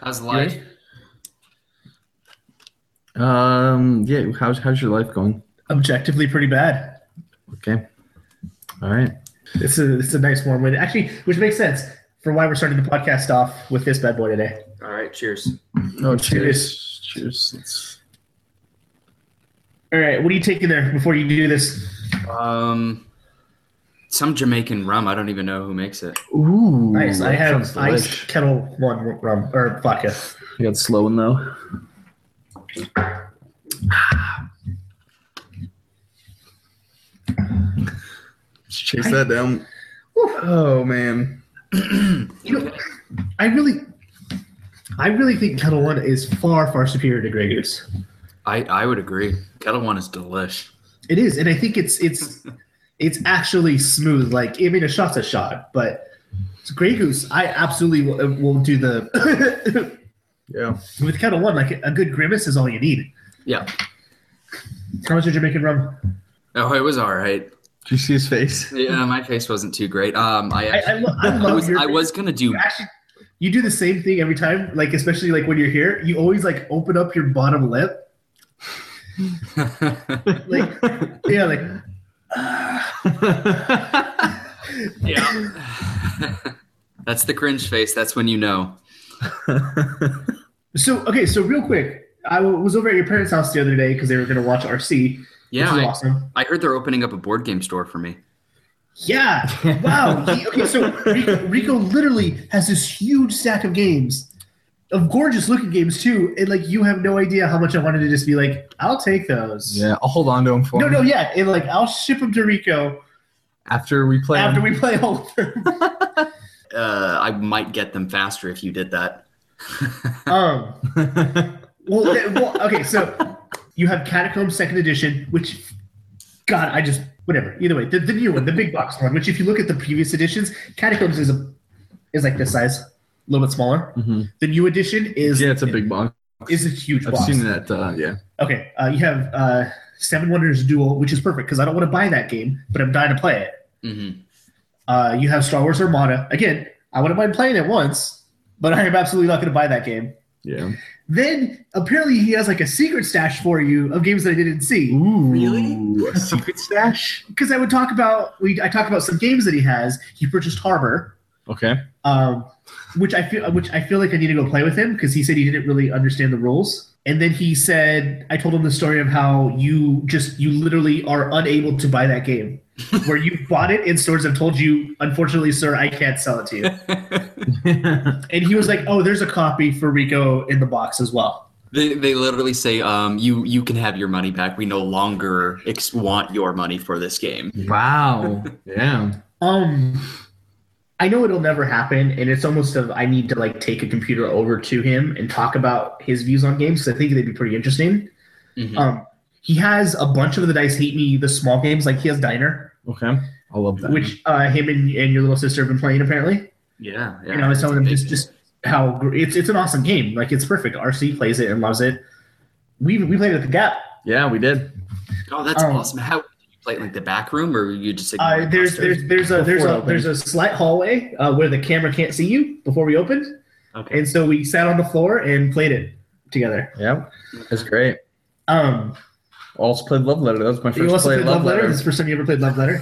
How's You life? ready? Um, yeah, how's how's your life going? Objectively, pretty bad. Okay. All right. It's a it's a nice warm win. Actually, which makes sense for why we're starting the podcast off with this bad boy today. All right, cheers. No, Cheers. Cheers. Let's- All right, what are you taking there before you do this? Um, some Jamaican rum. I don't even know who makes it. Ooh. Nice. I that have sounds iced delish. kettle one rum or vodka. You got slow one though. Just chase that down. Oh man. You know, I really, I really think kettle one is far far superior to Grey Goose. I I would agree. Kettle One is delish. It is, and I think it's it's it's actually smooth. Like I mean, a shot's a shot, but it's Grey Goose. I absolutely will, will do the Yeah. with kettle one. Like a good grimace is all you need. Yeah. How much did Jamaican rum? Oh, it was all right. Did you see his face? Yeah, my face wasn't too great. Um, I I, actually, I, lo- I I, love was your. I was gonna do. actually. You do the same thing every time, like especially like when you're here. You always like open up your bottom lip, like yeah, like yeah. That's the cringe face. That's when you know. so. Okay, so real quick, I was over at your parents' house the other day because they were gonna watch RC, Yeah, which is I, awesome. I heard they're opening up a board game store for me. Yeah. Wow. He- okay, so Rico, Rico literally has this huge stack of games, of gorgeous looking games too, and like you have no idea how much I wanted to just be like, I'll take those. yeah, I'll hold on to him for No, him. no, yeah, and like I'll ship them to Rico After we play. after him. we play all of them. Uh, I might get them faster if you did that. Um. Mm-hmm. Well, th- well, okay, so you have Catacomb Second Edition, which, God, I just whatever. Either way, the, the new one, the big box one, which if you look at the previous editions, Catacombs is a is like this size, a little bit smaller. Mhm. The new edition is Yeah, it's a big box. is a huge I've box. seen that. Uh, yeah. Okay, uh, you have uh, Seven Wonders Duel, which is perfect because I don't want to buy that game, but I'm dying to play it. hmm Uh, you have Star Wars Armada. Again, I wouldn't mind playing it once, but I am absolutely not going to buy that game. Yeah. Then apparently he has like a secret stash for you of games that I didn't see Ooh. Really? A secret stash. because I would talk about we I talked about some games that he has. He purchased Harbor, Okay. um, which I feel which I feel like I need to go play with him because he said he didn't really understand the rules. And then he said, I told him the story of how you just you literally are unable to buy that game, where you bought it and stores have told you, unfortunately, sir, I can't sell it to you. And he was like, Oh, there's a copy for Rico in the box as well. They, they literally say, um, you you can have your money back. We no longer ex- want your money for this game. wow. Yeah. Um, I know it'll never happen, and it's almost of I need to like take a computer over to him and talk about his views on games because I think they'd be pretty interesting. Mhm. Um, he has a bunch of the dice hate me the small games. Like he has Diner, Okay. I love that. which uh, him and, and your little sister have been playing apparently. yeah, yeah. And I was telling him Big just game. just how gr- it's it's an awesome game. Like it's perfect. RC plays it and loves it. We we played it at the Gap. Yeah, we did. oh, that's um, awesome. How did you play it in, like the back room, or you just ignore Uh, it there's upstairs? there's there's a there's Before a it opened. there's a slight hallway uh, where the camera can't see you before we opened, okay. and so we sat on the floor and played it together. Yep. That's great. Um, Also played Love Letter. That was my you first also play. played Love Letter. This is the first time you ever played Love Letter.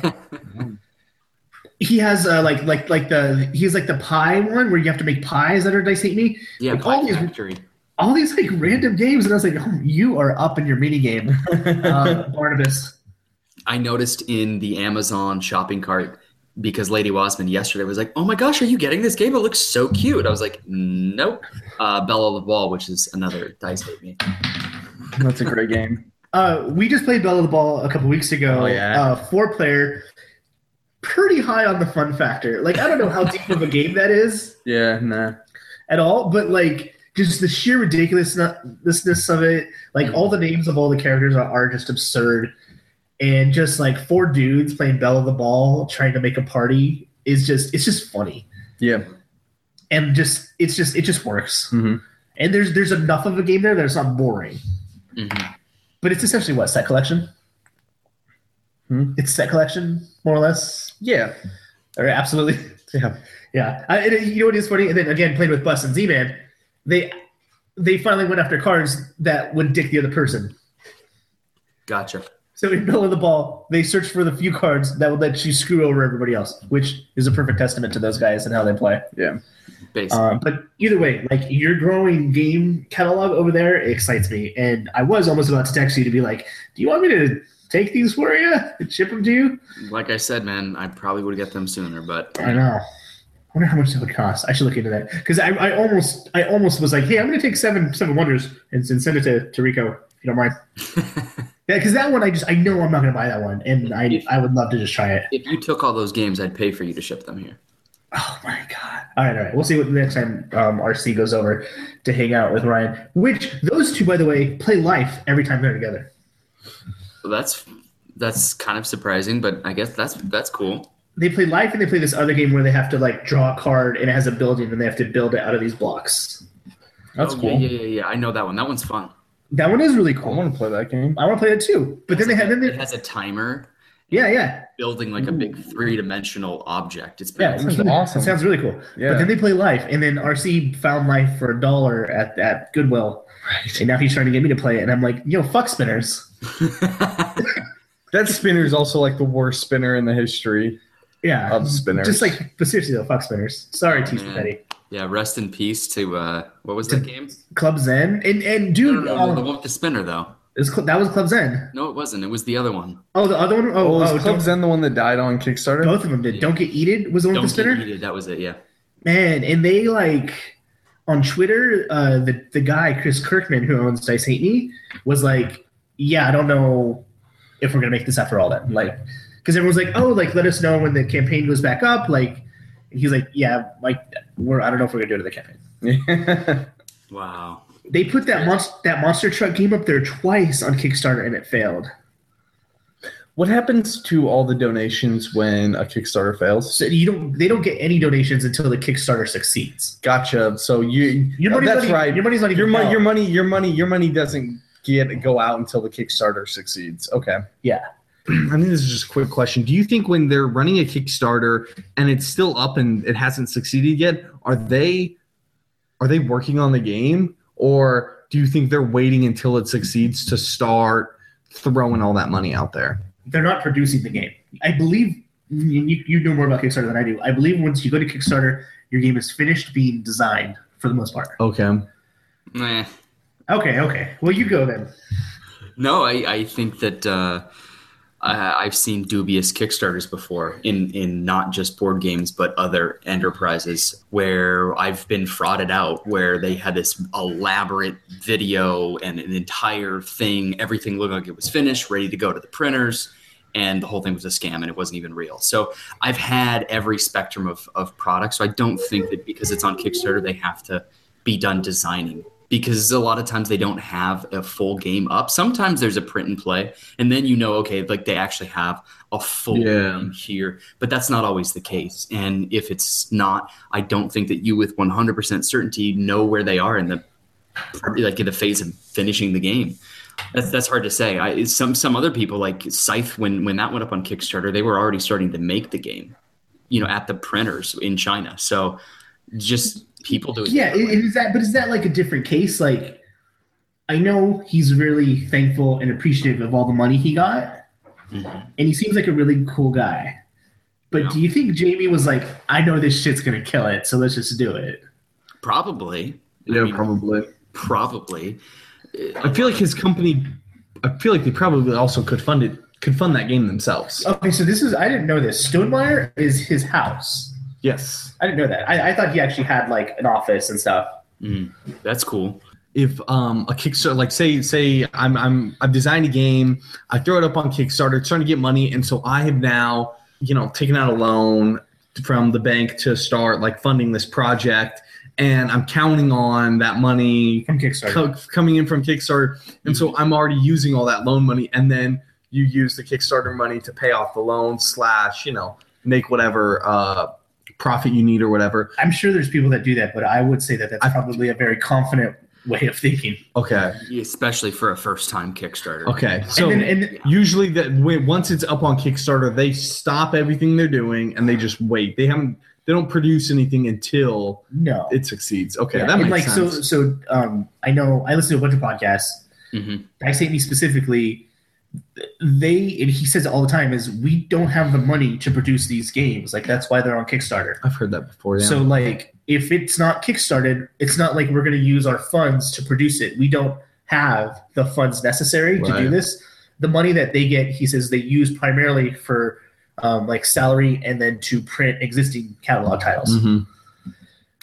he has uh, like like like the he's like the pie one where you have to make pies that are dice hate me. yeah, like, Pie all these- Factory. All these like random games, and I was like, oh, you are up in your mini game, uh, Barnabas. I noticed in the Amazon shopping cart because Lady Wasman yesterday was like, "Oh my gosh, are you getting this game? It looks so cute." I was like, "Nope." Uh, Bella the Wall, which is another dice hate me. That's a great game. Uh, we just played Bella the Ball a couple weeks ago. Oh, yeah. uh, four player, pretty high on the fun factor. Like I don't know how deep of a game that is Yeah, nah. at all, but like just the sheer ridiculousness of it. Like all the names of all the characters are, are just absurd, and just like four dudes playing Bella the Ball trying to make a party is just it's just funny. Yeah. and just it's just it just works. Mhm. And there's there's enough of a game there that it's not boring. Mhm. But it's essentially what set collection. Hmm. It's set collection more or less. Yeah. Or absolutely, Yeah. yeah. I, and, uh, you know what is funny? And then again, playing with Bus and Z Man, they they finally went after cards that would dick the other person. Gotcha. So in Bell of the Ball, they searched for the few cards that would let you screw over everybody else, which is a perfect testament to those guys and how they play. Basically. Uh, but either way, like your growing game catalog over there excites me, and I was almost about to text you to be like, "Do you want me to take these for you and ship them to you?" like I said, man, I probably would get them sooner, but I know. I wonder how much that would cost. I should look into that because I, I almost I almost was like, "Hey, I'm going to take seven seven wonders and, and send it to, to Rico if you don't mind." Yeah, because that one I just I know I'm not going to buy that one, and I I would love to just try it. if you took all those games, I'd pay for you to ship them here. Oh my god! All right, all right. We'll see what the next time um, RC goes over to hang out with Ryan. Which those two, by the way, play life every time they're together. So that's that's kind of surprising, but I guess that's that's cool. They play life, and they play this other game where they have to like draw a card, and it has a building, and they have to build it out of these blocks. That's Oh, cool. Yeah, yeah, yeah, yeah. I know that one. That one's fun. That one is really I cool. want to play that game. I want to play it too. But then they have then it they, has a timer yeah yeah building like a big three dimensional object. It's yeah. pretty cool. it sounds Sounds really- awesome. It sounds really cool. Yeah. But then they play life, and then RC found life for a dollar at at Goodwill, and now he's trying to get me to play it, and I'm like, yo, fuck spinners. That spinner is also like the worst spinner in the history Yeah. of spinners. Just like, but seriously though, fuck spinners. Sorry, T. man. Petty. yeah, rest in peace to uh what was that game? Club Zen and and No, dude, no, no, no, the um, one with the spinner though. is Cl- that was Club Zen. No, it wasn't. It was the other one. Oh, the other one. oh, Oh, was oh Club don't- Zen the one that died on Kickstarter? both of them did. Don't get eated was the one Don't with the spinner. Get Heated, that was it, yeah. Man, and they like on Twitter, uh, the the guy Chris Kirkman who owns Dice Hate Me was like, yeah, I don't know if we're gonna make this after all that, like, because everyone's like, oh, like let us know when the campaign goes back up, like. and He's like, yeah, like we're. I don't know if we're gonna do another campaign. Wow. They put that monster that monster truck game up there twice on Kickstarter and it failed. what happens to all the donations when a Kickstarter fails? So you don't they don't get any donations until the Kickstarter succeeds. Gotcha. So you Your money's Oh, that's not even, right. Your money's not even Your money, out. your money, your money, your money doesn't get go out until the Kickstarter succeeds. Okay. Yeah. I mean, this is just a quick question. Do you think when they're running a Kickstarter and it's still up and it hasn't succeeded yet, are they are they working on the game, or do you think they're waiting until it succeeds to start throwing all that money out there? They're not producing the game. I believe you, you you know more about Kickstarter than I do. I believe once you go to Kickstarter, your game is finished being designed for the most part. Okay. Meh. Okay, okay. Well, you go then. No, I, I think that uh, I, I've seen dubious Kickstarters before in, in not just board games, but other enterprises where I've been frauded out, where they had this elaborate video and an entire thing. Everything looked like it was finished, ready to go to the printers, and the whole thing was a scam and it wasn't even real. So I've had every spectrum of, of products. So I don't think that because it's on Kickstarter, they have to be done designing because a lot of times they don't have a full game up. Sometimes there's a print and play, and then you know, okay, like they actually have a full Yeah. game here, but that's not always the case. And if it's not, I don't think that you with 100% certainty know where they are in the like in the phase of finishing the game. That's that's hard to say. I, some some other people like Scythe when when that went up on Kickstarter, they were already starting to make the game, you know, at the printers in China. So just people do it. Yeah, i- is that but is that like a different case? Like, I know he's really thankful and appreciative of all the money he got, Mm-hmm. Mhm. and he seems like a really cool guy. But Yeah. do you think Jamie was like, I know this shit's gonna kill it, so let's just do it? Probably. I mean, probably. probably. I feel like his company. I feel like they probably also could fund it. Could fund that game themselves. Okay, so this is I didn't know this. Stonemeyer is his house. Yes. I didn't know that. I, I thought he actually had like an office and stuff. Mm, that's cool. if um a Kickstarter like say say I'm I'm I've designed a game, I throw it up on Kickstarter, trying to get money, and so I have now, you know, taken out a loan from the bank to start like funding this project and I'm counting on that money From Kickstarter. co- coming in from Kickstarter. And so I'm already using all that loan money and then you use the Kickstarter money to pay off the loan slash, you know, make whatever uh profit you need or whatever. I'm sure there's people that do that, but I would say that that's I- probably a very confident way of thinking. Okay. Especially for a first time Kickstarter. Okay. So and then, and usually that when once it's up on kickstarter they stop everything they're doing and they just wait they haven't they don't produce anything until No. it succeeds. Okay, Yeah, that and, makes like sense. so so um I know I listen to a bunch of podcasts. Mhm. Dice Hate Me specifically, they and he says it all the time is we don't have the money to produce these games. Like that's why they're on Kickstarter. I've heard that before. Yeah. So like if it's not kickstarted, it's not like we're going to use our funds to produce it. We don't have the funds necessary to do Right. this. The money that they get, he says, they use primarily for um, like salary and then to print existing catalog titles. Mhm.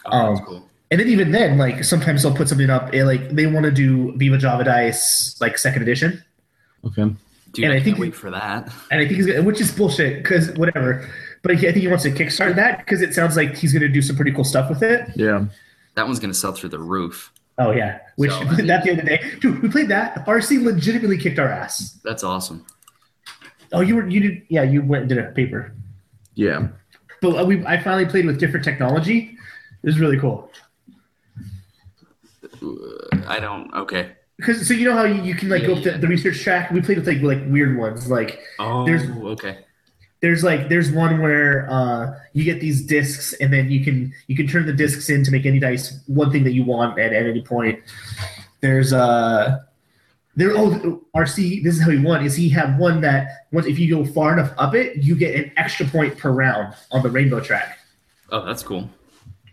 Oh, Um, that's cool. And then even then, like sometimes they'll put something up. eh, like they want to do Viva Java Dice like second edition. Okay. Dude, and I, I can't think- wait for that. and I think he's gonna, which is bullshit because whatever. But he, I think he wants to kickstart that because it sounds like he's going to do some pretty cool stuff with it. Yeah. That one's gonna sell through the roof. Oh yeah, which So- that the other day, dude, we played that. RC legitimately kicked our ass. That's awesome. Oh, you were you did yeah, you went and did a paper. Yeah. But uh, we I finally played with different technology. It was really cool Uh, I don't. Okay. because so you know how you, you can like go up Yeah. the, the research track. We played with like like weird ones like Oh, There's- okay. there's like there's one where uh, you get these discs and then you can you can turn the discs in to make any dice one thing that you want at, at any point there's uh there oh rc this is how he won is he had one that once if you go far enough up it you get an extra point per round on the rainbow track Oh, that's cool.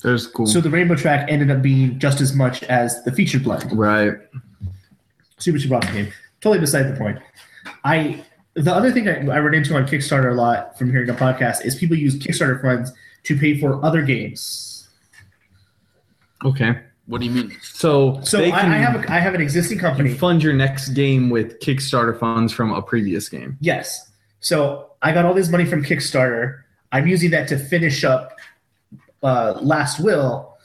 There's cool. so the rainbow track ended up being just as much as the featured blend right. super super awesome game. Totally beside the point. I the other thing I, I run into on Kickstarter a lot from hearing a podcast is people use Kickstarter funds to pay for other games. Okay. What do you mean? So So they I, can I have a, I have an existing company. you fund your next game with Kickstarter funds from a previous game. yes. So I got all this money from Kickstarter. I'm using that to finish up uh, Last Will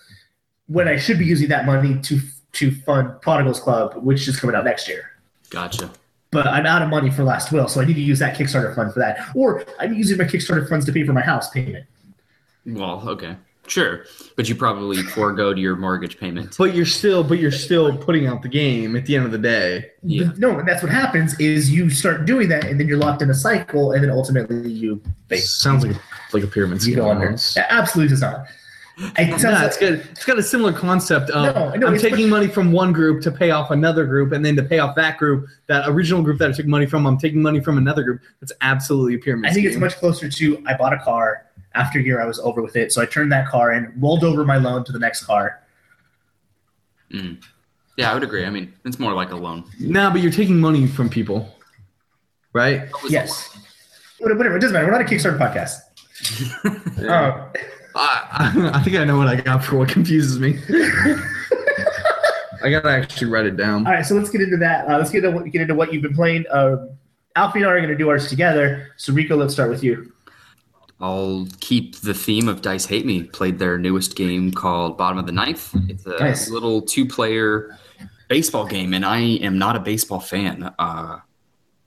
when I should be using that money to to fund Prodigals Club, which is coming out next year. Gotcha. but I'm out of money for Last Will, so I need to use that Kickstarter fund for that. Or I'm using my Kickstarter funds to pay for my house payment. Well, okay, sure, but you probably foregoed your mortgage payment. But you're still but you're still putting out the game at the end of the day. Yeah. But no, and that's what happens is you start doing that, and then you're locked in a cycle, and then ultimately you Sounds like like a pyramid you scheme. go under. almost. Yeah, Absolutely does not. It sounds No, like- it's got it's got a similar concept of No, no, I'm it's- taking money from one group to pay off another group, and then to pay off that group, that original group that I took money from, I'm taking money from another group. That's absolutely a pyramid. I think it's scheme. much closer to I bought a car after a year I was over with it, so I turned that car in, rolled over my loan to the next car. Mm. Yeah, I would agree. I mean, it's more like a loan. nah, but you're taking money from people, right? Yes. Whatever, it doesn't matter. We're not a Kickstarter podcast. Um, I, I think I know what I got for what confuses me. I gotta actually write it down. All right, so let's get into that. Uh, let's get into, get into what you've been playing. Um, Alfie and I are going to do ours together. So Rico, let's start with you. I'll keep the theme of Dice Hate Me. Played their newest game called Bottom of the Ninth. It's a Nice. little two-player baseball game, and I am not a baseball fan. Uh,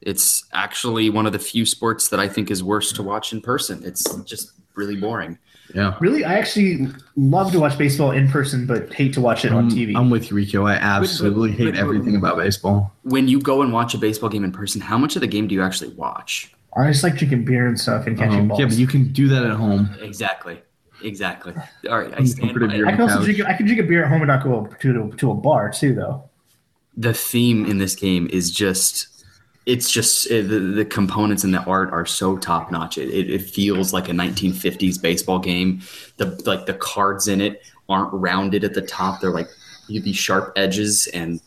it's actually one of the few sports that I think is worse to watch in person. It's just really boring. Yeah. Really, I actually love to watch baseball in person, but hate to watch it on TV. I'm with you, Rico. I absolutely hate everything about baseball. When you go and watch a baseball game in person, how much of the game do you actually watch? I just like drinking beer and stuff and catching Um, balls. yeah, but you can do that at home. Exactly. Exactly. All right. I I'm stand comforted by it. here. I can also Couch. drink. I can drink a beer at home and not go to to a bar too, though. the theme in this game is just it's just uh, the, the components and the art are so top notch it, it, it feels like a 1950s baseball game the like the cards in it aren't rounded at the top they're like you these sharp edges and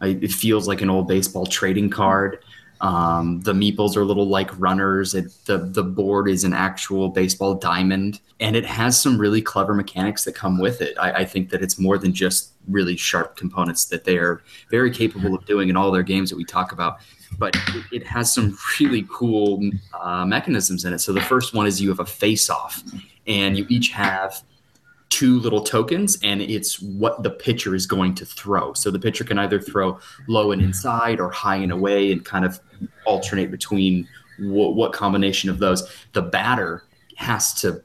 I, it feels like an old baseball trading card um, the meeples are little like runners it, the, the board is an actual baseball diamond and it has some really clever mechanics that come with it i, I think that it's more than just really sharp components that they are very capable of doing in all their games that we talk about. But it- it has some really cool uh, mechanisms in it. So the first one is you have a face off, and you each have two little tokens, and it's what the pitcher is going to throw. So the pitcher can either throw low and inside or high and away and kind of alternate between what, what combination of those. The batter has to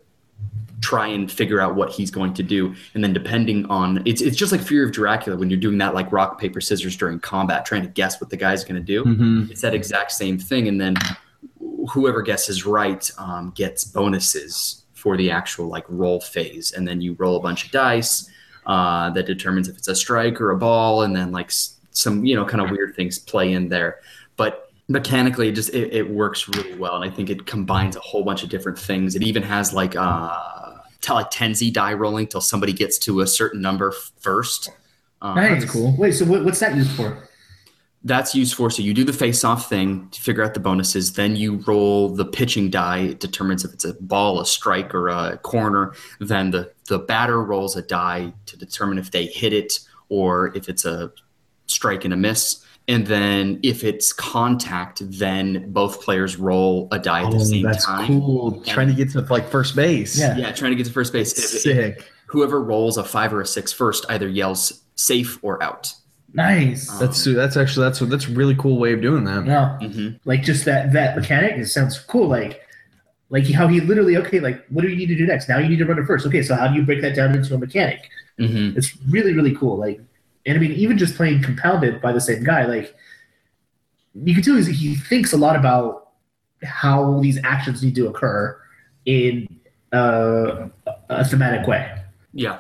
try and figure out what he's going to do and then depending on it's it's just like fear of dracula when you're doing that like rock paper scissors during combat trying to guess what the guy's going to do Mm-hmm. it's that exact same thing and then whoever guesses right um, gets bonuses for the actual like roll phase, and then you roll a bunch of dice uh, that determines if it's a strike or a ball, and then like s- some you know kind of weird things play in there. But mechanically, it just it, it works really well, and I think it combines a whole bunch of different things. It even has like uh, t- like tensy die rolling till somebody gets to a certain number f- first. Um, Nice. Oh, That's cool. Wait, so what, what's that used for? that's used for so you do the face off thing to figure out the bonuses then you roll the pitching die it determines if it's a ball a strike or a corner then the the batter rolls a die to determine if they hit it or if it's a strike and a miss and then if it's contact then both players roll a die at the same Oh, that's time cool. Yeah. Trying to get to like first base. Yeah. yeah trying to get to first base If- if Sick. whoever rolls a five or a six first either yells safe or out Nice. Um, That's that's actually that's that's a really cool way of doing that. yeah. Mhm. Like just that that mechanic. It sounds cool. Like like how he literally okay. Like what do you need to do next? Now you need to run it first. Okay, so how do you break that down into a mechanic? Mhm. It's really really cool. Like and I mean even just playing compounded by the same guy. Like you can tell he's, he thinks a lot about how these actions need to occur in uh, a thematic way. yeah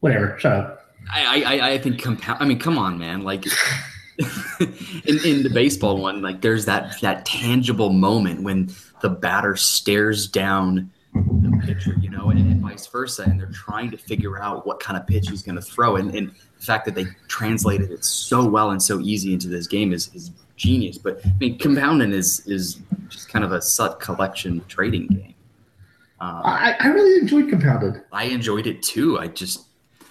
Whatever. Shut up. I, I- I, I think compound. I mean, come on, man. Like in, in the baseball one, like there's that that tangible moment when the batter stares down the pitcher, you know, and, and vice versa, and they're trying to figure out what kind of pitch he's going to throw, and, and the fact that they translated it so well and so easy into this game is is genius. But I mean, compounding is is just kind of a sut collection trading game. Um, I, I really enjoyed compounded. I enjoyed it too. I just,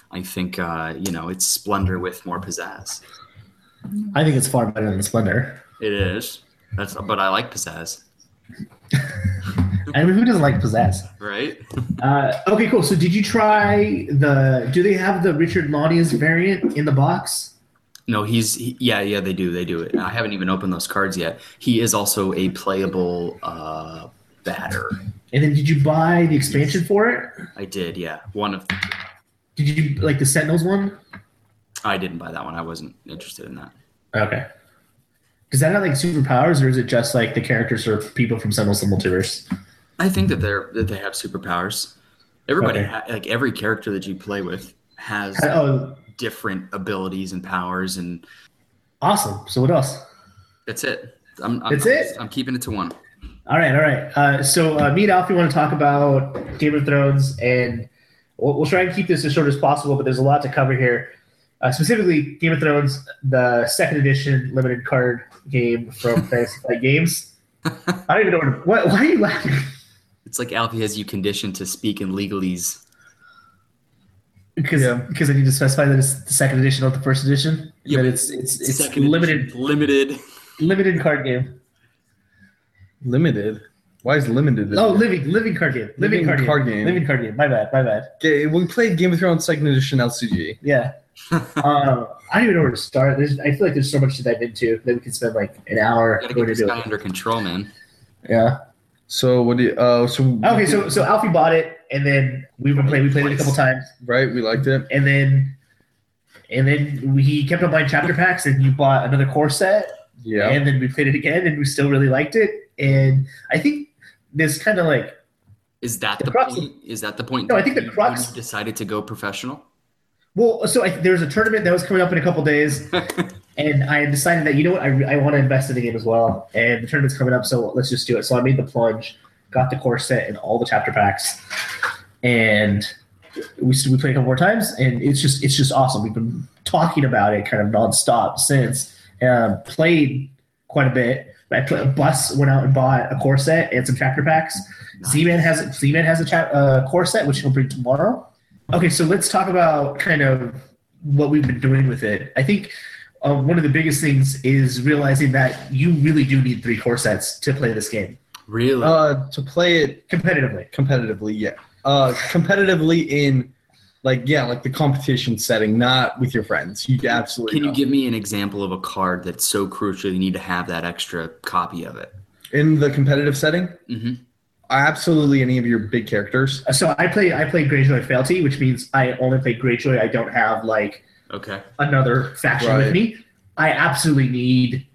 I think, uh, you know, it's splendor with more pizzazz. I think it's far better than Splendor. It is. That's, but I like pizzazz, I mean, who doesn't like possess? right? Uh, okay, cool. So, did you try the? Do they have the Richard Lanius variant in the box? No, he's, he, yeah, yeah, they do, they do it. And I haven't even opened those cards yet. He is also a playable uh, batter. And then, did you buy the expansion for it? I did, yeah. One of, Did you like the Sentinels one? I didn't buy that one. I wasn't interested in that. Okay. Does that have like superpowers, or is it just like the characters are people from Sentinels and Multiverse? I think that they're that they have superpowers. Everybody, Okay. ha- like every character that you play with, has Oh, different abilities and powers, and awesome! So, what else? that's it. I'm, I'm, That's it? I'm keeping it to one. All right, all right. Uh, so, uh, me and Alfie want to talk about Game of Thrones, and we'll, we'll try and keep this as short as possible, but there's a lot to cover here. Uh, specifically, Game of Thrones, the second edition limited card game from Fantasy Flight Games. I don't even know where to, what, why are you laughing? It's like Alfie has you conditioned to speak in legalese. Because Yeah. I need to specify that it's the second edition, not the first edition. Yeah, that but it's it's, it's Second limited edition, limited. limited card game. Limited. Why is limited? Oh, living living card game. Living, Living card, card game. game. Living card game. My bad. My bad. Okay, we played Game of Thrones Second Edition LCG. Yeah. um, I don't even know where to start. There's, I feel like there's so much to dive into that we could spend like an hour Gotta going get to this do guy it. under control, man. Yeah. So what do you? Uh, so Okay, so so Alfie bought it, and then we were playing. We played it a couple times, right, we liked it. and then and then we- he kept on buying chapter packs, and you bought another core set, Yeah, and then we played it again, and we still really liked it. And I think this kind of like Is that The the, crux point? Is that the point? No, I think the that you- crux- you decided to go professional. well, so I, there was a tournament that was coming up in a couple days, And I decided that you know what I, I want to invest in the game as well, and the tournament's coming up, so let's just do it. So I made the plunge, got the core set and all the chapter packs, and we we played a couple more times, and it's just it's just awesome. We've been talking about it kind of nonstop since. Um, played quite a bit. I put, Bus went out and bought a core set and some chapter packs. Nice. Z-Man has Z-Man has a chap, uh, core set which he'll bring tomorrow. Okay, so let's talk about kind of what we've been doing with it. I think uh, one of the biggest things is realizing that you really do need three core sets to play this game Really? Oh, uh, to play it competitively. competitively, yeah, uh, competitively in like yeah, like the competition setting, not with your friends. You absolutely Can you not. give me an example of a card that's so crucial you need to have that extra copy of it? in the competitive setting? hmm Absolutely, any of your big characters. Uh, So I play I play Greyjoy Fealty, which means I only play Greyjoy. I don't have like Okay. another faction with Right. me. I absolutely need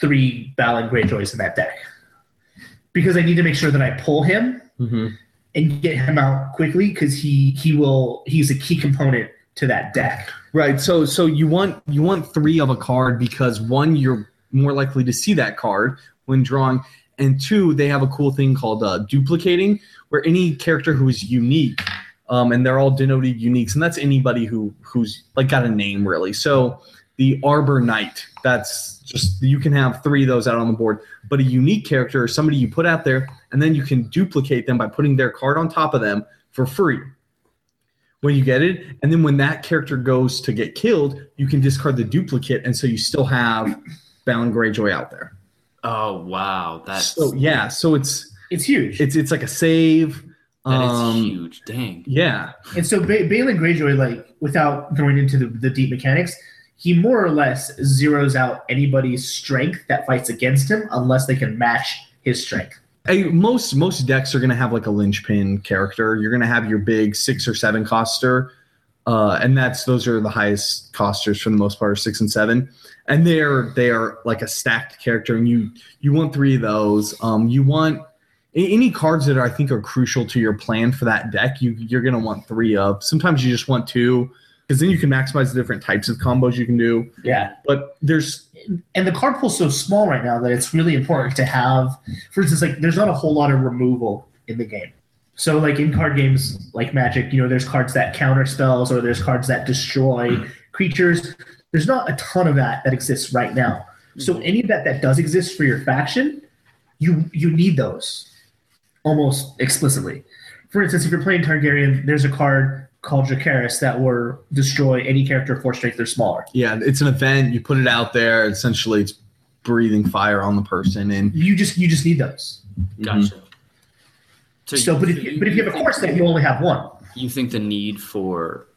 three Balin Greyjoys in that deck because I need to make sure that I pull him Mm-hmm. and get him out quickly because he he will he's a key component to that deck. Right. So so you want you want three of a card because one you're more likely to see that card when drawing, and two they have a cool thing called uh, duplicating, where any character who is unique, um, and they're all denoted uniques, and that's anybody who who's like got a name really. So the Arbor Knight, that's just you can have three of those out on the board, but a unique character or somebody you put out there, and then you can duplicate them by putting their card on top of them for free when you get it. And then when that character goes to get killed, you can discard the duplicate, and so you still have Bound Greyjoy out there. Oh wow, that's so yeah, so it's It's huge. it's it's like a save. that is Um, huge. Dang. Yeah, and so ba- Balin Greyjoy, like without going into the, the deep mechanics, he more or less zeroes out anybody's strength that fights against him unless they can match his strength. Hey, most most decks are gonna have like a linchpin character. You're gonna have your big six or seven coster, uh, and that's those are the highest costers for the most part, are six and seven, and they're they are like a stacked character, and you you want three of those. Um, you want a- any cards that are, I think are crucial to your plan for that deck. You you're gonna want three of. Sometimes you just want two because then you can maximize the different types of combos you can do. Yeah. But there's and the card pool's so small right now that it's really important to have for instance like there's not a whole lot of removal in the game so like in card games like magic you know there's cards that counter spells or there's cards that destroy creatures there's not a ton of that that exists right now so any of that that does exist for your faction you you need those almost explicitly for instance if you're playing targaryen there's a card called Dracarys that will destroy any character four strength or smaller yeah, it's an event. You put it out there. Essentially, it's breathing fire on the person and you just you just need those Gotcha. mm-hmm. So, but if, you, but if you have a think- course set, you only have one. you think the need for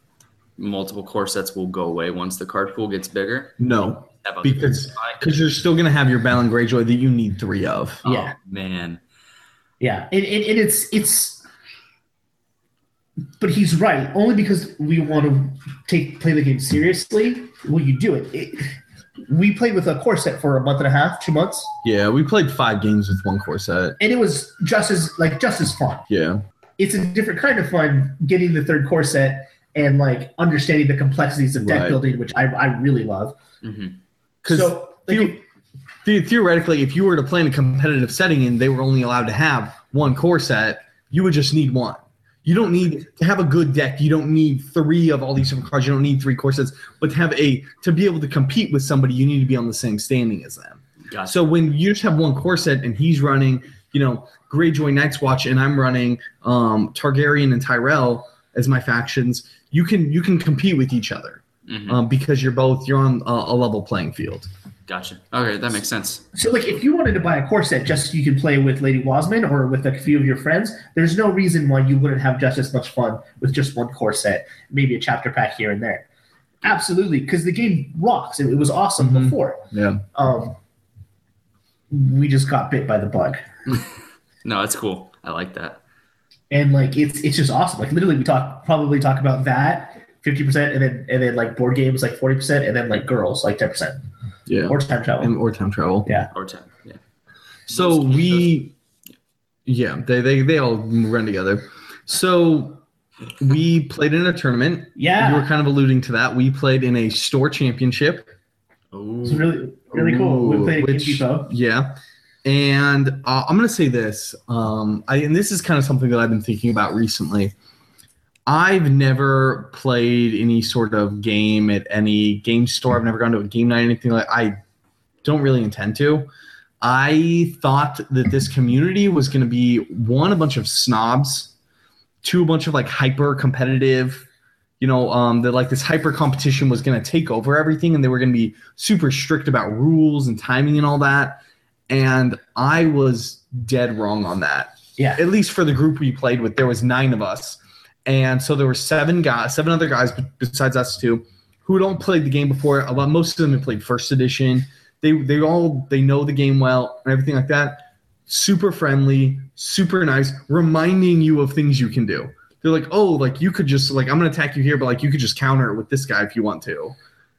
multiple core sets will go away once the card pool gets bigger? No, Have a- because because you're still gonna have your Balin Greyjoy that you need three of. oh, Yeah. man, Yeah, and, and, and it's it's. But he's right. Only because we want to take play the game seriously will you do it. it we played with a core set for a month and a half, two months, Yeah, we played five games with one core set. and it was just as like just as fun. Yeah, It's a different kind of fun getting the third core set and like understanding the complexities of deck Right. building, which I, I really love. Mhm. because So like, you- the- theoretically, if you were to play in a competitive setting and they were only allowed to have one core set, you would just need one. You don't need to have a good deck. You don't need three of all these different cards. You don't need three core sets. But to have a to be able to compete with somebody, you need to be on the same standing as them. gotcha. So when you just have one core set and he's running, you know, Greyjoy Night's Watch and I'm running um, Targaryen and Tyrell as my factions, you can you can compete with each other Mhm. um, because you're both you're on a, a level playing field. gotcha. Okay, that makes sense. So, like, if you wanted to buy a core set just so you can play with Lady Wasman or with a few of your friends, there's no reason why you wouldn't have just as much fun with just one core set, maybe a chapter pack here and there. Absolutely, because the game rocks. It, it was awesome Mhm. before. Yeah. Um, we just got bit by the bug, No, it's cool. I like that. and like, it's it's just awesome. Like, literally, we talk probably talk about that fifty percent, and then and then like board games like forty percent, and then like girls like ten percent Yeah. or time travel. And or time travel. Yeah. Or ten. Yeah. So we Yeah, they they they all run together. So we played in a tournament. You were yeah, kind of alluding to that. We played in a store championship. Ooh. it's really really cool. Ooh, we played at Game which- Depot. Yeah. And uh, I'm going to say this, um, I, and this is kind of something that I've been thinking about recently. I've never played any sort of game at any game store. I've never gone to a game night, anything like. I don't really intend to. I thought that this community was going to be one a bunch of snobs, two a bunch of like hyper competitive, you know, um, that like this hyper competition was going to take over everything, and they were going to be super strict about rules and timing and all that. And I was dead wrong on that. Yeah. At least for the group we played with, there was nine of us, and so there were seven guys, seven other guys b- besides us two, who don't play the game before. A lot, most of them had played first edition. They they all they know the game well and everything like that. Super friendly, super nice, reminding you of things you can do. They're like, oh, like you could just like I'm gonna attack you here, but like you could just counter it with this guy if you want to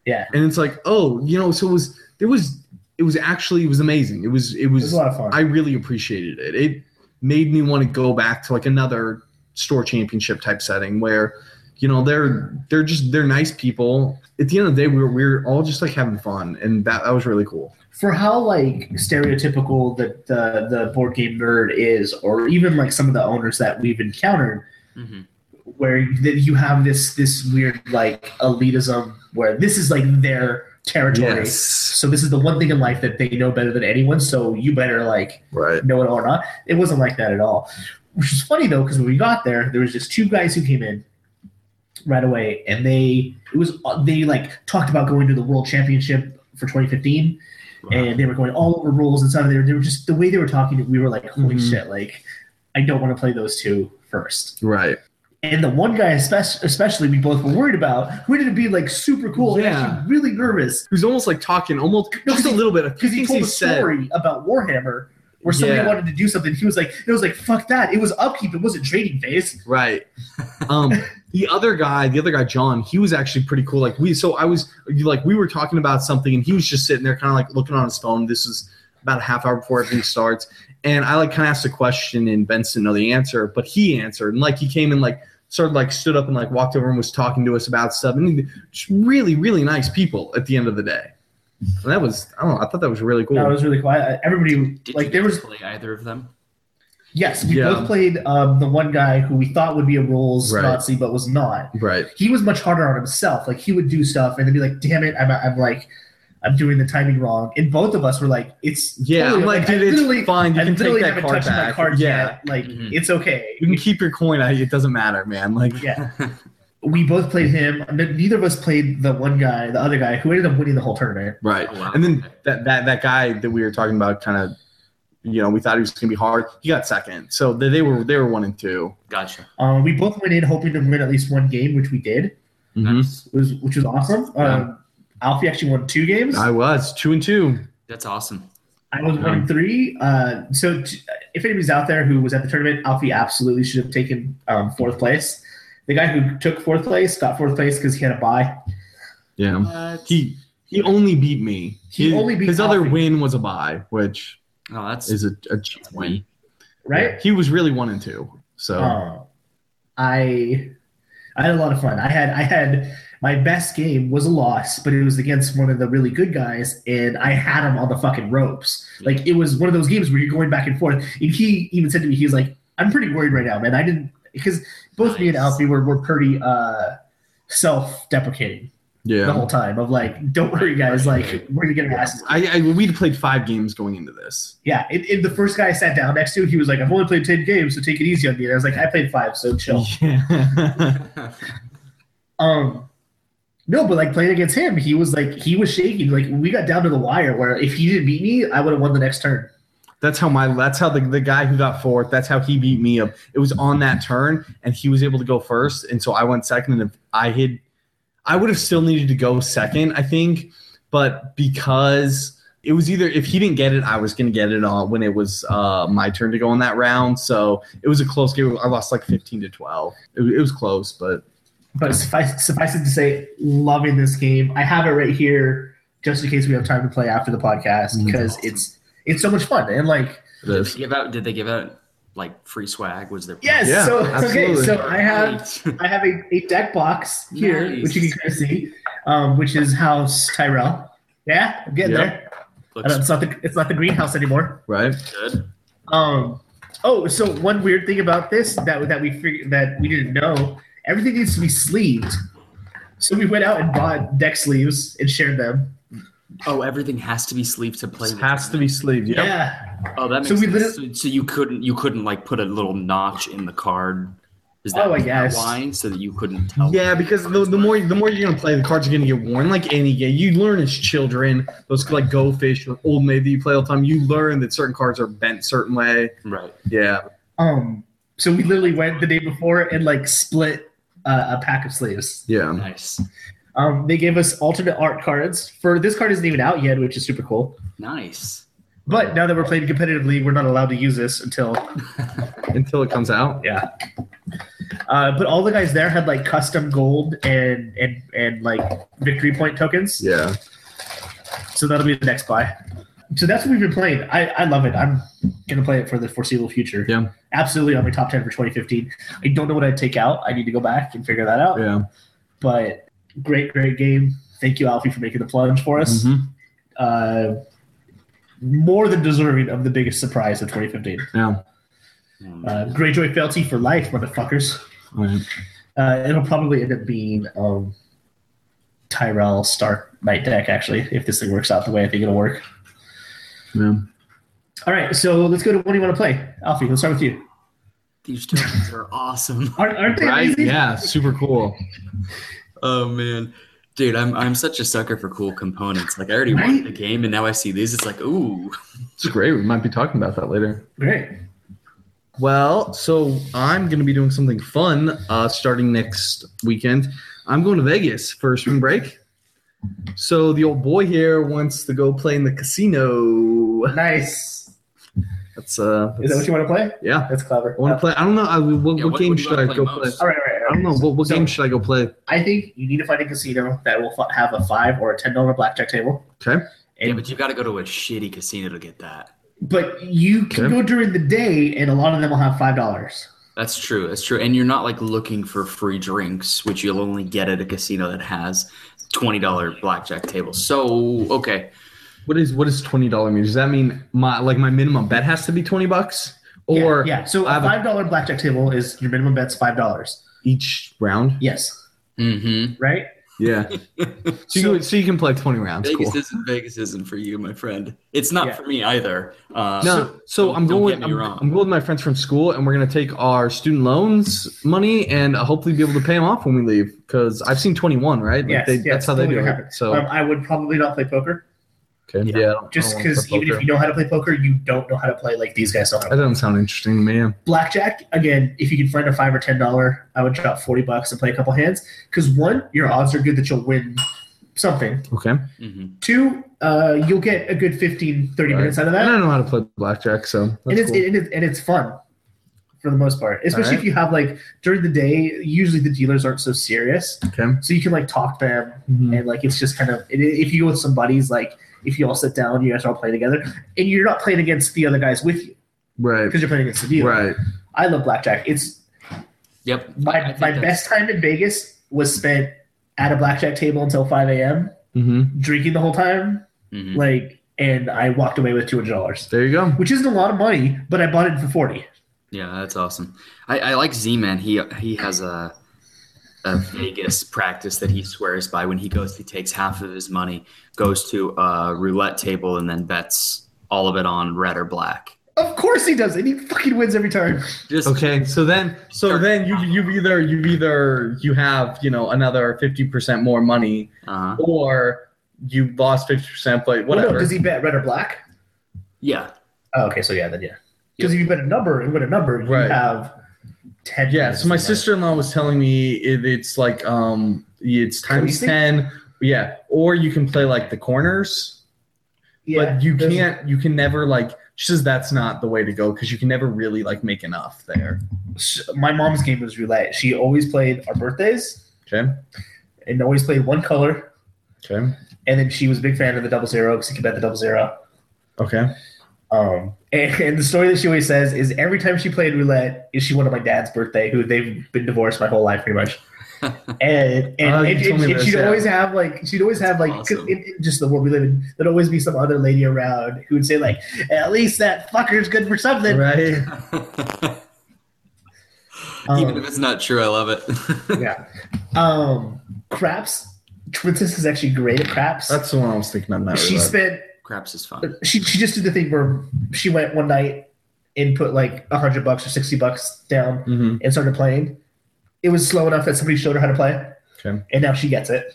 Yeah. and it's like oh you know so it was there was it was actually it was amazing it was it It was was a lot of fun. i really appreciated it it made me want to go back to like another store championship type setting where you know they're they're just they're nice people at the end of the day we were, we were all just like having fun and that, that was really cool for how like stereotypical that the the board game nerd is, or even like some of the owners that we've encountered, hmm where that you have this this weird like elitism where this is like their territory. yes So this is the one thing in life that they know better than anyone. So you better like right know it all or not. It wasn't like that at all. Which is funny though, because when we got there, there was just two guys who came in right away, and they it was they like talked about going to the World Championship for 2015, and they were going all over rules and stuff. They were, they were just the way they were talking. We were like, holy Mhm. shit! Like, I don't want to play those two first. right And the one guy, especially, especially we both were worried about, who ended up being like super cool and Yeah. actually really nervous who's almost like talking almost No, just a 'cause he- little bit because he told a said- story about Warhammer. Where somebody Yeah. wanted to do something, he was like, "It was like fuck that. It was upkeep. It wasn't trading phase." Right. Um, the other guy, the other guy, John, he was actually pretty cool. Like we, so I was like, we were talking about something, and he was just sitting there, kind of like looking on his phone. This was about a half hour before everything starts, and I like kind of asked a question, and Ben didn't know the answer, but he answered, and like he came and like sort of like stood up and like walked over and was talking to us about stuff, and he- just really, really nice people at the end of the day. And that was, I don't know, I thought that was really cool. That was really cool. I, I- everybody Did like you there get was to play either of them? yes, we Yeah. both played um, the one guy who we thought would be a rules Right. Nazi but was not. right. He was much harder on himself. Like he would do stuff and then be like, "Damn it, I'm, I'm like." I'm doing the timing wrong, and both of us were like, "It's Yeah, totally- I'm like, I dude, it's literally- fine. You I can literally take that haven't card touched my back. cards yeah. yet. Like Mhm. it's okay. You can keep your coin. I, it doesn't matter, man. Like, yeah, we both played him. N- Neither of us played the one guy, the other guy who ended up winning the whole tournament. Right. Oh, wow. And then that, that that guy that we were talking about kind of you know, we thought he was gonna be hard. He got second. So they, they were they were one and 2 Gotcha. Um, we both went in hoping to win at least one game, which we did. Mm-hmm. Mm-hmm. Nice. was which was awesome. Um, Alfie actually won two games. I was two and two. That's awesome. I was one in three. Uh, so t- if anybody's out there who was at the tournament, Alfie absolutely should have taken um, fourth place. The guy who took fourth place got fourth place because he had a bye. Yeah. He he only beat me. He his, only beat his other Alfie. win was a bye, which oh, that's is a, a cheap win. Right? He was really one and two. So Uh, I I had a lot of fun. I had I had my best game was a loss, but it was against one of the really good guys, and I had him on the fucking ropes. Mm-hmm. Like it was one of those games where you're going back and forth. And he even said to me, he was like, "I'm pretty worried right now, man. I didn't because both me and Nice. Alfie were were pretty uh, self-deprecating the yeah. whole time of like, don't worry, guys. Like we're gonna get our asses." I, I we'd played five games going into this. Yeah, and, and the first guy I sat down next to, he was like, "I've only played ten games, so take it easy on me." And I was like, "I played five, so chill." Yeah. Um, no, but like playing against him, he was like he was shaking. Like we got down to the wire where if he didn't beat me, I would have won the next turn. That's how my that's how the, the guy who got fourth, that's how he beat me up. It was on that turn and he was able to go first. And so I went second. And if I had I would have still needed to go second, I think. But because it was either if he didn't get it, I was gonna get it on when it was uh, my turn to go on that round. So it was a close game. I lost like fifteen to twelve. It, was- it was close, but But suffice, suffice it to say, loving this game. I have it right here just in case we have time to play after the podcast Mm. because it's it's so much fun and like it did they is. give out? Did they give out like free swag? Was there? yes. Yeah, so okay, absolutely. so I have I have a, a deck box here, Nice. which you can kind of see, um, which is House Tyrell. Yeah, I'm getting Yep. there. I don't- Looks It's not the it's not the greenhouse anymore. Right? good. Um. Oh, so one weird thing about this that that we figured that we didn't know, everything needs to be sleeved. So we went out and bought deck sleeves and shared them. Oh, everything has to be sleeve to play. It with. has to be sleeved. Yep. Yeah. Oh, that makes So we sense. literally- so, so you couldn't you couldn't like put a little notch in the card. Is that Oh, I is that guess. why? So that you couldn't tell. Yeah, because the, the more the more you're gonna play, the cards are gonna get worn. Like any game, you learn as children those like Go Fish or Old Maid that you play all the time. You learn that certain cards are bent certain way. Right. Yeah, Um. So we literally went the day before and like split uh, a pack of sleeves. yeah, Nice. Um. They gave us alternate art cards for this card isn't even out yet, which is super cool. Nice. But now that we're playing competitively, we're not allowed to use this until until it comes out. Yeah. Uh, but all the guys there had like custom gold and and and like victory point tokens. Yeah, So that'll be the next buy. so that's what we've been playing. I, I love it. I'm gonna play it for the foreseeable future. Yeah. Absolutely on my top ten for 2015. I don't know what I'd take out. I need to go back and figure that out. Yeah. But great, great game. Thank you, Alfie, for making the plunge for us. Mhm. Uh, more than deserving of the biggest surprise of 2015. Yeah. Uh, Greyjoy Fealty for life, motherfuckers. All right. Uh, it'll probably end up being um, Tyrell Stark Night Deck, actually, if this thing works out the way I think it'll work. Yeah. All right, so let's go to what do you want to play? Alfie, let's start with you. These tokens are awesome. Aren't, aren't they Right? amazing? Yeah. Super cool. Oh man. Dude, I'm I'm such a sucker for cool components. Like I already won Right? the game and now I see these. It's like, ooh. It's great. We might be talking about that later. Great. Well, so I'm going to be doing something fun uh, starting next weekend. I'm going to Vegas for spring break. So the old boy here wants to go play in the casino. Nice. That's uh, Is that what you want to play? yeah. That's clever. Uh, I want to play. I don't know. I, what, Yeah, what, what- game what do you should I wanna go play play? most? All right, all right. all I don't right. know. What, what So- game should I go play? I think you need to find a casino that will fi- have a five or a ten dollar blackjack table. Okay. Yeah, And- but you gotta go to a shitty casino to get that. but you can Okay. go during the day, and a lot of them will have five dollars. That's true. That's true. And you're not like looking for free drinks, which you'll only get at a casino that has twenty dollar blackjack tables. So okay. What is what is twenty dollar mean? Does that mean my like my minimum bet has to be twenty bucks or yeah, yeah. so I a have a- E- five dollar blackjack table is your minimum bet's five dollars. each round? Yes, Mm-hmm. right? Yeah. so, you, So- would- so you can play twenty rounds. Vegas cool. isn't Vegas isn't for you, my friend. It's not Yeah. for me either. Uh, No, so, I'm don't going. get me I'm, wrong. I'm going with my friends from school, and we're gonna take our student loans money and uh, hopefully be able to pay them off when we leave. Because I've seen 21, right? Like Yes, they, yes, that's how they totally do happen. it. So Um, I would probably not play poker okay, yeah. yeah, I don't- I just don't wanna because play even if poker. you know how to play poker, you don't know how to play like these guys know how to. that doesn't sound interesting to me. yeah. blackjack again if you can find a five or ten dollar i would drop 40 bucks and play a couple hands because one your odds are good that you'll win something Okay, mhm. two uh, you'll get a good 15 30 All right. minutes out of and I that don't know how to play blackjack, so that's and it's, cool. and, it's, and it's fun for the most part especially right. if you have like during the day usually the dealers aren't so serious okay. so you can like talk to them Mhm. and like it's just kind of and i- if you go with some buddies like if you all sit down you guys all play together and you're not playing against the other guys with you Right, because you're playing against the dealer right. i love blackjack it's Yep. I my, think my that's- best time in Vegas was spent at a blackjack table until 5 a.m. hmm drinking the whole time, mhm. like, and I walked away with two hundred dollars, There you go. which isn't a lot of money, but I bought it for forty. Yeah, that's awesome. I, I like Z Man. He he has a a Vegas practice that he swears by. When he goes, he takes half of his money, goes to a roulette table, and then bets all of it on red or black. Of course he does, and he fucking wins every time. Just Okay, so then, so then you you either you either you have you know another fifty percent more money, uh or you lost fifty percent, but Well, no, whatever. does he bet red or black? yeah. Oh, okay, so yeah, then yeah. Because if you bet a number and win a number, you Right. have ten. yeah. So my sister in law was telling me it, it's like um it's times Crazy? ten. Yeah, or you can play like the corners, but you can't. You can never like. She says that's not the way to go because you can never really like make enough there. My mom's game was roulette. She always played our birthdays Okay. and always played one color. Okay. And then she was a big fan of the double zero because you could bet the double zero. Okay. Um, and, and the story that she always says is every time she played roulette, is she won on my dad's birthday, who they've been divorced my whole life pretty much. And and, Oh, you and- told and- me and this, she'd yeah. always have like she'd always have like 'cause Awesome. in, in just the world we live in, there'd always be some other lady around who would say like, at least that fucker's good for something. Right. Even Um, if it's not true, I love it. yeah. Um, craps. Princess is actually great at craps. That's the one I was thinking on that. she spent Craps is fun. she she just did the thing where she went one night and put like a hundred bucks or sixty bucks down hmm and started playing. It was slow enough that somebody showed her how to play, Okay. and now she gets it.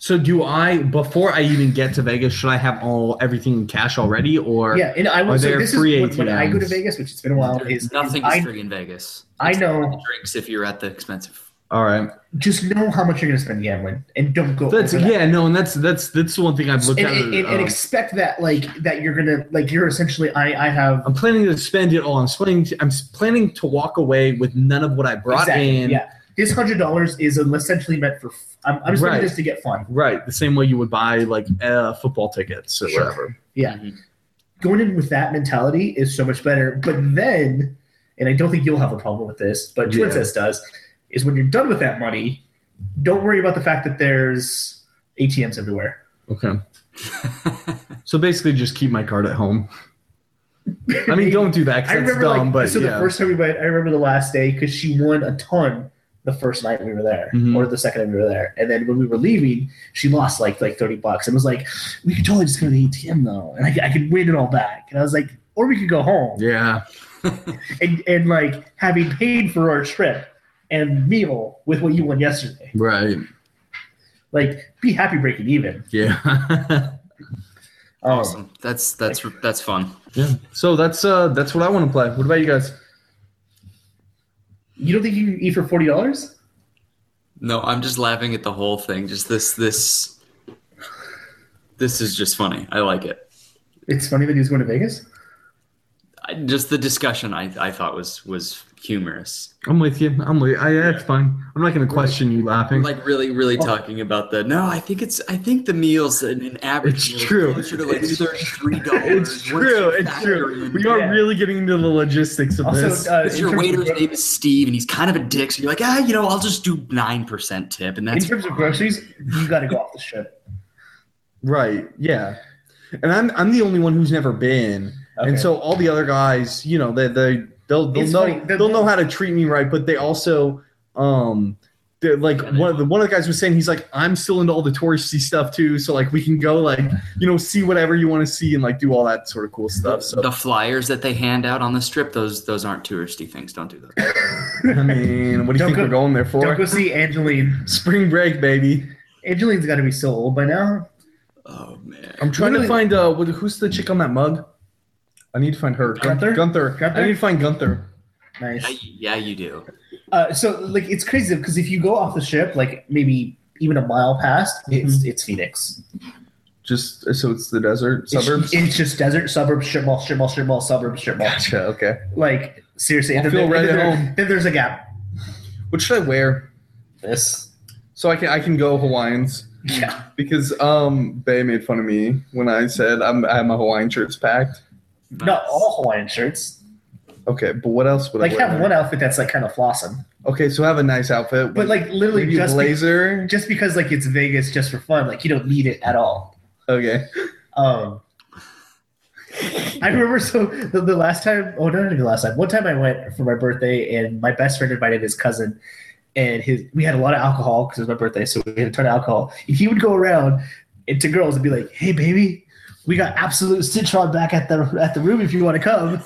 So do I before I even get to Vegas, should I have all everything in cash already or yeah, and I are will say there this free is when, when I go to ATMs? Vegas, which it's been a while. Is, is Nothing is I free in Vegas. I Except know. for the drinks if you're at the expensive. all right. just know how much you're going to spend gambling, and don't go. That's over that. yeah, no, and that's that's that's the one thing I've looked And, at. and, and, um, expect that like that you're gonna like you're essentially I I have I'm planning to spend it all. I'm planning to, I'm s- planning to walk away with none of what I brought exactly, in. yeah this hundred dollars is essentially meant for f- I'm, I'm spending Right. this to get fun Right, the same way you would buy like a football tickets or Sure. whatever. Yeah. Mm-hmm. Going in with that mentality is so much better. But then, and I don't think you'll have a problem with this, but Yeah. Twincest does, is when you're done with that money, don't worry about the fact that there's ATMs everywhere. Okay. so basically, just keep my card at home. I mean, don't do that I 'cause that's remember, dumb. like, but so yeah. the first time we went, I remember the last day because she won a ton the first night we were there, Mhm. or the second time we were there. And then when we were leaving, she lost like like thirty bucks and was like, "We could totally just go to the ATM though, and I, could- I could win it all back." And I was like, "Or we could go home." yeah. and and like having paid for our trip and meal with what you won yesterday. Right. Like, be happy breaking even. Yeah. Um, Awesome. That's that's that's fun. yeah. So that's uh that's what I want to play. What about you guys? You don't think you can eat for forty dollars? No, I'm just laughing at the whole thing. Just this this this is just funny. I like it. It's funny that he was going to Vegas. I, just the discussion I, I thought was was humorous. I'm with you. I'm with. I, yeah, it's fine. I'm not going to question you laughing. Like really really talking about the no. I think it's I think the meals an, an average It's meal is true. closer to like It's- thirty three dollars. it's true. It's true. We are Yeah. really getting into the logistics of Also, this. uh, in your terms of waiter's gro- name is Steve, and he's kind of a dick. So you're like, ah, you know, I'll just do nine percent tip, and in that's terms of groceries, you got to go off the ship. right. Yeah. And I'm I'm the only one who's never been. Okay. And so all the other guys, you know, they they they'll they'll It's know funny, the- they'll know how to treat me right, but they also um they're like Yeah, they one of the one of the guys was saying he's like I'm still into all the touristy stuff too, so like we can go like you know see whatever you want to see and like do all that sort of cool stuff. So the flyers that they hand out on the strip. Those those aren't touristy things. Don't do those. I mean, what Don't do you think go- we're going there Don't for? go see Angeline. Spring break, baby. Angeline's got to be so old by now. Oh man. I'm trying to Really? find uh what, who's the chick on that mug? I need to find her. Gun- Gunther? Gunther. Gunther? I need to find Gunther. Yeah, Nice. you- yeah, you do. Uh, so, like, it's crazy because if you go off the ship, like maybe even a mile past, it's it's Phoenix. Just so it's the desert It's- suburbs. It's, just desert suburbs, strip mall, strip mall, strip mall, suburbs, strip mall. Gotcha. Okay. Like seriously, I'll and feel then, there- and right then at there- home. then there's a gap. What should I wear? This, So I can I can go Hawaiians yeah, because um Bay made fun of me when I said I'm I have my Hawaiian shirts packed. not all Hawaiian shirts. Okay, but what else would Like I wear? have one outfit that's like kind of flossing, Okay, so have a nice outfit, but like literally maybe a just be- blazer. just because like it's Vegas, just for fun, like you don't need it at all. okay, Um, I remember so the, the last time. Oh no, not the last time. One time I went for my birthday, and my best friend invited his cousin, and his we had a lot of alcohol because it was my birthday, so we had a ton of alcohol. And he would go around and to girls and be like, "Hey, baby, we got absolute citron back at the at the room if you want to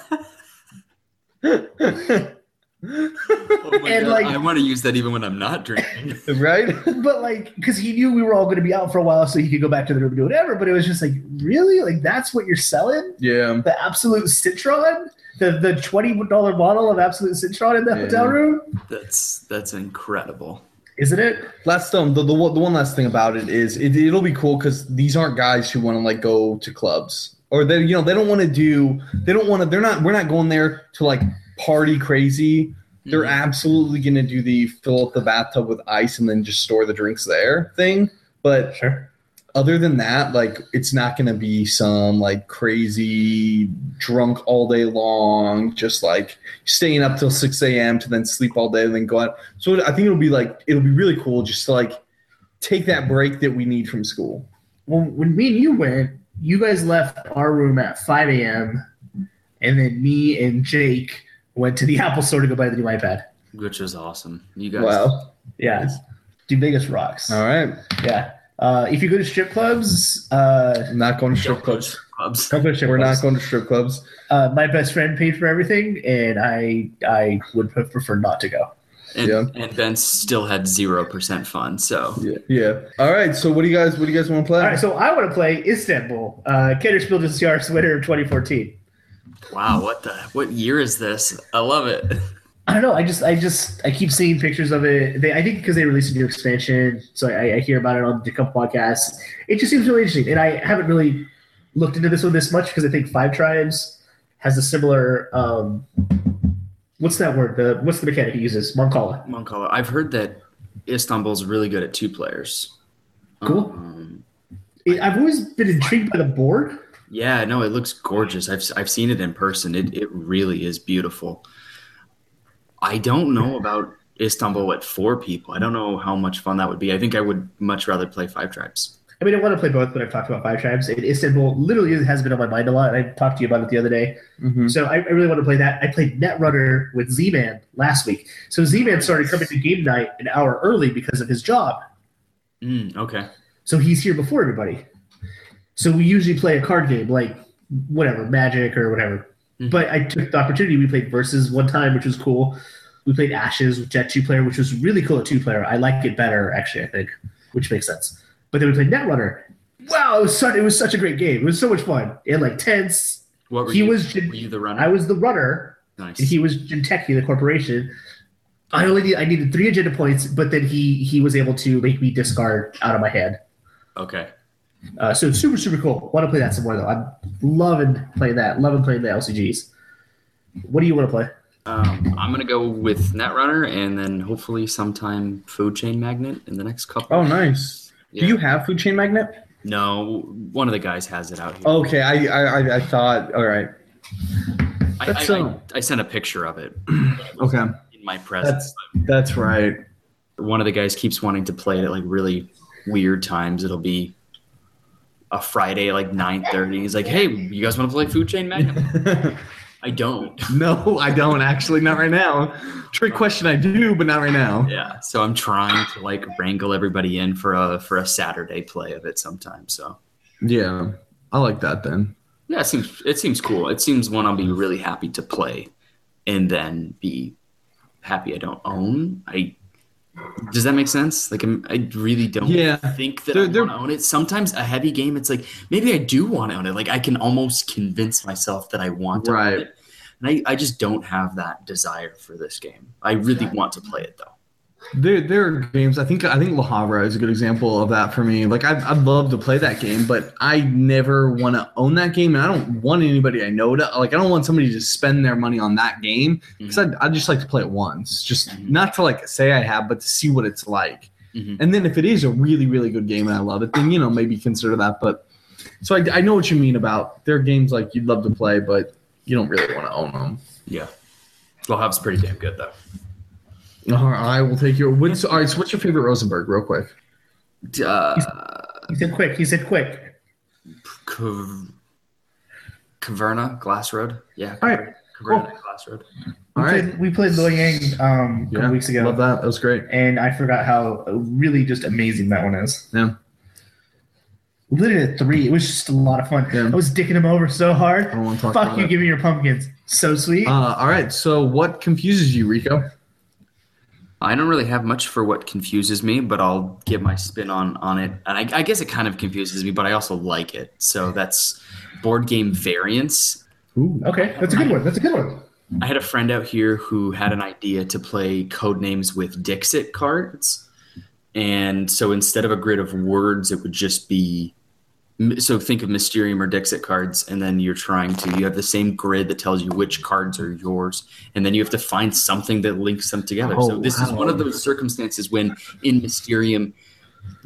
come." Oh my God, And, like- I want to use that even when I'm not drinking. right? But like, because he knew we were all going to be out for a while, so he could go back to the room and do whatever. But it was just like, really, like that's what you're selling. Yeah, the absolute citron, the the twenty dollar bottle of absolute citron in the Yeah. hotel room, That's that's incredible. isn't it? Last um, the, the one- the one last thing about it is it, it'll be cool because these aren't guys who want to like go to clubs or they you know they don't want to do they don't want to they're not we're not going there to like party crazy. They're Mhm. absolutely gonna do the fill up the bathtub with ice and then just store the drinks there thing. But Sure. other than that, like it's not gonna be some like crazy drunk all day long, just like staying up till six AM to then sleep all day and then go out. So I think it'll be like it'll be really cool just to like take that break that we need from school. Well, when me and you went, you guys left our room at five a.m. and then me and Jake went to the Apple Store to go buy the new iPad. Which was awesome. You guys. Wow. Yeah, do Vegas rocks. All right. Yeah. Uh, if you go to strip clubs, uh, I'm not going to Don't strip go to clubs. strip clubs. don't go to strip We're clubs. not going to strip clubs. Uh, my best friend paid for everything, and I I would prefer not to go. And, Yeah. and Ben still had zero percent fun. So Yeah. Yeah. All right. So what do you guys what do you guys want to play? All right, so I want to play Istanbul, uh, Ketterspiel des Jahres winner of 2014. wow, what the what year is this? I love it. I don't know. I just, I just, I keep seeing pictures of it. They, I think because they released a new expansion, so I, I hear about it on the couple podcasts. It just seems really interesting, and I haven't really looked into this one this much because I think Five Tribes has a similar. Um, what's that word? The what's the mechanic it uses? Moncala. Moncala. I've heard that Istanbul's really good at two players. Cool. Um, It, I've always been intrigued by the board. Yeah, no, it looks gorgeous. I've I've seen it in person. It it really is beautiful. I don't know about Istanbul at four people. I don't know how much fun that would be. I think I would much rather play Five Tribes. I mean, I want to play both, but I've talked about Five Tribes. And Istanbul literally has been on my mind a lot. and I talked to you about it the other day. Mhm. Mm-hmm. So I, I really want to play that. I played Netrunner with Z Man last week. So Z Man started coming to game night an hour early because of his job. Mm, okay. So he's here before everybody. So we usually play a card game, like whatever, Magic or whatever. Mhm. But I took the opportunity. We played Versus one time, which was cool. We played Ashes with Jet 2 player, which was really cool at 2 player. I like it better, actually, I think, which makes sense. But then we played Netrunner. Wow, it was such, it was such a great game. It was so much fun. It had like tense. What were He you? was- were you the runner? I was the runner, nice. and he was Gentecchi, the corporation. I only need, I needed three agenda points, but then he he was able to make me discard out of my hand. okay. Uh, so it's super super cool. Want to play that some more though? I'm loving playing that. Loving playing the LCGs. What do you want to play? Um, I'm gonna go with Netrunner, and then hopefully sometime Food Chain Magnet in the next couple. Oh, nice. Yeah. Do you have food chain magnet? No, one of the guys has it out here. Oh, Okay, I I, I, I thought. All right. I, that's, I, I- uh, I sent a picture of it Okay, in my presence. that's that's right. one of the guys keeps wanting to play it at like really weird times. It'll be a Friday at like nine thirty. He's like, "Hey, you guys want to play Food Chain Magnet?" I don't. no, I don't actually. Not right now. Trick question. I do, but not right now. Yeah, so I'm trying to like wrangle everybody in for a for a Saturday play of it sometime. So Yeah, I like that then. yeah, it seems it seems cool. It seems one I'll be really happy to play, and then be happy I don't own. I does that make sense? Like I'm, I really don't. Yeah. think that They're- I they're- want to own it. Sometimes a heavy game, it's like maybe I do want to own it. Like I can almost convince myself that I want to Right. own it, and I, I just don't have that desire for this game. I really want to play it though. There, there are games. I think I think La Habra is a good example of that for me. Like I, I'd love to play that game, but I never want to own that game, and I don't want anybody I know to like. I don't want somebody to spend their money on that game because I, I just like to play it once, just Mhm. not to like say I have, but to see what it's like. Mm-hmm. Mhm. And then if it is a really really good game and I love it, then you know maybe consider that. But so I, I know what you mean about there are games like you'd love to play, but you don't really want to own them. Yeah, La Hab's pretty damn good though. All right, I will take your. What's, all right, so what's your favorite Rosenberg, real quick? Uh, He said quick. He said quick. Cav- Caverna Glass Road. Yeah, All right. Caverna Glass Road. We All right. played, we played Lo Yang um, a couple Yeah, weeks ago, Love that. That was great. and I forgot how really just amazing that one is. Yeah. We played it at three. It was just a lot of fun. Yeah. Oh I was dicking him over so I hard. don't want to talk Fuck about you! it. Give me your pumpkins. So sweet. Uh, all right. So, what confuses you, Rico? I don't really have much for what confuses me, but I'll give my spin on on it. And I, I guess it kind of confuses me, but I also like it. So that's board game variance. Ooh. okay, that's a good one. That's a good one. I had a friend out here who had an idea to play code names with Dixit cards. And so instead of a grid of words, it would just be so think of Mysterium or Dixit cards, and then you're trying to you have the same grid that tells you which cards are yours, and then you have to find something that links them together. so Oh, this is wow. one of those circumstances when in Mysterium,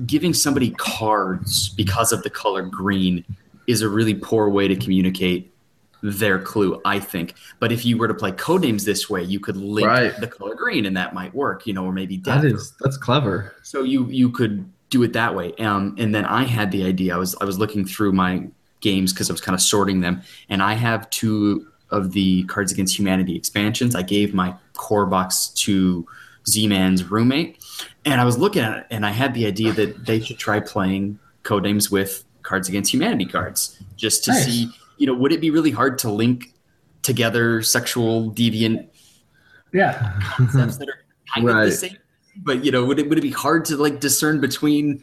giving somebody cards because of the color green is a really poor way to communicate their clue, I think. But if you were to play codenames this way, you could link Right. the color green, and that might work, you know, or maybe That death or is that's clever. so you you could do it that way. Um, and then I had the idea. I was I was looking through my games because I was kind of sorting them, and I have two of the Cards Against Humanity expansions. I gave my core box to Z Man's roommate, and I was looking at it, and I had the idea that they should try playing codenames with Cards Against Humanity cards, just to Nice. see. You know, would it be really hard to link together sexual deviant Yeah. concepts that are kind of the Right. same. But you know, would it would it be hard to like discern between?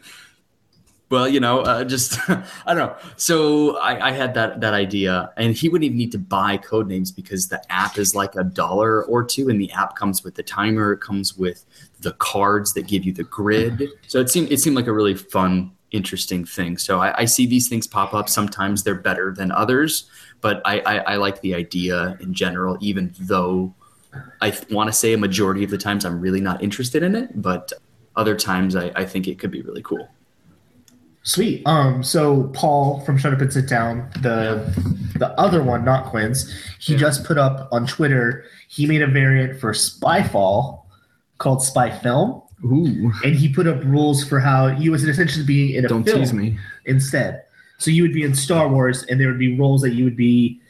Well, you know, uh, just I don't know. So I, I had that that idea, and he wouldn't even need to buy code names because the app is like a dollar or two, and the app comes with the timer. It comes with the cards that give you the grid. So it seemed it seemed like a really fun, interesting thing. So I, I see these things pop up. Sometimes they're better than others, but I, I, I like the idea in general, even though I want to say a majority of the times I'm really not interested in it, but other times I, I think it could be really cool. Sweet. Um, so Paul from Shut Up and Sit Down, the the other one, not Quinn's, he Yeah. just put up on Twitter. He made a variant for Spyfall called Spy Film, Ooh, and he put up rules for how you was essentially being in a don't film tease me. instead. So you would be in Star Wars, and there would be roles that you would be,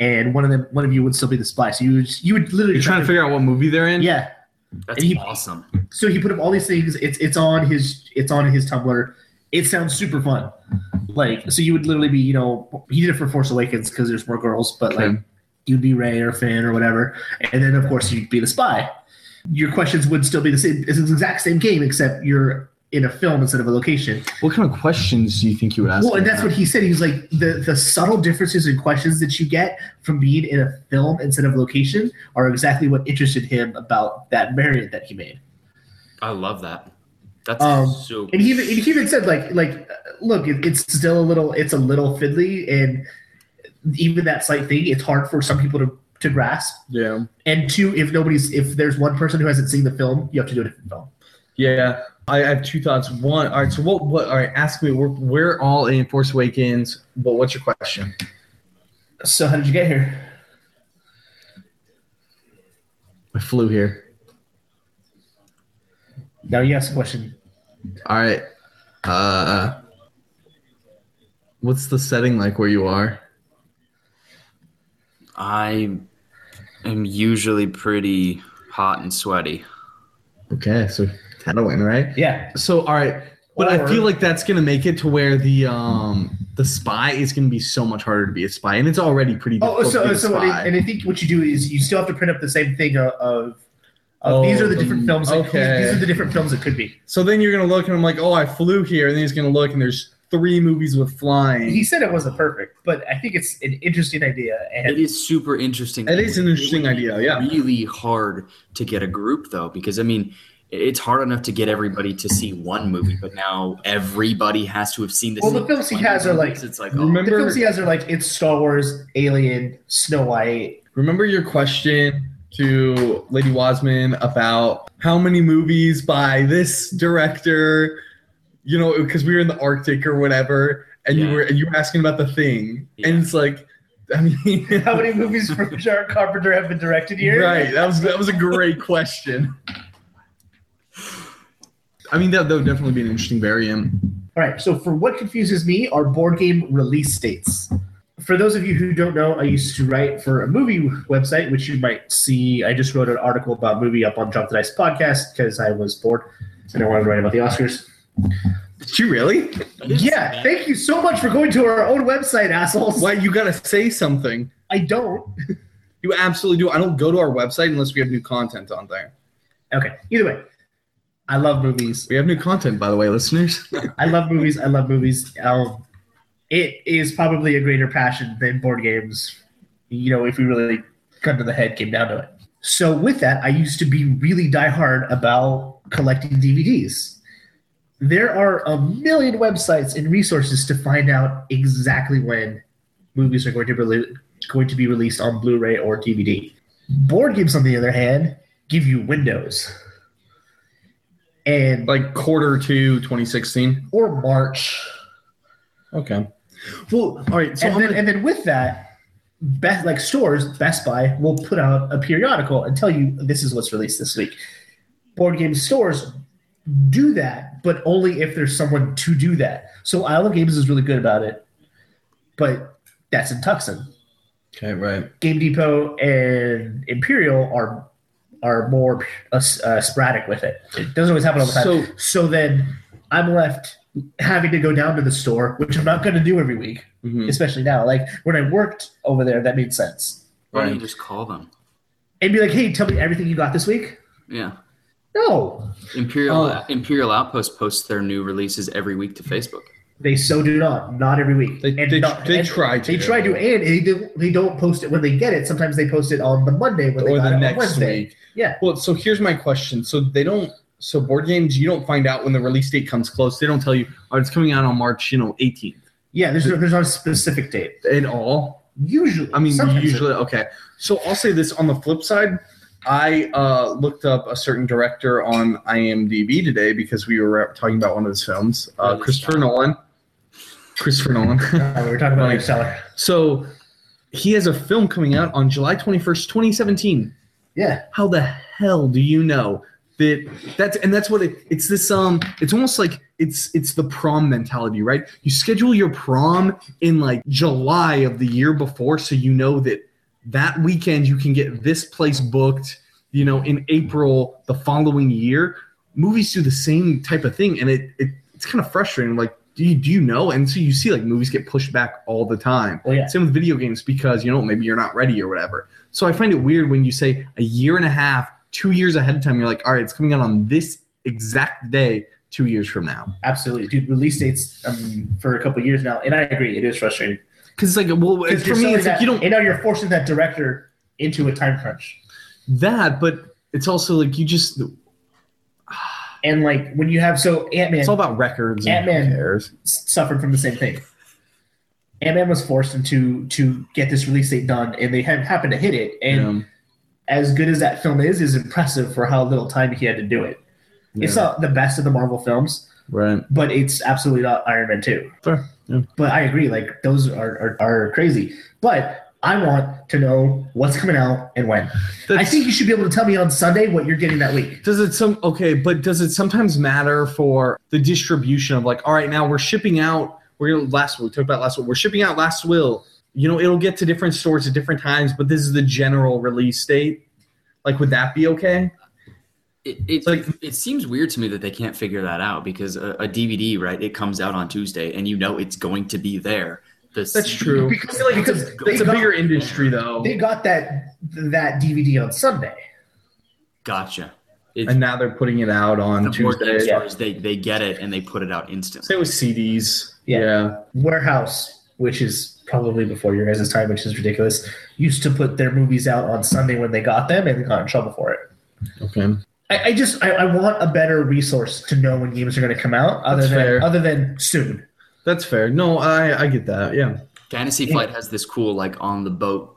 and one of them, one of you would still be the spy. So you would, you would literally You're trying to figure out what movie they're in. yeah. That's And he- awesome. So he put up all these things. It's it's on his it's on his Tumblr. It sounds super fun. Like so, you would literally be you know he did it for Force Awakens because there's more girls, but like Okay. you'd be Ray or Finn or whatever, and then of course you'd be the spy. Your questions would still be the same. It's the exact same game except you're in a film instead of a location. What kind of questions do you think you would ask? Well, and them? that's what he said. He was like the the subtle differences in questions that you get from being in a film instead of location are exactly what interested him about that variant that he made. I love that. That's Um, so. And he even, and he even said like like uh, look, it, it's still a little it's a little fiddly, and even that slight thing, it's hard for some people to to grasp. Yeah. And two, if nobody's if there's one person who hasn't seen the film, you have to do a different film. Yeah. I I have two thoughts. One, all right. So what? What? All right. Ask me. We're, we're all in Force Awakens, but what's your question? So how did you get here? I flew here. Now you ask a question. All right. Uh, what's the setting like where you are? I am usually pretty hot and sweaty. Okay, so Tatooine, right? Yeah, So all right, but I Or- feel like that's gonna make it to where the um the spy is gonna be so much harder to be a spy, and it's already pretty Oh, difficult to be so, a so and I, spy. and I think what you do is you still have to print up the same thing of, of Oh, these are the the- different films. That, okay. These are the different films it could be. so then you're gonna look, and I'm like, oh, I flew here, and then he's gonna look, and there's three movies with flying. He said it wasn't perfect, but I think it's an interesting idea. It And is super interesting. It is an interesting It would be idea, yeah. Really hard to get a group though, because I mean, it's hard enough to get everybody to see one movie, but now everybody has to have seen this. Well, the films he has are like- it's like oh, the films remember, he has are like it's Star Wars, Alien, Snow White. remember your question to Lady Wasman about how many movies by this director, you know, because we were in the Arctic or whatever, and Yeah. you were and you were asking about the thing, and Yeah. it's like, I mean, How many movies from John Carpenter have been directed here? Right. That was that was a great question. I mean, that, that would definitely be an interesting variant. All right. So for what confuses me are board game release dates. For those of you who don't know, I used to write for a movie website, which you might see. I just wrote an article about movie up on Jump the Dice podcast because I was bored and I wanted to write about the Oscars. Did you really? that is- Yeah, thank you so much for going to our own website, assholes. Why you gotta say something? I don't. You absolutely do. I don't go to our website unless we have new content on there. Okay. Either way, I love movies. We have new content, by the way, listeners. I love movies. I love movies. Um, it is probably a greater passion than board games. You know, if we really cut to the head, came down to it. So with that, I used to be really diehard about collecting DVDs. There are a million websites and resources to find out exactly when movies are going to be rele- going to be released on Blu-ray or DVD. Board games, on the other hand, give you windows. And like quarter two 2016. or March. Okay. Well, all right. So and I'm then gonna, and then with that, best like stores, Best Buy will put out a periodical and tell you this is what's released this week. Board game stores do that, but only if there's someone to do that. So Isle of Games is really good about it, but that's in Tucson. okay, right. Game Depot and Imperial are are more uh, uh, sporadic with it. It doesn't always happen all the time. So- so then I'm left having to go down to the store, which I'm not going to do every week. Mhm. especially now. Like when I worked over there, that made sense. Why don't you just call them? And be like, hey, tell me everything you got this week. Yeah, No, Imperial Oh. Imperial Outpost posts their new releases every week to Facebook. they so do not. Not every week. They, they, not- they and try to. They try to, and they don't, they don't post it when they get it. Sometimes they post it on the Monday when they or got it the on next Wednesday. week. Yeah. Well, so here's my question. So they don't. So board games, you don't find out when the release date comes close. They don't tell you, oh, it's coming out on March, you know, 18th Yeah, there's no, there's not a specific date. at all. Usually, I mean, Sometimes usually, okay. So I'll say this on the flip side. I uh, looked up a certain director on IMDb today because we were talking about one of his films, uh, Really? Christopher Nolan. Christopher Nolan. Uh, we were talking about Right. Interstellar. so he has a film coming out on July 21st, 2017. Yeah. How the hell do you know that that's and that's what it, it's this um it's almost like it's it's the prom mentality, right? You schedule your prom in like July of the year before so you know that that weekend you can get this place booked, you know, in April the following year. Movies do the same type of thing and it, it it's kind of frustrating like do you, do you know? And so you see like movies get pushed back all the time. Well, yeah. Same with video games because you know maybe you're not ready or whatever. So I find it weird when you say a year and a half, two years ahead of time. You're like, all right, it's coming out on this exact day, two years from now. Absolutely, dude. Release dates um, for a couple years now, and I agree, it is frustrating. Because it's like, well, Because for me, it's like you don't And now you're forcing that director into a time crunch. that, but it's also like you just And like when you have so Ant Man it's all about records. and who Ant-Man. cares. suffered from the same thing. Ant Man was forced into to get this release date done, and they have happened to hit it. And Yeah. as good as that film is, is impressive for how little time he had to do it. It's Yeah. not the best of the Marvel films, right. but it's absolutely not Iron Man two. Fair. Yeah. But I agree, like those are are, are crazy. But I want to know what's coming out and when. I That's- think you should be able to tell me on Sunday what you're getting that week. Does it some okay, but does it sometimes matter for the distribution of like, all right, now we're shipping out we're gonna last we talked about last will, we're shipping out last will. You know, it'll get to different stores at different times, but this is the general release date. Like, would that be okay? It, it, Like- it seems weird to me that they can't figure that out because a, a DVD, right? It comes out on Tuesday, and you know it's going to be there. The That's true. Because- I feel like it's because a, they it's a got- bigger industry though. They got that that DVD on Sunday. Gotcha. It's, And now they're putting it out on the board game Tuesday. yeah. stores, they they get it and they put it out instantly. Same with CDs. Yeah. yeah. Warehouse, which is probably before your guys' time, which is ridiculous, used to put their movies out on Sunday when they got them, and they got in trouble for it. Okay. I, I just I, I want a better resource to know when games are going to come out, other That's than fair. other than soon. That's fair. No, I I get that. Yeah. Fantasy Yeah. Flight has this cool like on the boat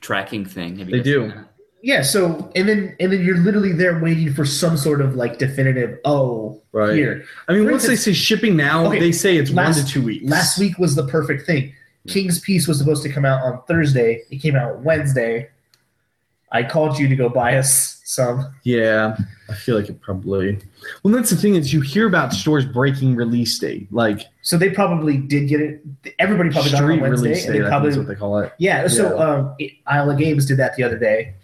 tracking thing. Have you They guys do. seen that? Yeah. So and then and then you're literally there waiting for some sort of like definitive. Oh, Right. here. I mean, For once they say shipping now, Okay, they say it's one last- to two weeks. Last week was the perfect thing. King's Peace was supposed to come out on Thursday. It came out Wednesday. I called you to go buy us some. Yeah, I feel like it probably. Well, that's the thing is you hear about stores breaking release date, like So they probably did get it. Everybody probably got it street on Wednesday, release and they date. I think probably is what they call it. Yeah, so Yeah. um, it- Isle of Games did that the other day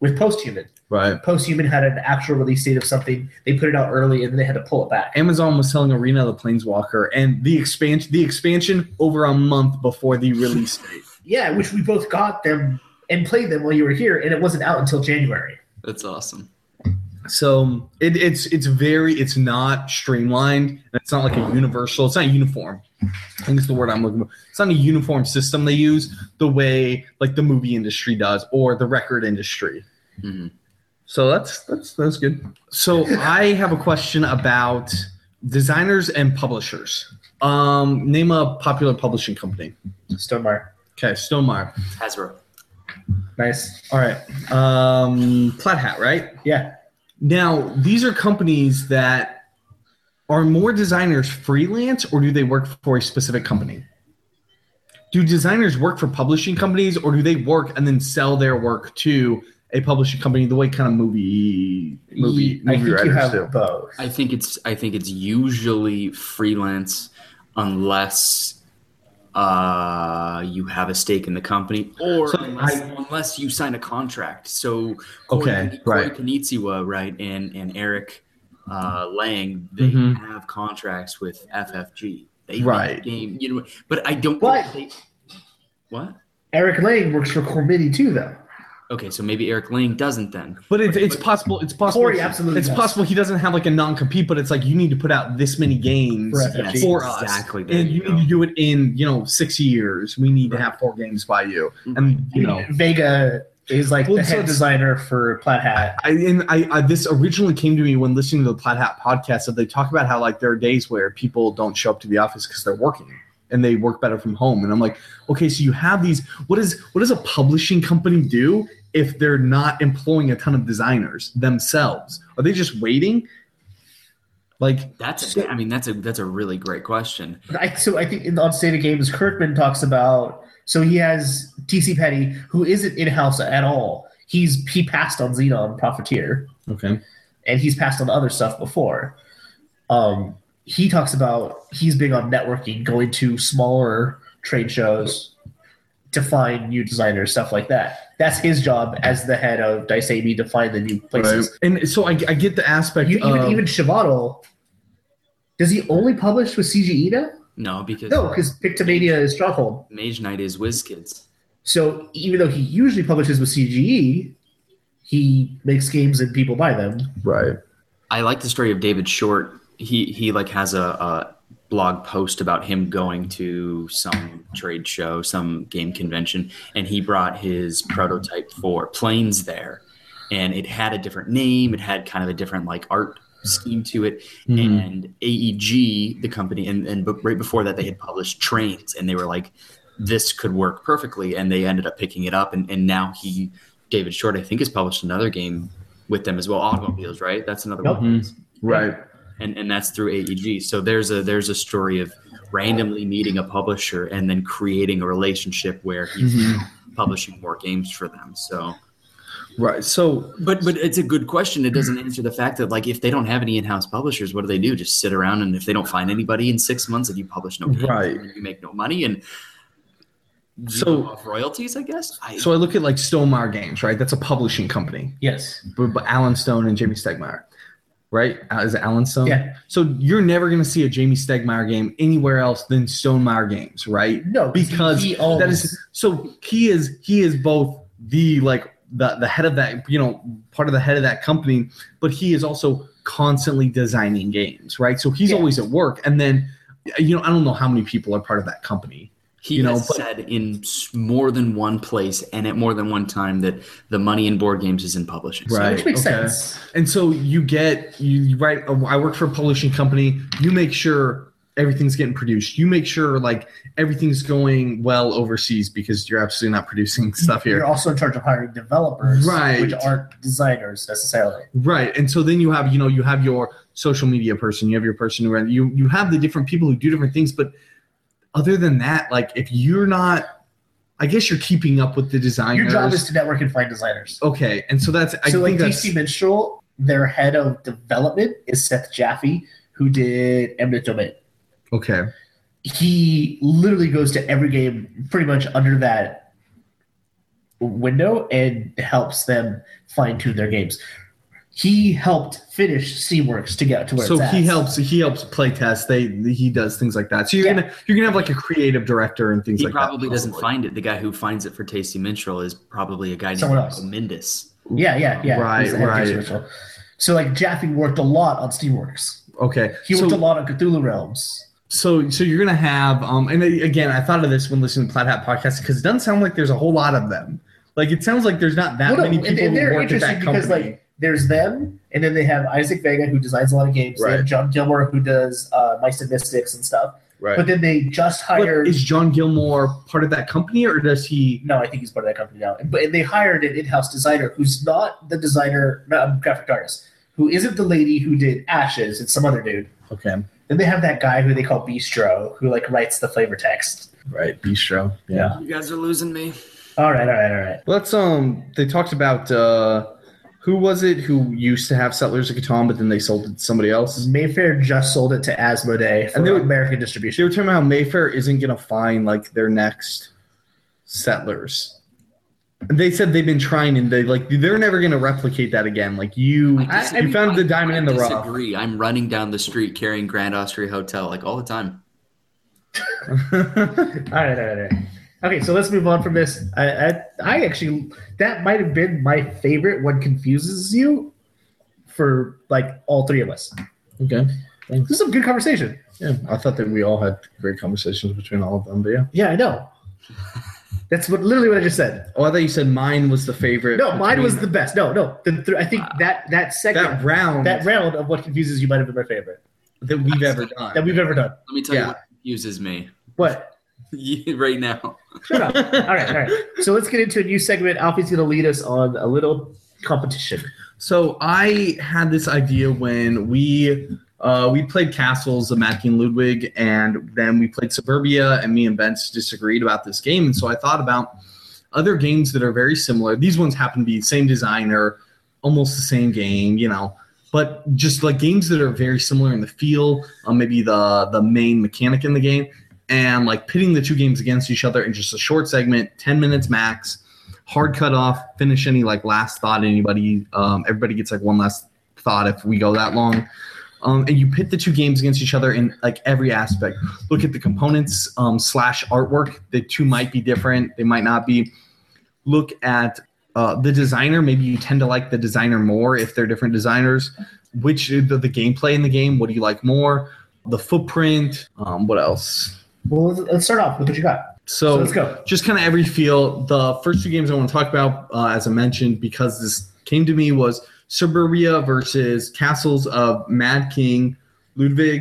with Posthuman. Right. Posthuman had an actual release date of something. They put it out early and then they had to pull it back. Amazon was selling Arena of the Planeswalker and the expansion, the expansion over a month before the release date. Yeah, which we both got them and played them while you were here, and it wasn't out until January. That's awesome. So um, it, it's it's very it's not streamlined. and It's not like a universal. It's not uniform. I think it's the word I'm looking for. It's not a uniform system they use the way like the movie industry does or the record industry. Mhm. So that's that's that's good. So I have a question about designers and publishers. Um, name a popular publishing company. Stonemar, Okay, Stonemaier. Hasbro. nice. All right, um, Plaid Hat, right? Yeah, Now these are companies that are more designers freelance, or do they work for a specific company? Do designers work for publishing companies, or do they work and then sell their work to a publishing company? The way kind of movie I movie, movie think you writers have do. both. I think it's I think it's usually freelance unless uh, you have a stake in the company or So unless, I- unless you sign a contract. So Okay, Corey right. Kanitsiwa, right, and and Eric uh, Lang, they Mhm. have contracts with FFG. They Right. make game, you know, but I don't. But- they- what? Eric Lang works for Cormini too, though. Okay, so maybe Eric Lang doesn't then. But it's, it's possible. It's possible. Corey absolutely It's does. possible he doesn't have like a non compete, but it's like you need to put out this many games For for, FFG. us, Exactly, there and you you go. need to do it in you know six years. We need to have four games by you, Mm-hmm. and you know. Vega is like Well, the so head it's- designer for Plaid Hat. I, and I, I this originally came to me when listening to the Plaid Hat podcast that they talk about how like there are days where people don't show up to the office because they're working and they work better from home and I'm like okay so you have these what is what does a publishing company do if they're not employing a ton of designers themselves are they just waiting Like That's a, I mean that's a that's a really great question. I, so I think in on State of Games, Kirkman talks about so he has TC Petty, who isn't in house at all. He's he passed on Xenon Profiteer, okay, and he's passed on other stuff before. Um, he talks about he's big on networking, going to smaller trade shows to find new designers, stuff like that. That's his job as the head of Dice AB to find the new places. and so I, I get the aspect You, even of even Shivano, does he only publish with CGE now? No, because No, because Pictomania is Stronghold. Mage Knight is WizKids. So even though he usually publishes with CGE, he makes games and people buy them. right. I like the story of David Short. He he like has a, a blog post about him going to some trade show, some game convention, and he brought his prototype for planes there, and it had a different name. It had kind of a different like art scheme to it. Mhm. And AEG, the company, and and but right before that they had published trains, and they were like, this could work perfectly, and they ended up picking it up, and and now he. David Short, I think, has published another game with them as well. Automobiles, right? That's another Yep. one Mhm. Right. and and that's through AEG. So there's a there's a story of randomly meeting a publisher and then creating a relationship where he's Mhm. publishing more games for them. So, Right. So but but it's a good question. It doesn't Mm-hmm. answer the fact that like if they don't have any in-house publishers, what do they do? Just sit around and if they don't find anybody in six months, if you publish no games, Right. you make no money and So- so royalties, I guess. I, so I look at like Stomar Games, right? That's a publishing company. Yes. but, but Alan Stone and Jamie Stegmeyer, right? Uh, Is it Alan Stone? Yeah. So you're never going to see a Jamie Stegmeyer game anywhere else than Stonemeyer Games, right? No, Because he owns. That is so he is he is both the like the the head of that you know part of the head of that company, but he is also constantly designing games, right? So he's Yeah. always at work, and then you know I don't know how many people are part of that company. He you know, has but- said in s- more than one place and at more than one time that the money in board games is in publishing. So Right, which makes okay. sense. And so you get you you write. I work for a publishing company. You make sure everything's getting produced. You make sure like everything's going well overseas because you're absolutely not producing stuff You're here, also in charge of hiring developers, Right. which aren't designers necessarily. right? And so then you have you know you have your social media person, you have your person who you you have the different people who do different things. But other than that, like if you're not, I guess you're keeping up with the designers. Your job is to network and find designers. okay, and so that's I so, like think that's DC Minstrel, their head of development is Seth Jaffe, who did Eminent Domain. okay. he literally goes to every game pretty much under that window and helps them fine tune their games. He helped finish SeaWorks to get to where so it's at. he helps he helps play test they he does things like that so you're Yeah. gonna you're gonna have like a creative director and things he like probably that doesn't find it. The guy who finds it for Tasty Minstrel is probably a guy Someone named Mendis. else. Yeah, yeah, yeah. Right, He's the head of right. Games Workshop. So like Jaffe worked a lot on SteamWorks. okay He worked a so, lot on Cthulhu Realms. so so you're gonna have um and again i thought of this when listening to plat hat podcast because it doesn't sound like there's a whole lot of them like it sounds like there's not that Well, no, many people and, and who they're work at interesting that because company like there's them, and then they have Isaac Vega who designs a lot of games. They Right. have John Gilmore who does uh, Mice and Mystics and stuff. right But then they just but hired. is john gilmore part of that company or does he No, I think he's part of that company now. But they hired an in-house designer who's not the designer, not a graphic artist, who isn't the lady who did Ashes. It's some other dude. okay Then they have that guy who they call Bistro, who like writes the flavor text. right bistro yeah You guys are losing me. All right, all right, all right. let's um they talked about uh who was it who used to have settlers of catan but then they sold it to somebody else Mayfair just sold it to Asmodee for And they were- American They distribution. were talking about how Mayfair isn't going to find like their next settlers. And they said they've been trying, and they like they're never going to replicate that again. Like you, I- you found the diamond I in the rough. disagree. I'm running down the street carrying Grand Austria Hotel like all the time. All right, all right, all right. Okay, so let's move on from this. I, I, I actually that might have been my favorite. One confuses you for like all three of us. okay, This is some good conversation. yeah, I thought that we all had great conversations between all of them. But yeah. Yeah, I know. That's what literally what I just said. Oh, I thought you said mine was the favorite. No, mine was the between- best. No, no. The th- I think that that that segment, round that that, round of what confuses you might have been my favorite we've ever done. that we've ever done. Let me tell you Yeah. what confuses me What? right now. Shut up. All right, all right. So let's get into a new segment. Alfie's going to lead us on a little competition. So I had this idea when we uh, Uh, we played Castles of Matt King Ludwig, and then we played Suburbia, and me and Bence disagreed about this game. And so I thought about other games that are very similar. These ones happen to be same designer, almost the same game, you know, but just like games that are very similar in the feel, uh, maybe the the main mechanic in the game, and like pitting the two games against each other in just a short segment, ten minutes max, hard cut off, finish any like last thought anybody. Um, everybody gets like one last thought if we go that long. Um, and you pit the two games against each other in like every aspect. Look at the components um, slash artwork. The two might be different. They might not be. Look at uh, the designer. Maybe you tend to like the designer more if they're different designers. Which uh, the, the gameplay in the game? What do you like more? The footprint. Um, what else? Well, let's- let's start off with what you got. So So, let's go. just kind of every feel. The first two games I want to talk about, uh, as I mentioned, because this came to me was Suburbia versus Castles of Mad King Ludwig.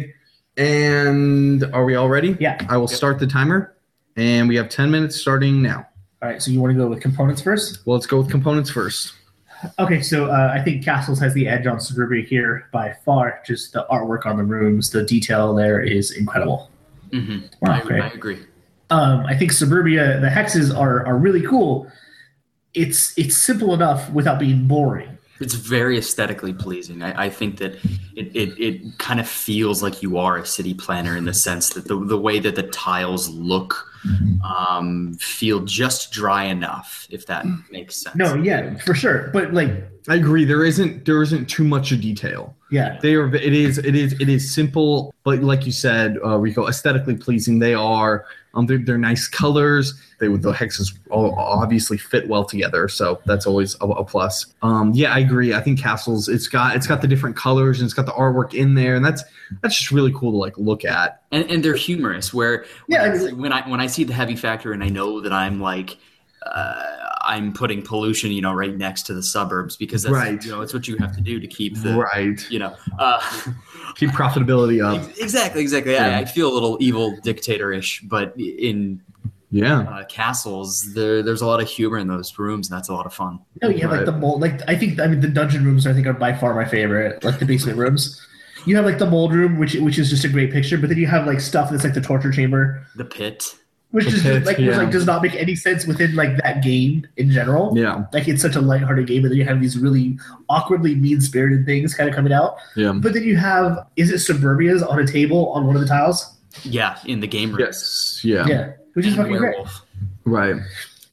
And are we all ready? Yeah. I will start the timer, and we have ten minutes starting now. All right. So you want to go with components first? Well, let's go with components first. Okay, so uh, I think Castles has the edge on Suburbia here by far. Just the artwork on the rooms, the detail there is incredible. Mhm. Wow, I, I great. agree. Um, I think Suburbia, the hexes are are really cool. It's it's simple enough without being boring. It's very aesthetically pleasing. I, I think that it, it, it kind of feels like you are a city planner in the sense that the, the way that the tiles look um, feel just dry enough, if that makes sense. No, yeah, for sure. But like, I agree. There isn't there isn't too much of detail. yeah, They are. It is. It is. It is simple, but like you said, uh, Rico, aesthetically pleasing. They are. Um, they're, they're nice colors. They the hexes all obviously fit well together, so that's always a, a plus. Um, yeah, I agree. I think castles. It's got. It's got the different colors and it's got the artwork in there, and that's that's just really cool to like look at. and and they're humorous. Where Yeah, when, I I, when I when I see the heavy factor and I know that I'm like uh, I'm putting pollution, you know, right next to the suburbs because that's Right. you know it's what you have to do to keep the right. you know uh, Keep profitability Um, up. ex- exactly exactly. Yeah. I, I feel a little evil dictatorish, but in Yeah. uh, castles there there's a lot of humor in those rooms and that's a lot of fun. no, you have like Right. the mold. Like I think I mean the dungeon rooms I think are by far my favorite. Like the basement rooms. You have like the mold room, which which is just a great picture. But then you have like stuff that's like the torture chamber. The pit. which is Okay, like, yeah. which, like does not make any sense within like that game in general. Yeah. Like it's such a lighthearted game, and then you have these really awkwardly mean spirited things kind of coming out. Yeah. But then you have is it suburbias on a table on one of the tiles? Yeah, in the game room. Yes. Yeah. Yeah, which is And fucking great. werewolf. Right.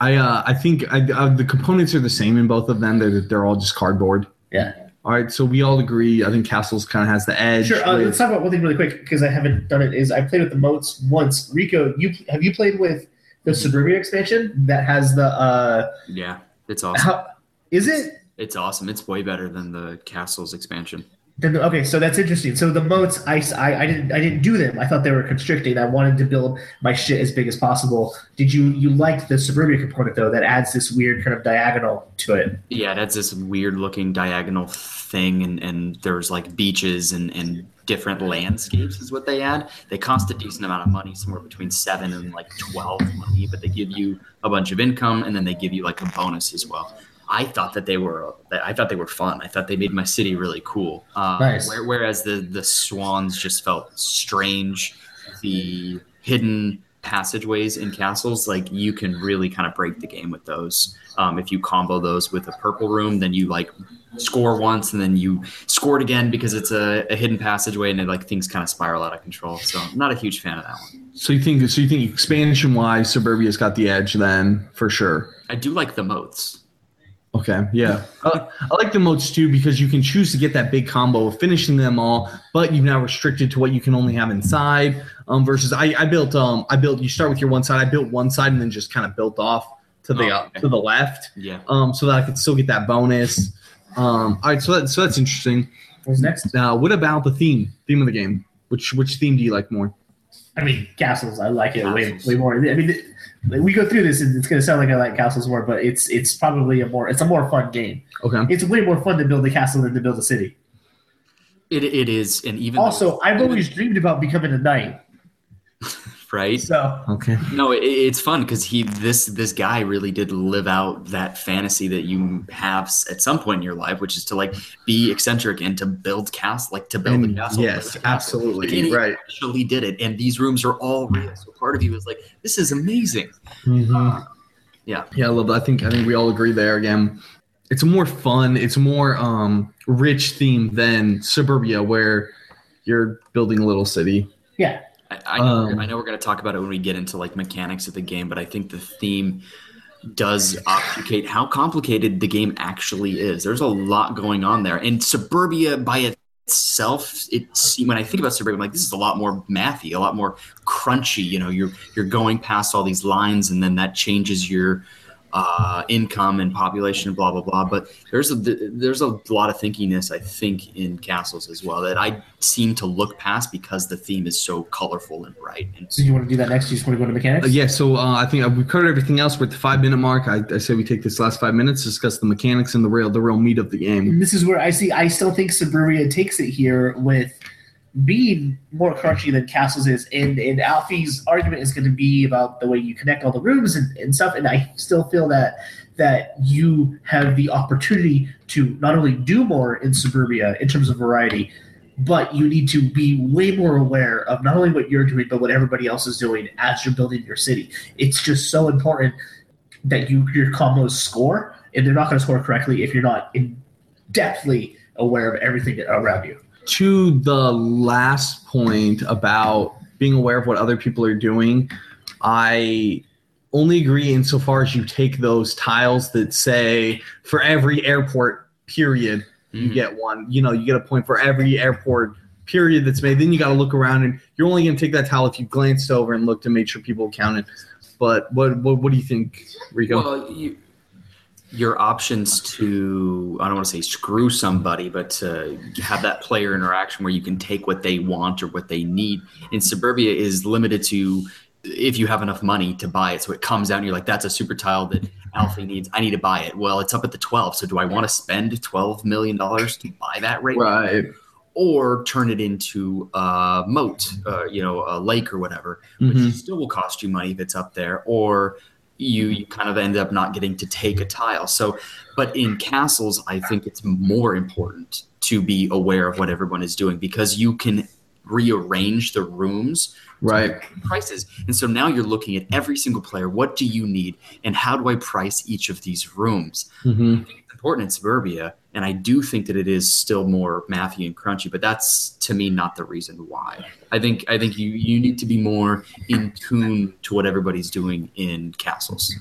I uh, I think I, uh, the components are the same in both of them. They're they're all just cardboard. Yeah. All right, so we all agree. I think Castles kind of has the edge. Sure. Uh, with- let's talk about one thing really quick because I haven't done it. Is I played with the moats once. Rico, you have you played with the suburbia expansion that has the uh Yeah, it's awesome. how is it It's awesome. It's way better than the castles expansion. Then the- okay, so that's interesting. So the moats, I, I, I didn't, I didn't do them. I thought they were constricting. I wanted to build my shit as big as possible. Did you, you liked the suburbia component though? That adds this weird kind of diagonal to it. Yeah, that's this weird looking diagonal thing, and, and there's like beaches and, and different landscapes is what they add. They cost a decent amount of money, somewhere between seven and like twelve money, but they give you a bunch of income, and then they give you like a bonus as well. I thought that they were, I thought they were fun. I thought they made my city really cool. Uh, Nice. where- whereas the the swans just felt strange. The hidden passageways in castles, like you can really kind of break the game with those. Um, if you combo those with a purple room, then you like score once and then you score it again because it's a, a hidden passageway and it, like things kind of spiral out of control. So I'm not a huge fan of that one. so you think so you think expansion wise, Suburbia's got the edge then for sure. I do like the moats. Okay, yeah, uh, I like the moats too because you can choose to get that big combo of finishing them all, but you've now restricted to what you can only have inside. Um, versus I, I built um I built you start with your one side. I built one side and then just kind of built off to the Oh, okay. to the left. Yeah. um, so that I could still get that bonus. Um, all right, so that, so that's interesting. What's next? Now, what about the theme? Theme of the game. Which which theme do you like more? I mean, castles. I like it way, Castles. way more. I mean, it- like, we go through this and it's gonna sound like I like castles more, but it's, it's probably a more, it's a more fun game. Okay. It's way more fun to build a castle than to build a city. It, it is. And even though- Also, I've even- always dreamed about becoming a knight. right? So Okay. No, it, it's fun because he this this guy really did live out that fantasy that you have s- at some point in your life, which is to like be eccentric and to build cast like to build Mm, And a castle. yes, build a castle. Like, and absolutely. he Right. actually did it, and these rooms are all real. So part of you is like, this is amazing. Mhm. Uh, Yeah. Yeah, I love that. I think I think we all agree there again. It's more fun, it's more um rich theme than suburbia where you're building a little city. I, I, know, Um, I know we're going to talk about it when we get into like mechanics of the game, but I think the theme does obfuscate how complicated the game actually is. There's a lot going on there, and suburbia by itself, it's when I think about suburbia, I'm like this is a lot more mathy, a lot more crunchy. You know, you're you're going past all these lines, and then that changes your uh, income and population, blah blah blah. But there's a there's a lot of thinkiness I think in castles as well that I seem to look past because the theme is so colorful and bright. And so you want to do that next? You just want to go to mechanics? Uh, yeah, so uh, I think we covered everything else. We're at the five minute mark. I, I say we take this last five minutes, discuss the mechanics and the real the real meat of the game. And this is where I see. I still think Suburbia takes it here with being more crunchy than Castles is, and and Alfie's argument is going to be about the way you connect all the rooms and, and stuff. And I still feel that that you have the opportunity to not only do more in Suburbia in terms of variety, but you need to be way more aware of not only what you're doing but what everybody else is doing as you're building your city. It's just so important that you your combos score, and they're not going to score correctly if you're not in depthly aware of everything around you. To the last point about being aware of what other people are doing, I only agree insofar as you take those tiles that say for every airport period Mm-hmm. you get one. You know, you get a point for every airport period that's made. Then you got to look around, and you're only going to take that towel if you glanced over and looked and made sure people counted. But what what, what do you think, Rico? Well, you, your options to, I don't want to say screw somebody, but to have that player interaction where you can take what they want or what they need in suburbia is limited to if you have enough money to buy it. So it comes out and you're like, that's a super tile that Alfie needs. I need to buy it. Well, it's up at the 12. So do I want to spend $12 million to buy that right right. or turn it into a moat, uh, you know, a lake or whatever, which Mhm. still will cost you money if it's up there, or you, you kind of end up not getting to take a tile. So, but in castles, I think it's more important to be aware of what everyone is doing because you can rearrange the rooms Right. prices. And so now you're looking at every single player. What do you need? And how do I price each of these rooms? hmm important in suburbia, and I do think that it is still more mathy and crunchy. But that's to me not the reason why. I think I think you you need to be more in tune to what everybody's doing in castles.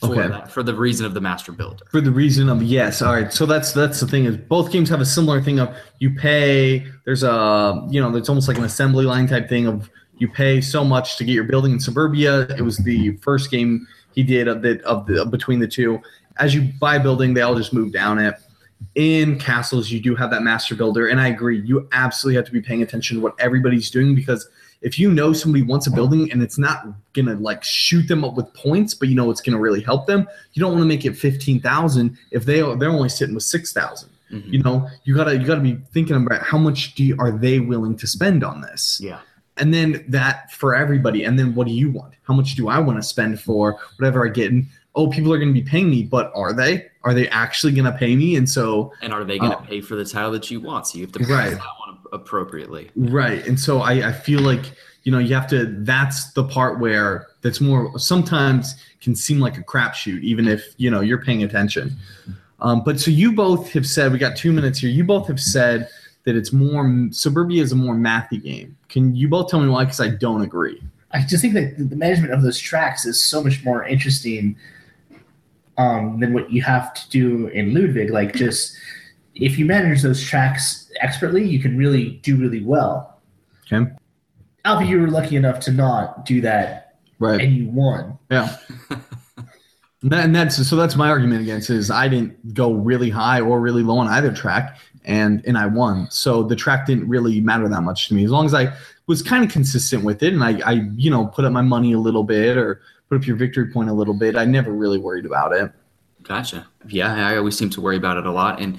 For Okay. that, for the reason of the master builder. For the reason of yes, all right. So that's that's the thing is both games have a similar thing of you pay. There's a you know it's almost like an assembly line type thing of you pay so much to get your building in suburbia. It was the first game he did of the of the between the two. As you buy a building, they all just move down it. In castles, you do have that master builder, and I agree. You absolutely have to be paying attention to what everybody's doing because if you know somebody wants a building and it's not gonna like shoot them up with points, but you know it's gonna really help them, you don't want to make it fifteen thousand if they they're only sitting with six thousand. You know, you gotta you gotta be thinking about how much do you, are they willing to spend on this, Yeah. and then that for everybody. And then what do you want? How much do I want to spend for whatever I get? And oh, people are gonna be paying me, but are they? Are they actually gonna pay me? And so And are they going to Oh. pay for the tile that you want? So you have to price Right. that one appropriately. Right. And so I, I feel like, you know, you have to, that's the part where that's more, sometimes can seem like a crapshoot, even if, you know, you're paying attention. Um, but so you both have said, we got two minutes here. You both have said that it's more, suburbia is a more mathy game. Can you both tell me why? Because I don't agree. I just think that the management of those tracks is so much more interesting um, than what you have to do in Ludwig. Mm-hmm. Like, just if you manage those tracks expertly, you can really do really well. Okay. Alfie, you were lucky enough to not do that, Right. and you won. Yeah. And that- and that's so that's my argument against it is I didn't go really high or really low on either track and and I won. So the track didn't really matter that much to me as long as I was kind of consistent with it and I, I you know put up my money a little bit or put up your victory point a little bit. I never really worried about it. Gotcha. Yeah, I always seem to worry about it a lot. And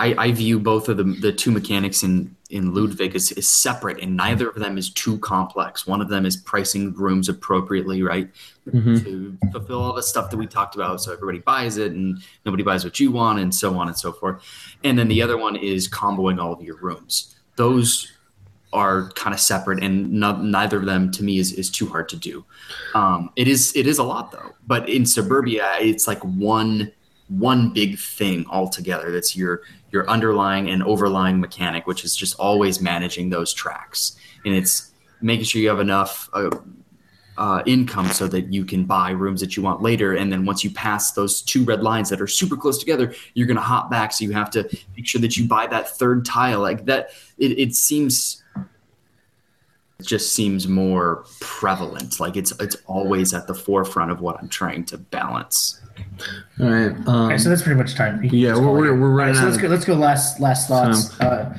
I, I view both of the the two mechanics in in Ludwig is, is separate, and neither of them is too complex. One of them is pricing rooms appropriately, right, Mm-hmm. Mhm. to fulfill all the stuff that we talked about, so everybody buys it, and nobody buys what you want, and so on and so forth. And then the other one is comboing all of your rooms. Those are kind of separate, and no, neither of them to me is, is too hard to do. Um, it is it is a lot though, but in suburbia, it's like one one big thing altogether. That's your your underlying and overlying mechanic, which is just always managing those tracks, and it's making sure you have enough uh, uh, income so that you can buy rooms that you want later. And then once you pass those two red lines that are super close together, you're going to hop back. So you have to make sure that you buy that third tile. Like that, it, it seems it just seems more prevalent. Like it's it's always at the forefront of what I'm trying to balance. All right. Um, All right, so that's pretty much time. We can yeah, just we're, call it. we're, we're All right, running so out. let's of- go. Let's go. Last last thoughts. Uh,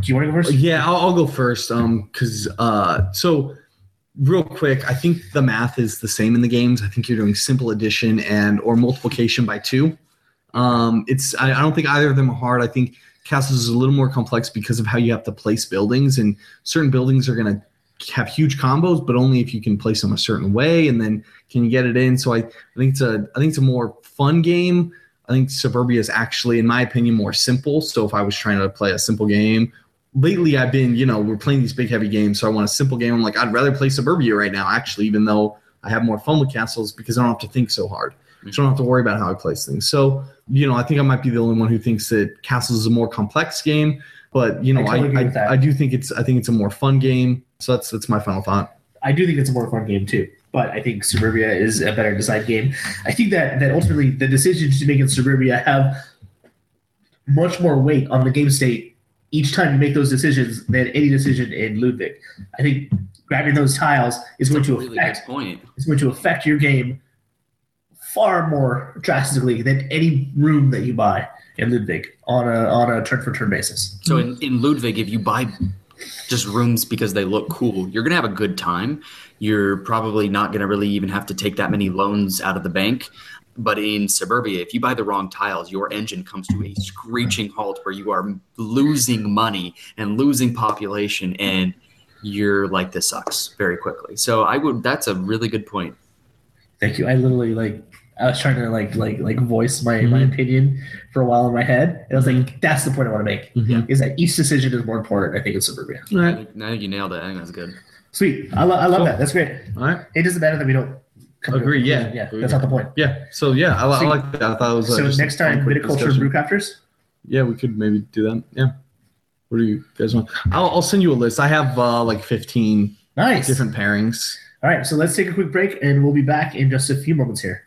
do you want to go first? Yeah, I'll, I'll go first. Um, because uh, so real quick, I think the math is the same in the games. I think you're doing simple addition and or multiplication by two. Um, it's I, I don't think either of them are hard. I think castles is a little more complex because of how you have to place buildings, and certain buildings are gonna have huge combos, but only if you can place them a certain way, and then can you get it in. So I, I think it's a I think it's a more fun game. I think Suburbia is actually, in my opinion, more simple. So if I was trying to play a simple game, lately I've been, you know, we're playing these big heavy games, so I want a simple game. I'm like, I'd rather play Suburbia right now, actually, even though I have more fun with castles because I don't have to think so hard. So I don't have to worry about how I place things. So, you know, I think I might be the only one who thinks that castles is a more complex game, but you know, I I totally agree I, with that. I, do think it's I think it's a more fun game. So that's that's my final thought. I do think it's a more fun game too. But I think Suburbia is a better design game. I think that that ultimately the decisions you make in Suburbia have much more weight on the game state each time you make those decisions than any decision in Ludwig. I think grabbing those tiles is going That's a to really affect good point. is going to affect your game far more drastically than any room that you buy in Ludwig on a on a turn for turn basis. So Hmm. in, in Ludwig, if you buy just rooms because they look cool, you're gonna have a good time. You're probably not gonna really even have to take that many loans out of the bank. But in suburbia, if you buy the wrong tiles, your engine comes to a screeching halt where you are losing money and losing population, and you're like, this sucks very quickly. So I would. That's a really good point. Thank you. I literally like I was trying to like like like voice my my Mm-hmm. opinion for a while in my head, and I was like, that's the point I want to make. Is that each decision is more important? I think in suburbia. Mm-hmm. All I right. think, I think you nailed it. I think that's good. Sweet. I, lo- I love Cool. that. That's great. All right. It doesn't matter that we don't come to a Agree, yeah. conclusion. Yeah. That's not the point. Yeah. So yeah, I, li- I Sweet. like that. I thought it was uh, So just a next time, fun, quick viticulture discussion. brewcrafters. Yeah, we could maybe do that. Yeah. What do you guys want? I'll, I'll send you a list. I have uh, like 15 Nice. different pairings. All right. So let's take a quick break, and we'll be back in just a few moments here.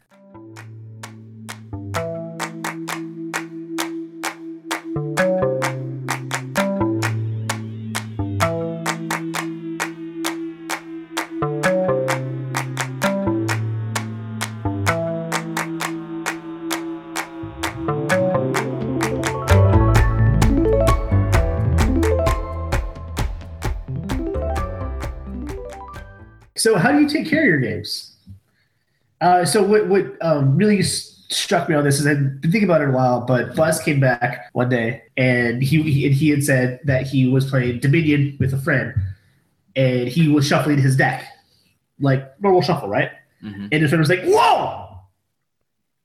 So, how do you take care of your games? Uh, so, what what um, really s- struck me on this is I've been thinking about it a while, but Buzz came back one day and he, he and he had said that he was playing Dominion with a friend, and he was shuffling his deck, like normal shuffle, right? Mhm. And his friend was like, "Whoa,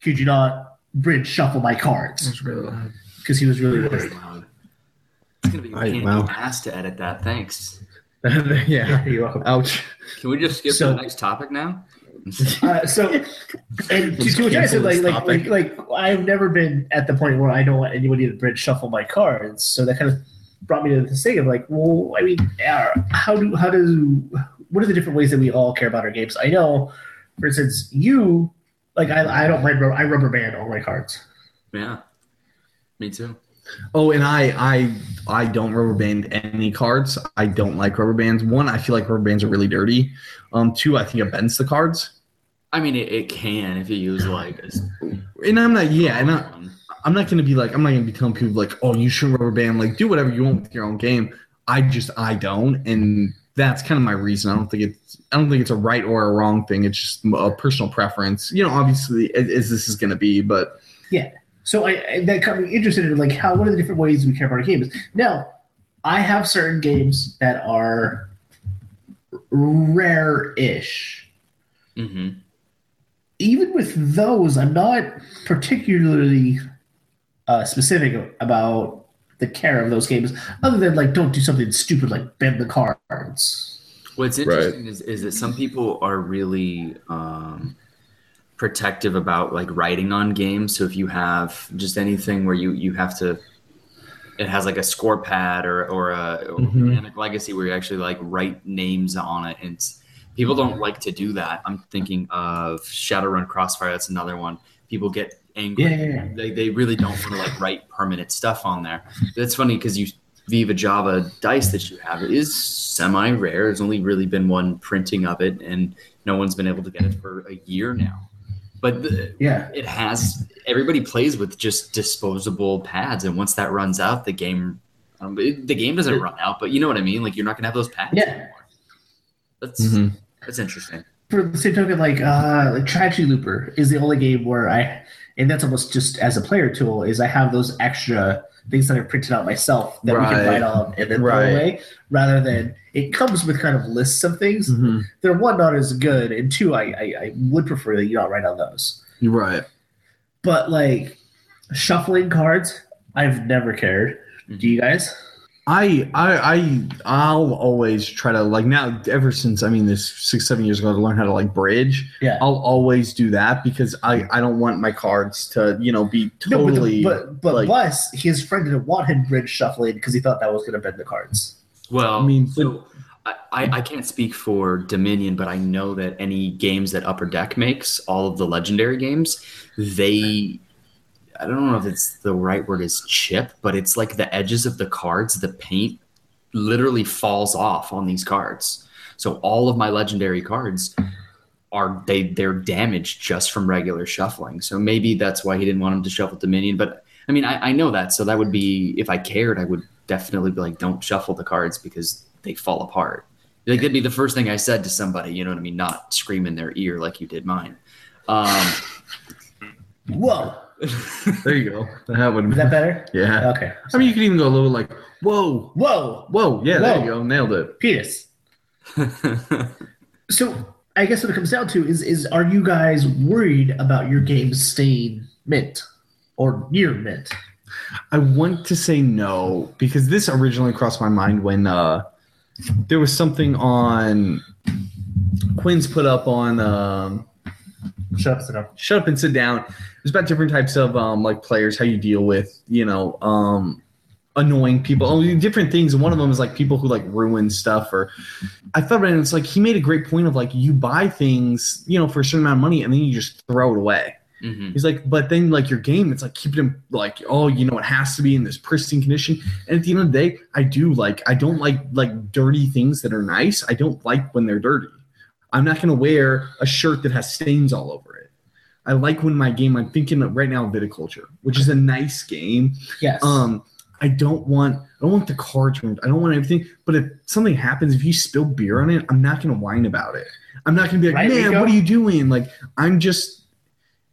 could you not bridge shuffle my cards?" That's really loud. Because he was really worried. It's gonna be All right, can't wow. be asked to edit that. Thanks. yeah. You're welcome. Ouch. Can we just skip So- to the next topic now? Uh, so, and to, Let's to which I said, cancel like, this like, like, topic. like, I've never been at the point where I don't want anybody to bridge shuffle my cards. So that kind of brought me to this thing of like, well, I mean, our- how do, how do, what are the different ways that we all care about our games? I know, for instance, you, like, I, I don't mind, rub- I rubber band all my cards. Yeah. Me too. Oh, and I, I, I don't rubber band any cards. I don't like rubber bands. One, I feel like rubber bands are really dirty. Um, two, I think it bends the cards. I mean, it, it can if you use like. A, And I'm not. Yeah, and I, I'm not gonna be like. I'm not gonna be telling people like, oh, you should rubber band. Like, do whatever you want with your own game. I just, I don't, and that's kind of my reason. I don't think it's. I don't think it's a right or a wrong thing. It's just a personal preference. You know, obviously, as, as this is gonna be, but Yeah. So I, I- that got me interested in like how what are the different ways we care about our games? Now, I have certain games that are rare-ish. hmm Even with those, I'm not particularly uh, specific about the care of those games, other than like don't do something stupid like bend the cards. What's interesting is, is that some people are really um, protective about like writing on games. So if you have just anything where you you have to, it has like a score pad or or a or Mhm. Manic Legacy where you actually like write names on it, and s- people don't like to do that. I'm thinking of Shadowrun Crossfire. That's another one. People get angry. Yeah, yeah, yeah. They they really don't want to like write permanent stuff on there. That's funny because you Viva Java dice that you have is semi rare. There's only really been one printing of it, and no one's been able to get it for a year now. But the, Yeah, it has everybody plays with just disposable pads, and once that runs out, the game um, it- the game doesn't run out. But you know what I mean? Like you're not gonna have those pads Yeah. Mm-hmm. anymore. That's Mm-hmm. that's interesting. for the same token, like uh, like Tragedy Looper is the only game where I, and that's almost just as a player tool, is I have those extra things that I printed out myself that we can Right. write on and then Right. throw away, rather than it comes with kind of lists of things. Mm. Mm-hmm. They're one not as good, and two, I, I I would prefer that you not write on those. You're right. But like shuffling cards, I've never cared. Do you guys? I I I I'll always try to like now ever since I mean this six seven years ago to learn how to like bridge. Yeah. I'll always do that because I I don't want my cards to you know be No, but the- totally but but like- Wes, his friend didn't want him bridge shuffling because he thought that was going to bend the cards. Well, I mean, so I, I I can't speak for Dominion, but I know that any games that Upper Deck makes, all of the legendary games, they I don't know if it's the right word is chip, but it's like the edges of the cards, the paint literally falls off on these cards. So all of my legendary cards are they they're damaged just from regular shuffling. So maybe that's why he didn't want him to shuffle Dominion. But I mean, I, I know that, so that would be if I cared, I would definitely be like, don't shuffle the cards because they fall apart. Like that'd be the first thing I said to somebody. You know what I mean? Not scream in their ear like you did mine. Um, Whoa, there you go. That would is that better? yeah. Okay. Uh, I mean, you could even go a little like whoa Whoa, whoa yeah there Whoa. you go nailed it. penis. mm-hmm. So I guess what it comes down to is is are you guys worried about your game staying mint or near mint? I want to say no because this originally crossed my mind when uh, there was something on Quinn's put up on um, Shut up, sit down. Shut Up and Sit Down. It was about different types of um, like players, how you deal with you know um, annoying people, oh, different things. And one of them is like people who like ruin stuff. Or I thought about it, and it's like he made a great point of like you buy things you know for a certain amount of money and then you just throw it away. mhm. He's like, but then like your game, it's like keeping it like, oh, you know, it has to be in this pristine condition. And at the end of the day, I do like I don't like like dirty things that are nice. I don't like when they're dirty. I'm not gonna wear a shirt that has stains all over it. I like when my game, I'm thinking of right now viticulture, which is a nice game. Yes. Um, I don't want I don't want the cards ruined. I don't want everything. But if something happens, if you spill beer on it, I'm not gonna whine about it. I'm not gonna be like, Right, man, Rico? what are you doing? Like, I'm just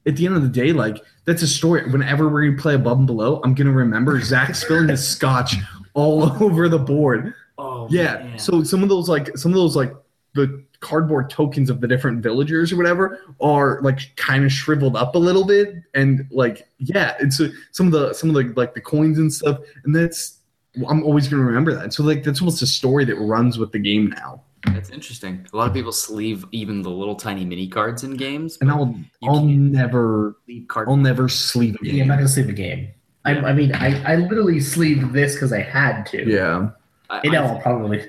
at the end of the day, like that's a story. Whenever we're gonna play above and below, I'm gonna remember Zach spilling his scotch all over the board. Oh Yeah. man. So some of those like some of those like the cardboard tokens of the different villagers or whatever are like kind of shriveled up a little bit and like yeah and so some of the some of the like the coins and stuff and that's i'm always going to remember that so like that's almost a story that runs with the game now that's interesting. A lot of people sleeve even the little tiny mini cards in games. and but i'll you i'll can't never sleeve card. i'll never sleep yeah, I'm not gonna sleep a game. I, I mean, I, I literally sleeved this because I had to. yeah I, And now I, I'll probably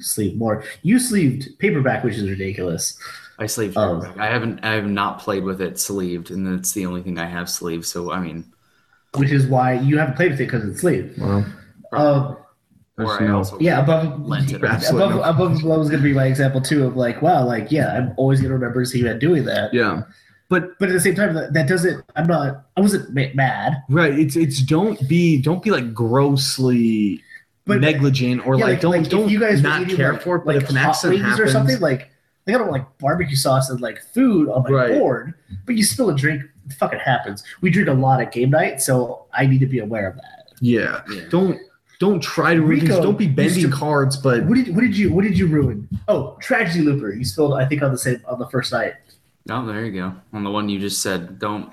sleeve more. You sleeved paperback, which is ridiculous. I sleeved. Oh. I haven't. I have not played with it sleeved, and that's the only thing I have sleeved. So I mean, Which is why you haven't played with it because it's sleeved. well Um, there's or I no also yeah, above lent it. Absolutely above, not. above and below is going to be my example too of like, wow, like yeah, I'm always going to remember seeing that doing that. yeah But at the same time, that, that doesn't. I'm not. I wasn't ma- mad. right it's it's don't be don't be like grossly But- negligent or Yeah, like, don't if don't you guys were not eating, care like- for it but like if an hot accident wings happens or something like. Like, I don't like barbecue sauce and like food on my Right. board, but you spill a drink it fucking happens. We drink a lot at game night, so I need to be aware of that. Yeah. Yeah. Don't don't try to read these. Rico Don't be bending used to- cards, but What did what did you what did you ruin? Oh, tragedy looper. You spilled I think on the same on the first night. Oh, there you go. On the one you just said, don't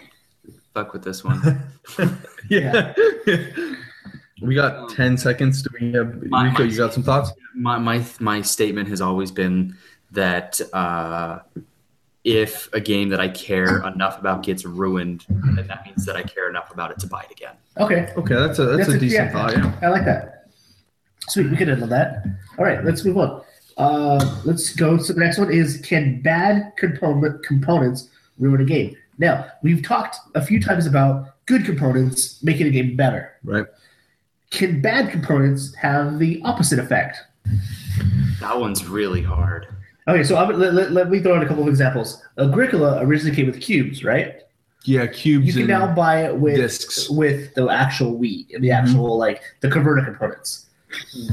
fuck with this one. yeah. we got ten seconds. Do we have My- Rico? You got some thoughts? my my my statement has always been that uh, if a game that I care enough about gets ruined, then that means that I care enough about it to buy it again. Okay, Okay, that's a that's, a, decent yeah, thought. Yeah. I like that. Sweet, we can handle that. All right, let's move on. Uh, let's go. So the next one is can bad component components ruin a game? Now we've talked a few times about good components making a game better. Right. Can bad components have the opposite effect? That one's really hard. Okay, so I'm, let, let, let me throw out a couple of examples. Agricola originally came with cubes, right? Yeah. Cubes. You can and, now buy it with discs. Mm-hmm. with the actual Wii and the actual like the converter components.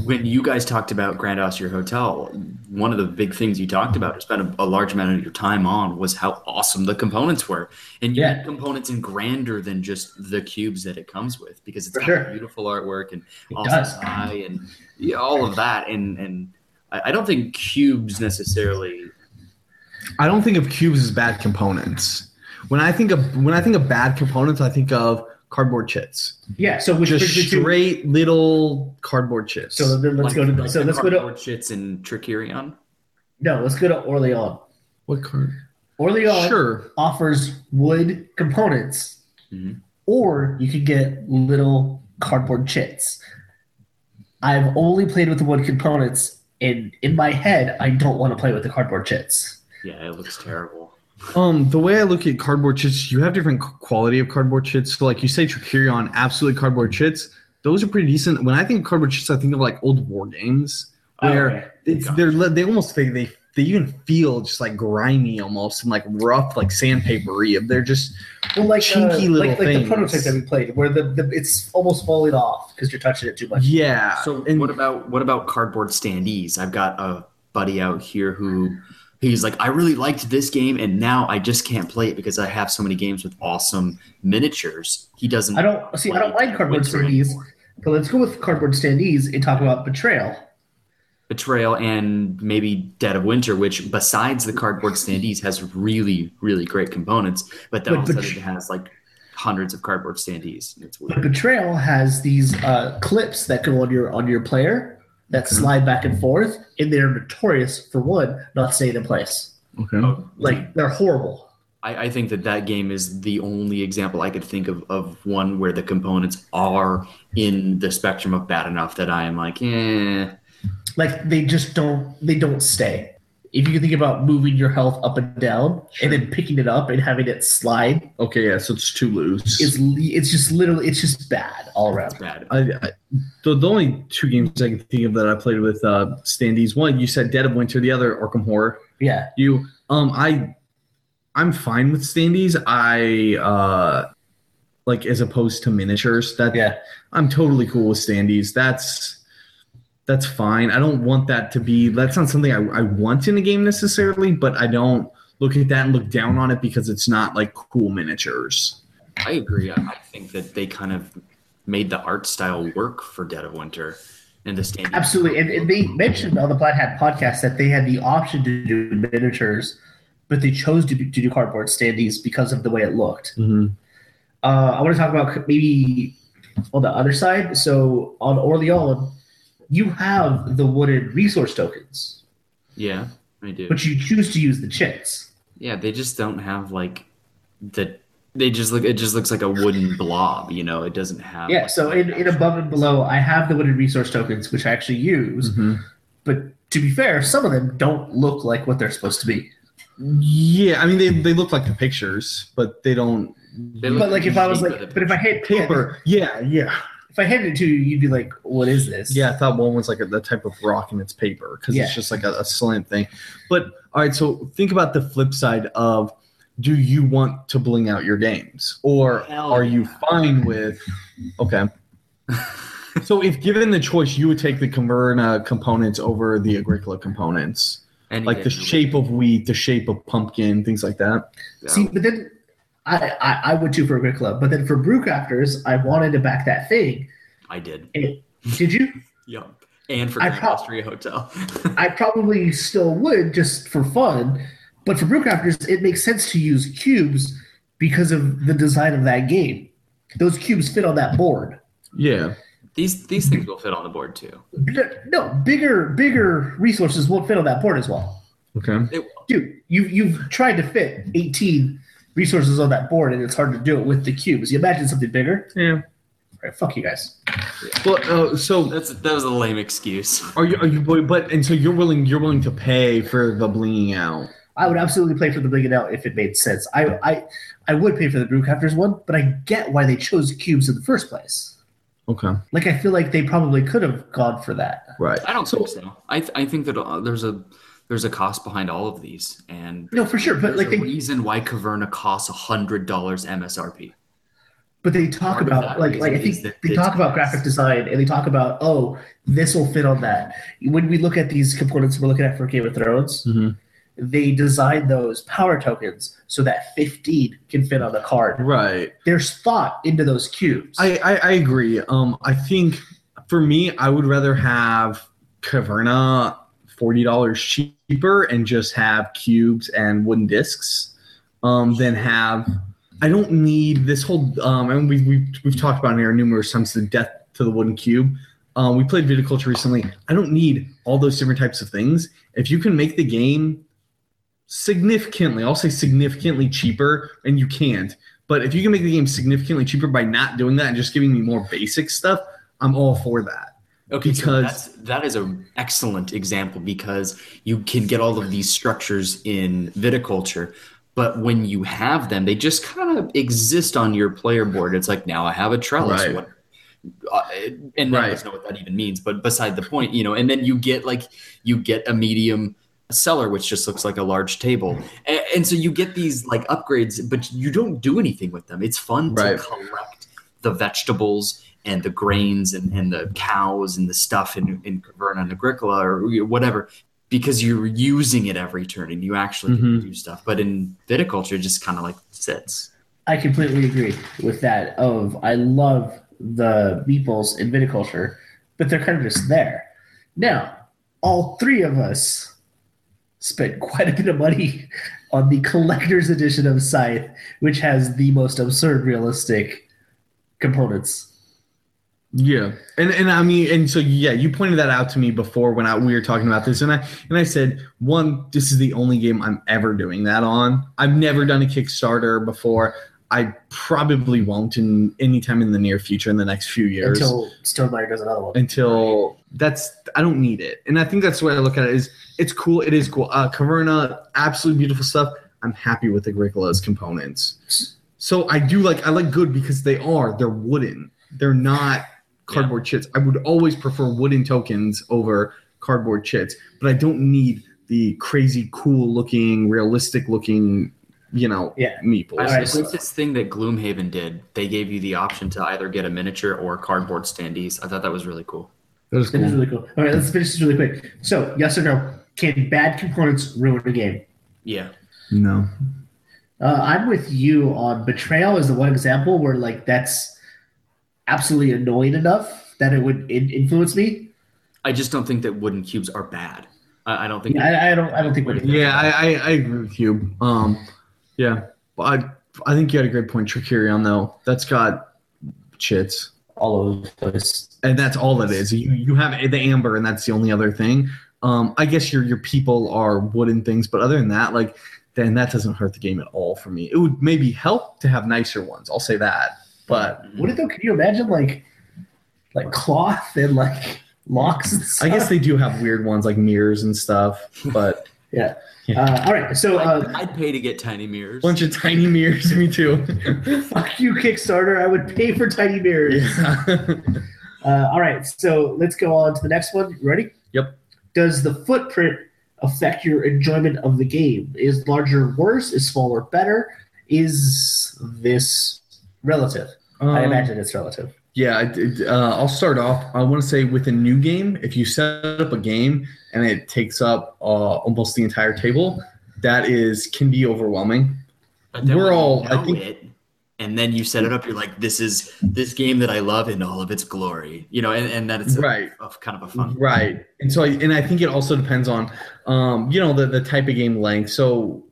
When you guys talked about Grand Austria Hotel, one of the big things you talked about or spent a, a large amount of your time on was how awesome the components were. And you Yeah. need components in grander than just the cubes that it comes with because it's For got sure. beautiful artwork and awesome does. sky and yeah, all of that. And and I, I don't think cubes necessarily I don't think of cubes as bad components. When I think of when I think of bad components, I think of cardboard chits. Yeah, so which Just brings me to- straight little cardboard chits. So then like- let's go to like so the let's go to cardboard shits in Tricurion. no let's go to Orleon. what card? Orleon Sure. offers wood components, Mm-hmm. Mhm. or you can get little cardboard chits. I've only played with the wood components, and in my head, I don't want to play with the cardboard chits. Yeah, it looks terrible. Um, the way I look at cardboard chits, you have different qu- quality of cardboard chits. So, like you say, Tricurion, absolutely cardboard chits. Those are pretty decent. When I think of cardboard chits, I think of like old war games where Okay. it's Oh, Gotcha. they're li- they almost they, they they even feel just like grimy almost and like rough like sandpapery. They're just Well, like Chinky uh, little like, like the things. prototype that we played, where the, the it's almost falling off because you're touching it too much. yeah. So and- what about what about cardboard standees? I've got a buddy out here who he's like, I really liked this game, and now I just can't play it because I have so many games with awesome miniatures. He doesn't. I don't see. I don't play like cardboard Witcher standees, anymore. but let's go with cardboard standees and talk about betrayal. Betrayal and maybe Dead of Winter, which besides the cardboard standees has really really great components, but then But all of a bet- sudden it has like hundreds of cardboard standees. It's But weird. Betrayal has these uh, clips that go on your on your player that slide back and forth, and they're notorious for one not staying in place. okay. Like they're horrible. I, I think that that game is the only example I could think of of one where the components are in the spectrum of bad enough that I am like, eh. Like they just don't they don't stay. If you can think about moving your health up and down, and then picking it up and having it slide, Okay, yeah, so it's too loose. it's le- it's just literally it's just bad all around. Bad. I, I the, the only two games I can think of that I played with uh, standees. One you said Dead of Winter, the other Arkham Horror. Yeah, You um I I'm fine with standees. I uh like as opposed to miniatures. That yeah. I'm totally cool with standees. That's that's fine. I don't want that to be that's not something I, I want in a game necessarily, but I don't look at that and look down on it because it's not like cool miniatures. I agree. I, I think that they kind of made the art style work for Dead of Winter and the standees. Absolutely, and, and they mentioned on the Black Hat podcast that they had the option to do miniatures, but they chose to, to do cardboard standees because of the way it looked. Mm-hmm. Uh, I want to talk about maybe on the other side. So on Orleon, you have the wooden resource tokens, Yeah, I do. but you choose to use the chits. Yeah, they just don't have like the. They just look. It just looks like a wooden blob. You know, it doesn't have. Yeah, like, so in, in above and below, I have the wooden resource tokens, which I actually use. Mhm. But to be fair, some of them don't look like what they're supposed to be. Yeah, I mean they, they look like the pictures, but they don't They look But like if I was unique like, with a but if I hit paper. Yeah, yeah. if I handed it to you, you'd be like, "What is this?" Yeah, I thought one was like a, the type of rock and it's paper because Yeah. it's just like a, a slant thing. But all right, so think about the flip side of do you want to bling out your games or Hell are you yeah. fine with okay. so if given the choice, you would take the Caverna components over the Agricola components, and like the again, shape of wheat, the shape of pumpkin, things like that. so- See, but then I, I, I would too for a grid club, but then for Brewcrafters, I wanted to back that thing. I did. Did you? Yep. And for I Grand prob- Austria Hotel. I probably still would just for fun, but for Brewcrafters, it makes sense to use cubes because of the design of that game. Those cubes fit on that board. Yeah. these these things will fit on the board too. N- No, bigger bigger resources won't fit on that board as well. Okay. They will. Dude, you you've tried to fit 18 resources on that board, and it's hard to do it with the cubes. You imagine something bigger? Yeah. All right, fuck you guys. Well, uh, so That's that was a lame excuse. are you? Are you? But, but and so you're willing. You're willing to pay for the blinging out. I would absolutely play for the Big and Out if it made sense. I I I would pay for the Brewcrafters one, but I get why they chose cubes in the first place. Okay. Like I feel like they probably could have gone for that. Right. I don't think so. I th- I think that uh, there's a there's a cost behind all of these, and No, for sure. there's But like a they reason why Caverna costs hundred dollars MSRP. but they talk Part of about that like like I reason is think that they it's talk about nice. graphic design and they talk about oh this will fit on that. When we look at these components we're looking at for Game of Thrones, Mhm. they design those power tokens so that 15 can fit on the card. Right. There's thought into those cubes. I, I, I agree. Um, I think for me, I would rather have Caverna forty dollars cheaper and just have cubes and wooden discs, um, than have. I don't need this whole. Um, and we we we've talked about it here numerous times the death to the wooden cube. Um, we played viticulture recently. I don't need all those different types of things. If you can make the game significantly, I'll say significantly cheaper, and you can't. But if you can make the game significantly cheaper by not doing that and just giving me more basic stuff, I'm all for that. Okay, so Because- that's, that is an excellent example because you can get all of these structures in viticulture, but when you have them, they just kind of exist on your player board. It's like now I have a trellis, Right. what, uh, and none of us know what that even means. But beside the point, you know, and then you get like you get a medium cellar, which just looks like a large table, A- and, so you get these like upgrades, but you don't do anything with them. It's fun Right. to collect the vegetables and the grains and, and the cows and the stuff in, in Caverna and Agricola or whatever, because you're using it every turn and you actually Mhm. do stuff. But in viticulture, it just kind of like sits. I completely agree with that. Of I love the meeples in viticulture, but they're kind of just there. Now, all three of us spent quite a bit of money on the collector's edition of Scythe, which has the most absurd realistic components. Yeah. And and I mean and so yeah, you pointed that out to me before when I, we were talking about this and I and I said, "One, this is the only game I'm ever doing that on. I've never done a Kickstarter before. I probably won't in any time in the near future in the next few years." Until Stonemeyer does another one. until that's I don't need it. And I think that's the way I look at it is it's cool, it is cool. Uh Caverna, absolutely beautiful stuff. I'm happy with Agricola's components. So I do like I like good because they are they're wooden. They're not cardboard chits. I would always prefer wooden tokens over cardboard chits, but I don't need the crazy cool looking, realistic looking, you know, Yeah. meeples. I All right, What's so- this thing that Gloomhaven did? They gave you the option to either get a miniature or cardboard standees. I thought that was really cool. That is That is cool. really cool. All right, let's finish this really quick. So, yes or no? Can bad components ruin a game? Yeah. No. Uh, I'm with you on betrayal is the one example where like that's absolutely annoying enough that it would in- influence me. I just don't think that wooden cubes are bad. I, I don't think. I, I don't. I don't think. We're, Yeah, I, I, I agree with you. Um, yeah, but I, I think you had a great point, Tricurion, though. That's got chits, all of those. and that's all it is. You, you have the amber, and that's the only other thing. Um, I guess your your people are wooden things, but other than that, like, then that doesn't hurt the game at all for me. It would maybe help to have nicer ones. I'll say that, but What if though? Can you imagine like like cloth and like locks? And stuff? I guess they do have weird ones like mirrors and stuff. But Yeah. Yeah. Uh, all right. So I'd, uh, I'd pay to get tiny mirrors. bunch of tiny mirrors, me too. fuck you, Kickstarter. I would pay for tiny mirrors. yeah. Uh, all right. So let's go on to the next one. Ready? Yep. Does the footprint affect your enjoyment of the game? Is larger worse? Is smaller better? Is this relative? I Um, imagine it's relative. Yeah, I did- uh, I'll start off. I want to say with a new game, if you set up a game and it takes up uh, almost the entire table, that is can be overwhelming. But then We're when you all- I know think- it, and then you set it up. You're like, this is this game that I love in all of its glory, you know, and, and that it's a- Right. a, kind of a fun. Right. And so I, and I think it also depends on um, you know, the the type of game length. So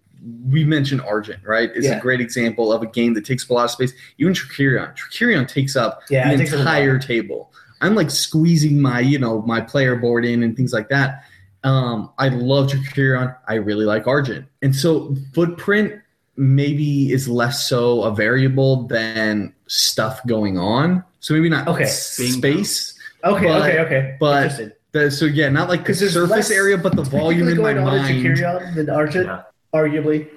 we mentioned Argent, right? It's Yeah. a great example of a game that takes up a lot of space. Even Tricurion. Tricurion takes up Yeah, it the takes up a lot. entire table. I'm like squeezing my, you know, my player board in and things like that. Um, I love Tricurion. I really like Argent. And so footprint maybe is less so a variable than stuff going on. So maybe not Okay. space. Okay, But- okay, okay. but- Interesting. The, so yeah, not like the 'Cause there's surface less area, but the volume in Particularly my going on mind. Securion than Argent, Yeah, arguably.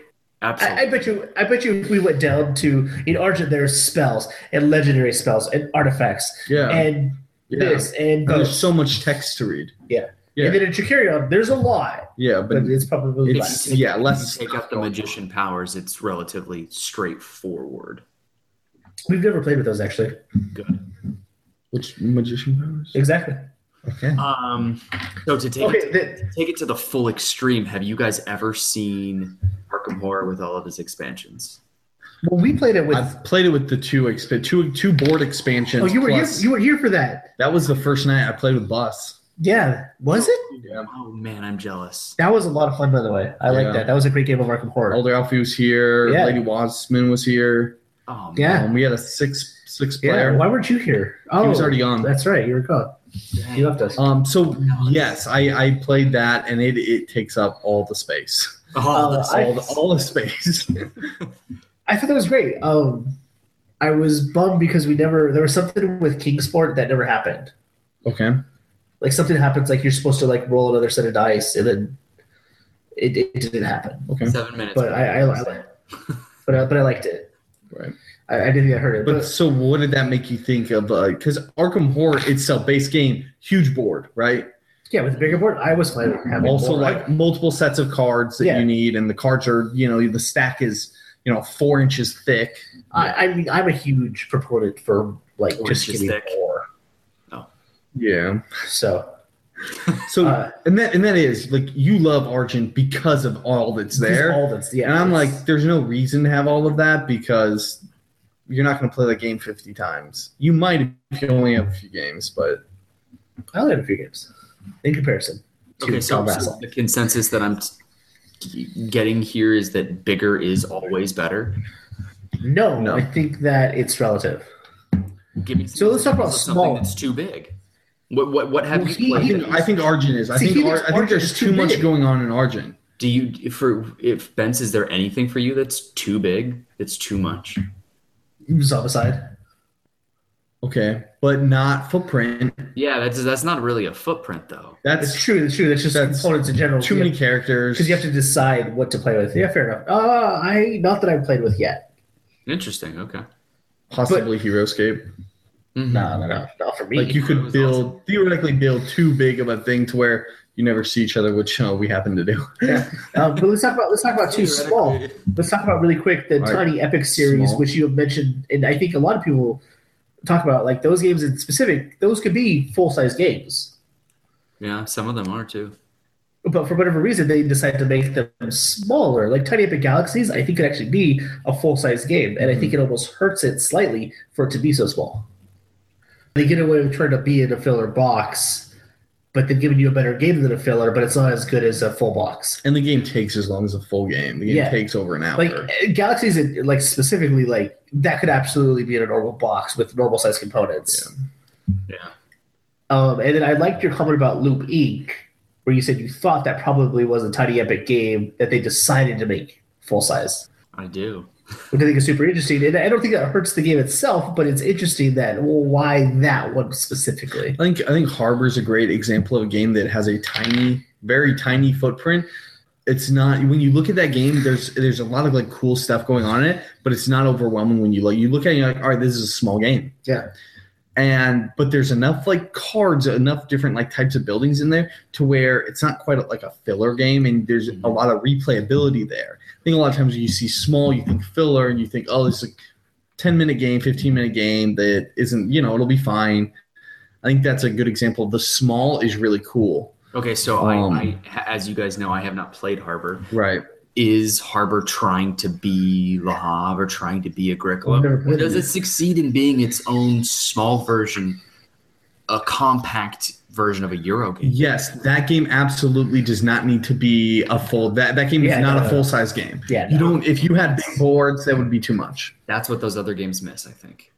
absolutely. I, I bet you. I bet you. If we went down to in Argent, there are spells and legendary spells and artifacts yeah, and yeah. this and And there's those. so much text to read. yeah. And then in Tricurion, there's a lot, Yeah, but but it's probably it's- less. If you yeah, less take up the magician powers. It's relatively straightforward. We've never played with those actually. Good. which magician powers? Exactly. Okay. Um, so to take Okay. it, The, take it to the full extreme, have you guys ever seen Arkham Horror with all of its expansions? well, we played it with. I've played it with the two exp- two two board expansions. oh, you were here, plus- you were here for that. that was the first night I played with Bus. Yeah. Was it? Yeah. Oh man, I'm jealous. That was a lot of fun, by the way. I like Yeah. that. That was a great game of Arkham Horror. Elder Alfie was here. Yeah. Lady Wasman was here. Oh man. Yeah. Um, we had a six six yeah. player. Why weren't you here? Oh, was already gone. That's right. You were gone. You left us. Um, so yes, I, I played that, and it, it takes up all the space, Oh, Uh, that's- I- all the, all the space. I thought that was great. Um, I was bummed because we never there was something with Kingsport that never happened. okay. Like something happens, like you're supposed to like roll another set of dice, and then it, it didn't happen. Okay. seven minutes. But I, I, I but I, but I liked it. Right. I, I didn't think I heard it. But But so, what did that make you think of? Because Arkham Horror, it's a base game, huge board, right? yeah, with the bigger board, I was planning on having also, more. like multiple sets of cards that Yeah. you need, and the cards are, you know, the stack is, you know, four inches thick. I, I mean, I'm a huge proponent for like Or just just giving thick. more. Yeah. So So, Uh, and that and that is like you love Argent because of all that's there. all that's yeah. and I'm it's- like, there's no reason to have all of that because you're not going to play the game 50 times. You might if you only have a few games, but I only had a few games in comparison. to okay, so, Combat so Zone. the consensus that I'm t- getting here is that bigger is always better. no, No. I think that it's relative. Give me some So let's talk about examples of something small. that's too big. What what what have Well, you he- I played? think, that I is- think Argent is. I See, think, he Ar- thinks I think Argent there's is too too much big. going on in Argent. do you for if Ben's is there anything for you that's too big? That's too much. Zombicide. Okay, but not footprint. Yeah, that's that's not really a footprint though. That's That's true. That's true. That's just That's components in general. too many characters. because you have to decide what to play with. Yeah, fair enough. Uh, I not that I've played with yet. Interesting. Okay. possibly Heroescape. Mhm. No, no, no, not for me. Like you It could was build awesome. theoretically build too big of a thing to where you never see each other, which uh, we happen to do. Yeah. um, but let's talk about let's talk about too small. Let's talk about really quick the All right. tiny epic series, Small. which you have mentioned, and I think a lot of people talk about like those games in specific. Those could be full size games, Yeah, some of them are too. but for whatever reason, they decide to make them smaller. Like Tiny Epic Galaxies, I think could actually be a full size game, and I Mm-hmm. think it almost hurts it slightly for it to be so small. They get away with trying to be in a filler box, but they've given you a better game than a filler, but it's not as good as a full box. And the game takes as long as a full game. The game Yeah. takes over an hour. like uh, galaxies uh, like specifically like that could absolutely be in a normal box with normal size components Yeah. um, and then i liked your comment about loop inc where you said you thought that probably was a tiny epic game that they decided to make full size I do. which i think is super interesting and i don't think that hurts the game itself but it's interesting that well why that one specifically I think I think Harbor's a great example of a game that has a tiny, very tiny footprint. It's not when you look at that game. There's there's a lot of like cool stuff going on in it, but it's not overwhelming when you look. You look at it, and you're like, all right, this is a small game. Yeah. And but there's enough like cards, enough different like types of buildings in there to where it's not quite like a filler game, and there's a lot of replayability there. I think a lot of times you see small, you think filler, and you think, oh, this is a 10 minute game, 15 minute game that isn't, you know, it'll be fine. I think that's a good example. The small is really cool. Okay, so Um, I, I, as you guys know, I have not played Harbor. Right. is Harbor trying to be Le Havre or trying to be Agricola? I've never played Or does it. it succeed in being its own small version, a compact version of a Euro game? Yes, that game absolutely does not need to be a full. That that game Yeah, is not no. a full size game. Yeah, you no. don't. If you had big boards, that would be too much. That's what those other games miss, I think.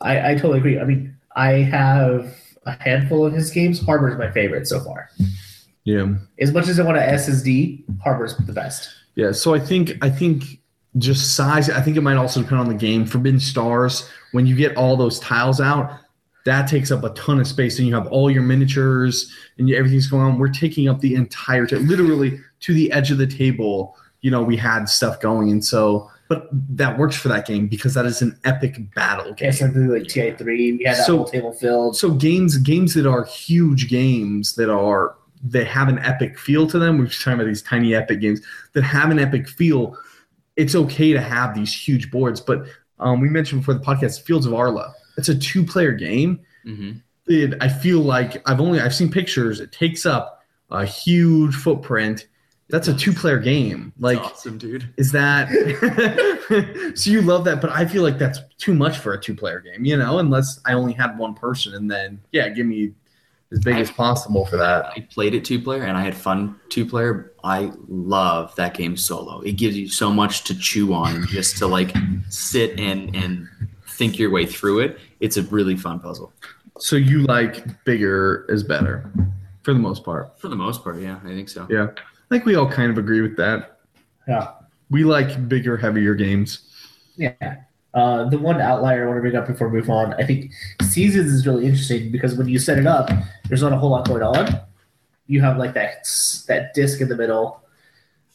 I, I totally agree. I mean, I have a handful of his games. Harbor's my favorite so far. Yeah. As much as I want to SSD, Harbor's the best. Yeah, so I think I think just size. I think it might also depend on the game. Forbidden Stars, when you get all those tiles out, that takes up a ton of space, and you have all your miniatures and you, everything's going on. We're taking up the entire, ta- literally to the edge of the table. You know, we had stuff going, and so but that works for that game because that is an epic battle game. Yeah, something like TI3. We had that So- whole table filled. So games games that are huge games that are that have an epic feel to them. We're just talking about these tiny epic games that have an epic feel. It's okay to have these huge boards, but um, we mentioned before the podcast Fields of Arla. It's a two player game. hmm It, I feel like I've only I've seen pictures. It takes up a huge footprint. That's a two player game. Like awesome, dude. is that so you love that but i feel like that's too much for a two-player game you know unless i only had one person and then yeah give me as big as possible for that I played it two player and I had fun two player. I love that game solo. It gives you so much to chew on just to like sit and and think your way through it. It's a really fun puzzle so you like bigger is better for the most part for the most part. Yeah, I think so. yeah i think we all kind of agree with that Yeah. we like bigger heavier games Yeah. Uh, the one outlier I want to bring up before we move on, I think Seasons is really interesting because when you set it up, there's not a whole lot going on. You have like that s- that disc in the middle,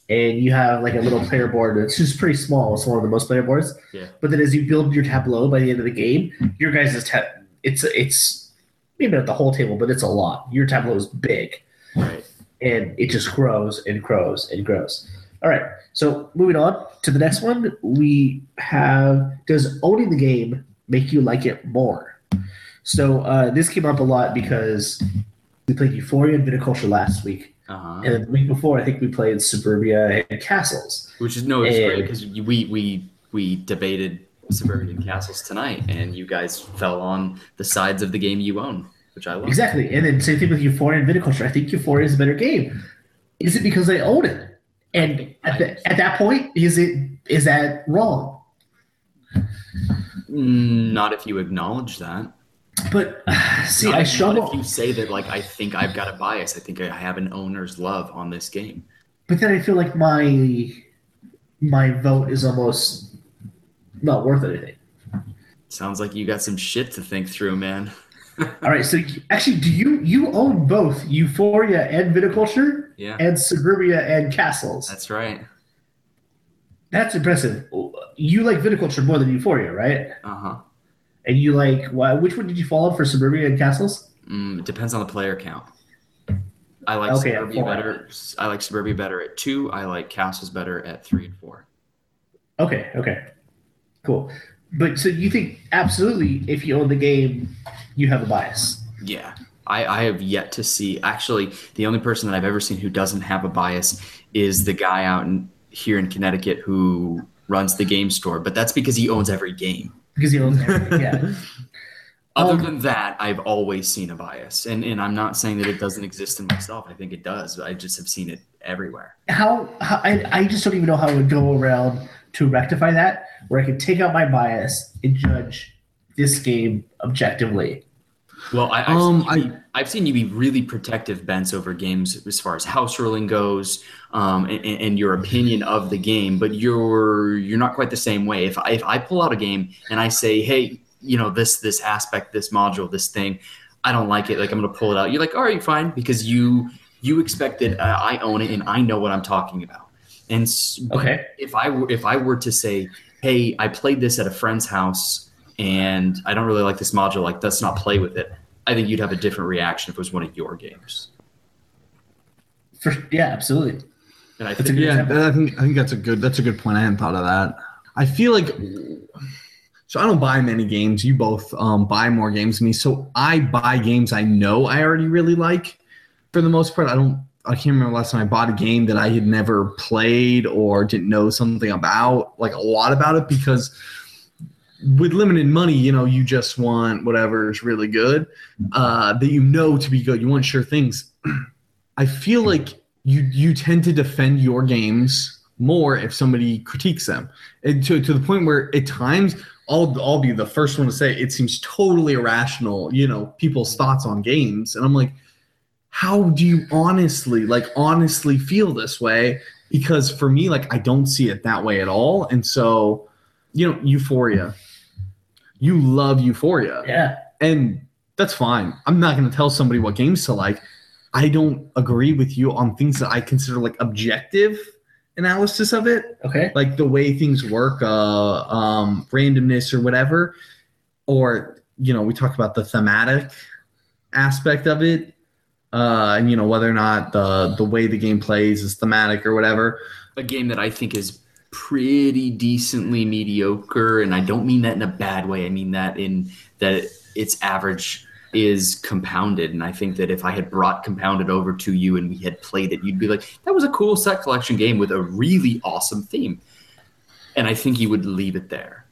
and you have like a little player board. It's just pretty small. It's one of the most player boards. Yeah. But then as you build your tableau by the end of the game, your guys' ta- it's it's maybe not the whole table, but it's a lot. Your tableau is big Right. and it just grows and grows and grows. All right, so moving on to the next one, we have does owning the game make you like it more? So uh, this came up a lot because we played Euphoria and Viticulture last week, Uh-huh. and then the week before I think we played Suburbia and Castles. Which is no, it's great And- because we we we debated suburban castles tonight, and you guys fell on the sides of the game you own, which I love. Exactly, and then same thing with Euphoria and Viticulture. I think Euphoria is a better game. Is it because I own it? And at, the, at that point, is it is that wrong? Mm, Not if you acknowledge that. But see, Not I if- struggle. Not if you say that, like, I think I've got a bias. I think I have an owner's love on this game. but then I feel like my my vote is almost not worth anything. Sounds like you got some shit to think through, man. All right, so you- actually, do you you own both Euphoria and Viticulture Yeah, and Suburbia and Castles? that's right. That's impressive. You like Viticulture more than Euphoria, right? Uh huh. And you like why, which one did you fall on for Suburbia and Castles? Mm, it depends on the player count. I like Okay, suburbia four. better. I like suburbia better at two. I like castles better at three and four. Okay, okay, cool. But so you think absolutely, if you own the game, you have a bias. Yeah. I, I have yet to see. Actually, the only person that I've ever seen who doesn't have a bias is the guy out in, here in Connecticut who runs the game store, but that's because he owns every game. Because he owns everything, yeah. Other Um, than that, I've always seen a bias. And, and I'm not saying that it doesn't exist in myself. I think it does. I just have seen it everywhere. how, how I, I just don't even know how I would go around to rectify that where I could take out my bias and judge this game objectively. Well, I, I've, Um, seen you be, I've seen you be really protective, Bence, over games as far as house ruling goes, um, and, and and your opinion of the game. But you're you're not quite the same way. If I, if I pull out a game and I say, hey, you know this this aspect, this module, this thing, I don't like it. Like I'm going to pull it out. You're like, all right, fine, because you you expect that uh, I own it and I know what I'm talking about. And s- Okay. if I were if I were to say, hey, I played this at a friend's house and I don't really like this module, like let's not play with it. I think you'd have a different reaction if it was one of your games. For, yeah, absolutely. And I That's a think good- yeah that- i think i think that's a good that's a good point i hadn't thought of that i feel like so i don't buy many games you both um, buy more games than me so i buy games i know i already really like for the most part i don't I can't remember last time I bought a game that I had never played or didn't know something about, like a lot about it, because with limited money, you know, you just want whatever is really good uh, that you know to be good. You want sure things. I feel like you you tend to defend your games more if somebody critiques them, and to to the point where at times I'll I'll be the first one to say it seems totally irrational. You know, people's thoughts on games, and I'm like, how do you honestly like honestly feel this way? Because for me, like I don't see it that way at all, and so you know, Euphoria. You love Euphoria Yeah. and that's fine. I'm not going to tell somebody what games to like. I don't agree with you on things that I consider like objective analysis of it, Okay. like the way things work, uh, um, randomness or whatever. Or you know, we talk about the thematic aspect of it, uh, and you know whether or not the the way the game plays is thematic or whatever. a game that I think is pretty decently mediocre, and I don't mean that in a bad way. I mean that in that its average is compounded, and I think that if I had brought compounded over to you and we had played it, you'd be like, "That was a cool set collection game with a really awesome theme," and I think you would leave it there.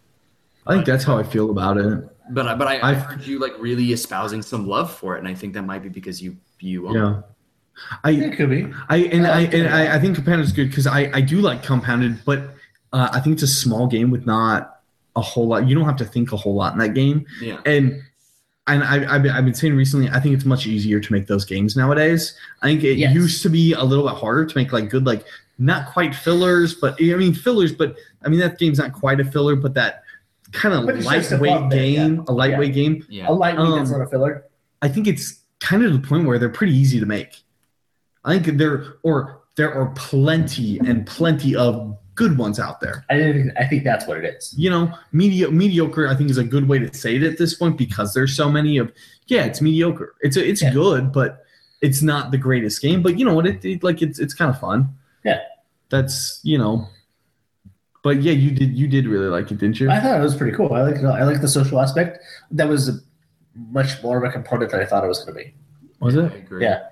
I think that's how I feel about it. But I, but I, I I've- heard you like really espousing some love for it, and I think that might be because you you um, Yeah, I It could be. I and I Okay. and I, I think compounded is good because I I do like compounded, but uh, I think it's a small game with not a whole lot. You don't have to think a whole lot in that game, yeah. and and I I've been, I've been saying recently, I think it's much easier to make those games nowadays. I think it Yes. used to be a little bit harder to make like good like not quite fillers, but I mean fillers, but I mean that game's not quite a filler, but that kind of But it's just above lightweight that, yeah. game, a lightweight game. yeah. A lightweight that's Um, not a filler. I think it's kind of the point where they're pretty easy to make. I think there or there are plenty and plenty of good ones out there. I think I think that's what it is. You know, medio- mediocre I think is a good way to say it at this point because there's so many of yeah, it's mediocre. It's it's Yeah. good, but it's not the greatest game. But you know what? It, it like it's it's kind of fun. Yeah. that's you know. But yeah, you did you did really like it, didn't you? I thought it was pretty cool. I like I like the social aspect. That was much more of a component than I thought it was going to be. Was I it? agree. Yeah.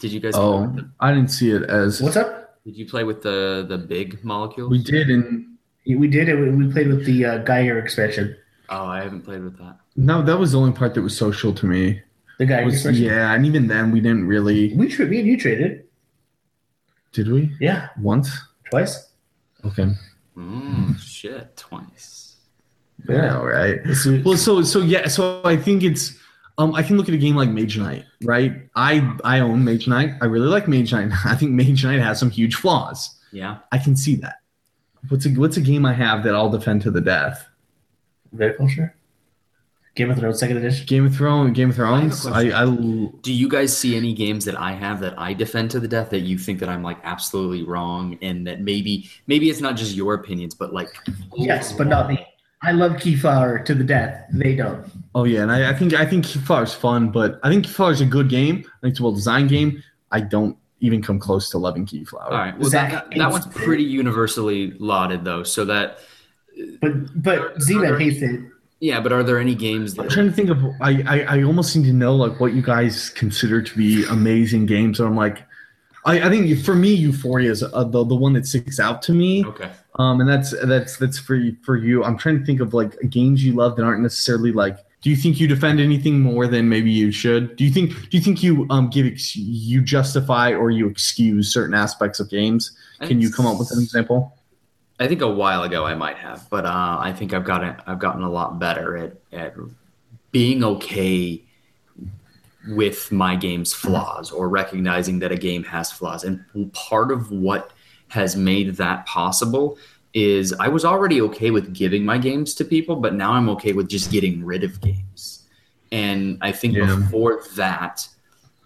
Did you guys? play Oh, with the- I didn't see it as What's up? Did you play with the the big molecules? we did, and We did it. We- We played with the uh, Geiger expansion. Oh, I haven't played with that. no, that was the only part that was social to me. The Geiger Was- expansion. yeah, and even then we didn't really We tra- me and you traded. did we Yeah, once. twice. Okay. Mm, shit, twice. Yeah. All right. This is- Well, so so yeah, so I think it's um I can look at a game like Mage Knight, right? I I own Mage Knight. I really like Mage Knight. I think Mage Knight has some huge flaws. Yeah. I can see that. What's a what's a game I have that I'll defend to the death? Viticulture. Game of Thrones second edition. Game of Thrones. Game of Thrones. I question. I, l- Do you guys see any games that I have that I defend to the death that you think that I'm like absolutely wrong and that maybe maybe it's not just your opinions but like Yes, but not me. I love Kefar to the death. They don't. oh yeah, and I, I think I think Kefar is fun, but I think Kefar is a good game. I think it's a well designed game. I don't even come close to loving Keyflower. All right. Well, Zach, that, that, that it's- one's pretty universally lauded though. So that But but Zena hates it. yeah, but are there any games I'm that trying to think of. I, I I almost seem to know like what you guys consider to be amazing games, and I'm like, I, I think for me, Euphoria is uh, the the one that sticks out to me. Okay. Um, and that's that's that's for you, for you. I'm trying to think of like games you love that aren't necessarily like. Do you think you defend anything more than maybe you should? Do you think do you think you um give ex- you justify or you excuse certain aspects of games? Can you come up with an example? I think a while ago I might have, but uh, I think I've gotten I've gotten a lot better at at being okay with my game's flaws or recognizing that a game has flaws. And part of what has made that possible is I was already okay with giving my games to people, but now I'm okay with just getting rid of games. And I think Yeah. before that,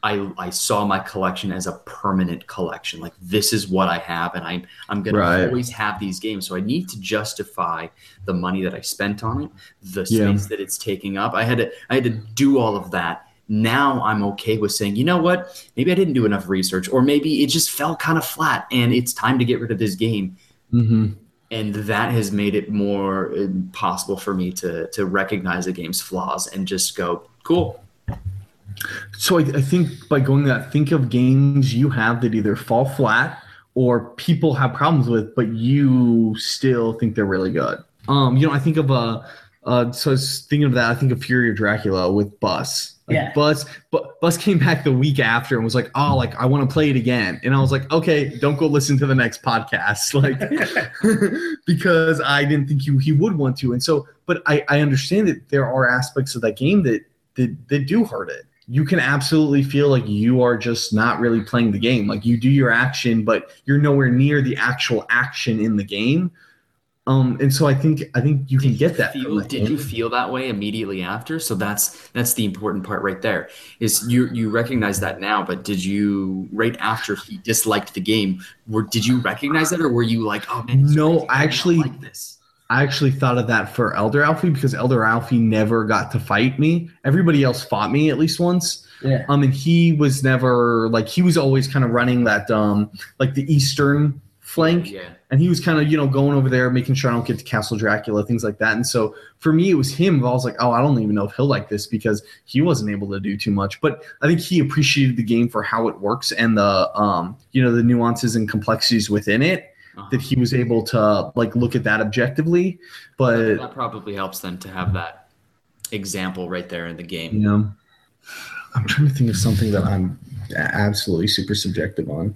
I, I saw my collection as a permanent collection. Like this is what I have, and I'm I'm gonna Right. always have these games. So I need to justify the money that I spent on it, the Yeah. space that it's taking up. I had to I had to do all of that. Now I'm okay with saying, you know what? Maybe I didn't do enough research, or maybe it just fell kind of flat, and it's time to get rid of this game Mm-hmm. and that has made it more uh, possible for me to to recognize the game's flaws and just go cool So I, I think by going that, think of games you have that either fall flat or people have problems with, but you still think they're really good. Um, you know, I think of uh, uh, so I was thinking of that. I think of Fury of Dracula with Bus. Like Yeah. Bus, but Bus came back the week after and was like, "Oh, like I want to play it again," and I was like, "Okay, don't go listen to the next podcast," like because I didn't think you he would want to. And so, but I I understand that there are aspects of that game that that that do hurt it. You can absolutely feel like you are just not really playing the game. Like you do your action, but you're nowhere near the actual action in the game. Um, and so I think I think you can get that. from Feel, that did you game. feel that way immediately after? So that's that's the important part right there. Is you you recognize that now, but did you right after he disliked the game? Were, did you recognize that, or were you like, oh man, he's crazy, I do No, not actually- like this. I actually thought of that for Elder Alfie because Elder Alfie never got to fight me. Everybody else fought me at least once. Yeah. Um, and he was never like he was always kind of running that um like the eastern flank, Yeah, and he was kind of you know going over there making sure I don't get to Castle Dracula things like that. And so for me it was him. I was like, oh, I don't even know if he'll like this because he wasn't able to do too much. But I think he appreciated the game for how it works and the um you know the nuances and complexities within it uh-huh. that he was able to like look at that objectively but that probably helps them to have that example right there in the game. you know i'm trying to think of something that i'm a- absolutely super subjective on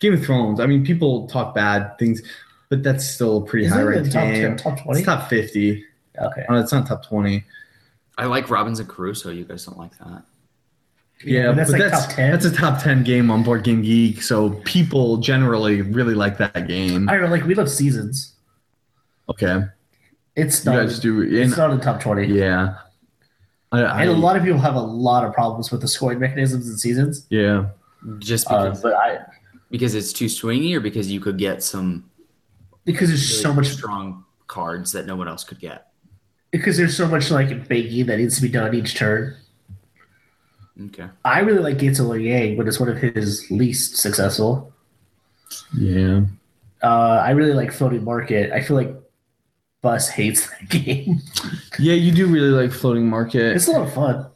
game of thrones i mean people talk bad things but that's still a pretty Is high it ranked in top game 10, top it's 20? top 50 Okay. oh it's not top 20 I like Robinson Crusoe. You guys don't like that. yeah, but that's but like that's, top 10. that's a top 10 game on board game geek so people generally really like that game I don't know. Like we love seasons. okay It's you not. guys do and- it's not in top twenty. yeah I, I, And a lot of people have a lot of problems with the scoring mechanisms in seasons. yeah Just Uh, because, but I because it's too swingy, or because you could get some because there's really so much strong cards that no one else could get. because there's so much like baking that needs to be done each turn. Okay. I really like Gates of Yang, but it's one of his least successful. yeah Uh, I really like Floating Market. I feel like Bus hates that game. yeah you do really like floating market It's a lot of fun.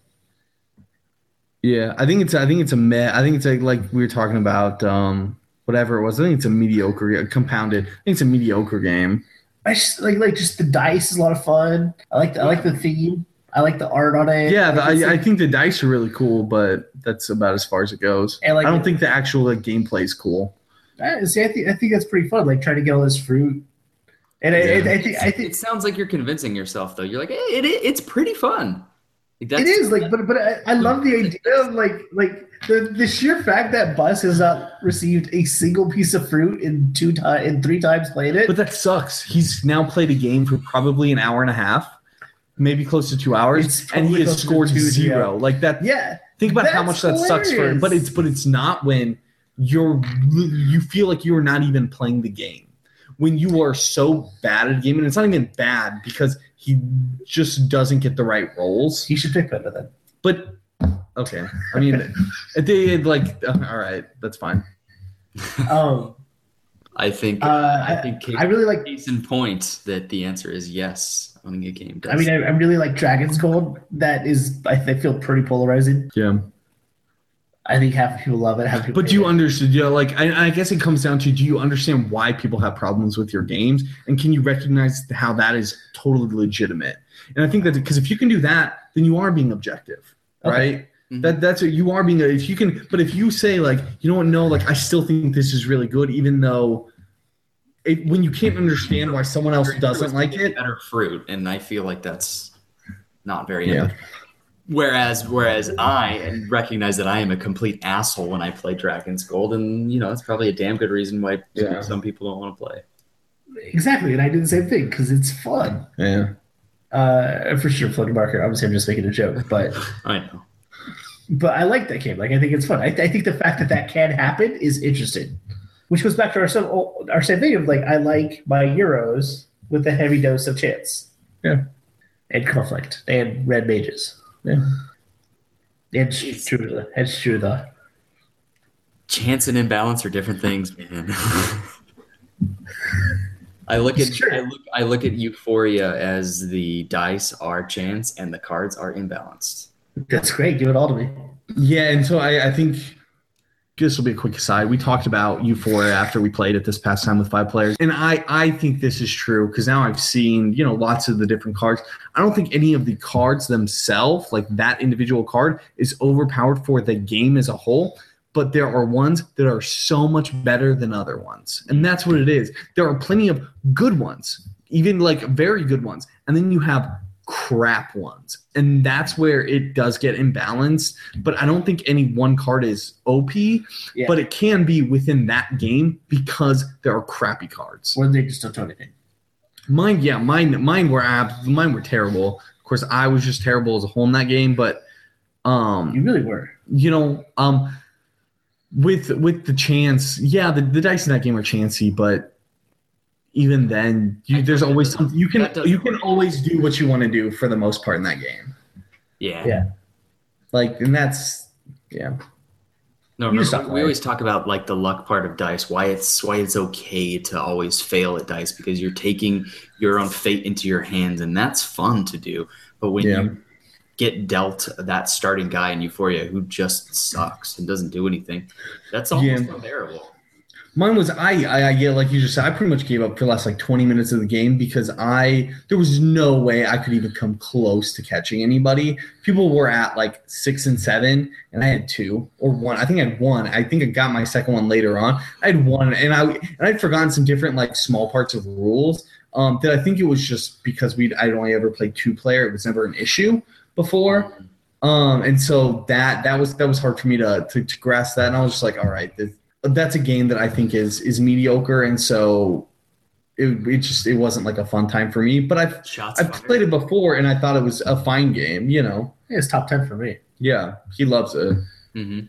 Yeah, I think it's I think it's a me- I think it's like like we were talking about um whatever it was. I think it's a mediocre uh, compounded. I think it's a mediocre game. I just like like just the dice is a lot of fun. I like the, I like the theme. I like the art on it. Yeah, the, Like, it's I, I like- think the dice are really cool, but that's about as far as it goes. And, like, I don't think the actual like gameplay is cool. I, see, I think I think that's pretty fun. Like trying to get all this fruit. And I, Yeah. I, I think I think It sounds like you're convincing yourself, though. You're like, eh, it, it, it's pretty fun. Like, that's, it is like, but but I, I love the idea of like like the, the sheer fact that Bus has not received a single piece of fruit in two time in three times played it. But that sucks. He's now played a game for probably an hour and a half, maybe close to two hours, It's and he probably closer has to scored two, yeah. zero. Like that. yeah, Think about how much That's that sucks for him. But hilarious. it's but it's not when you're you feel like you're not even playing the game. When you are so bad at a game, and it's not even bad because he just doesn't get the right roles. he should pick better then. But okay, I mean, they like all right, that's fine. Um, I think. uh, I I, think. Case, I really like. case in point, that the answer is yes. Owning a game. Does. I mean, I, I really like Dragon's Gold. That is, I, I feel pretty polarizing. Yeah, I think half the people love it. Half the people but do you hate it. understand? Yeah, like I, I guess it comes down to: Do you understand why people have problems with your games, and can you recognize how that is totally legitimate? And I think that because if you can do that, then you are being objective, Okay. right? Mhm. That that's what you are being. If you can, but if you say like, you know what, no, like I still think this is really good, even though it, when you can't understand why someone else doesn't like it, better fruit, and I feel like that's not very. Yeah. innovative. Whereas, whereas I recognize that I am a complete asshole when I play Dragon's Gold, and you know that's probably a damn good reason why Yeah. some people don't want to play. exactly, and I do the same thing because it's fun. yeah, Uh, for sure, floating market. Obviously, I'm just making a joke, but I know. but I like that game. Like I think it's fun. I, I think the fact that that can happen is interesting, which goes back to our some our same thing of like I like my euros with a heavy dose of chance, Yeah. and conflict and red mages. yeah. And Struda. And Struda. Chance and imbalance are different things, man. I look at Sure. I look I look at Euphoria as the dice are chance and the cards are imbalanced. That's great. Give it all to me. Yeah, and so I, I think this will be a quick aside. We talked about Euphoria after we played it this past time with five players, and I I think this is true because now I've seen you know lots of the different cards. I don't think any of the cards themselves, like that individual card, is overpowered for the game as a whole. But there are ones that are so much better than other ones, and that's what it is. There are plenty of good ones, even like very good ones, and then you have crap ones. And that's where it does get imbalanced. But I don't think any one card is OP, Yeah. but it can be within that game because there are crappy cards. Or they just don't turn it in. Mine, yeah, mine, mine were abs- mine were terrible. Of course, I was just terrible as a whole in that game. But um, You really were. you know, um, with with the chance, yeah, the, the dice in that game are chancy, but even then, I you, there's think always that something you can that does you can always do what you want to do for the most part in that game. Yeah. Yeah. Like, and that's yeah, No, You just remember, don't we, we always talk about like the luck part of dice. Why it's why it's okay to always fail at dice because you're taking your own fate into your hands, and that's fun to do. But when Yeah. you get dealt that starting guy in Euphoria who just sucks and doesn't do anything, that's almost Yeah. unbearable. Mine was I, I I yeah, like you just said, I pretty much gave up for the last like 20 minutes of the game because I there was no way I could even come close to catching anybody. People were at like six and seven, and I had two or one. I think I had one. I think I got my second one later on. I had one, and I and I'd forgotten some different like small parts of rules. Um, that I think it was just because we would I'd only ever played two player. It was never an issue before. Um, and so that that was that was hard for me to to, to grasp that, and I was just like, all right, this, that's a game that I think is is mediocre, and so it, it just it wasn't like a fun time for me. But I've Shots I've fired. played it before, and I thought it was a fine game. You know, Yeah, it's top ten for me. yeah, he loves it. Mhm.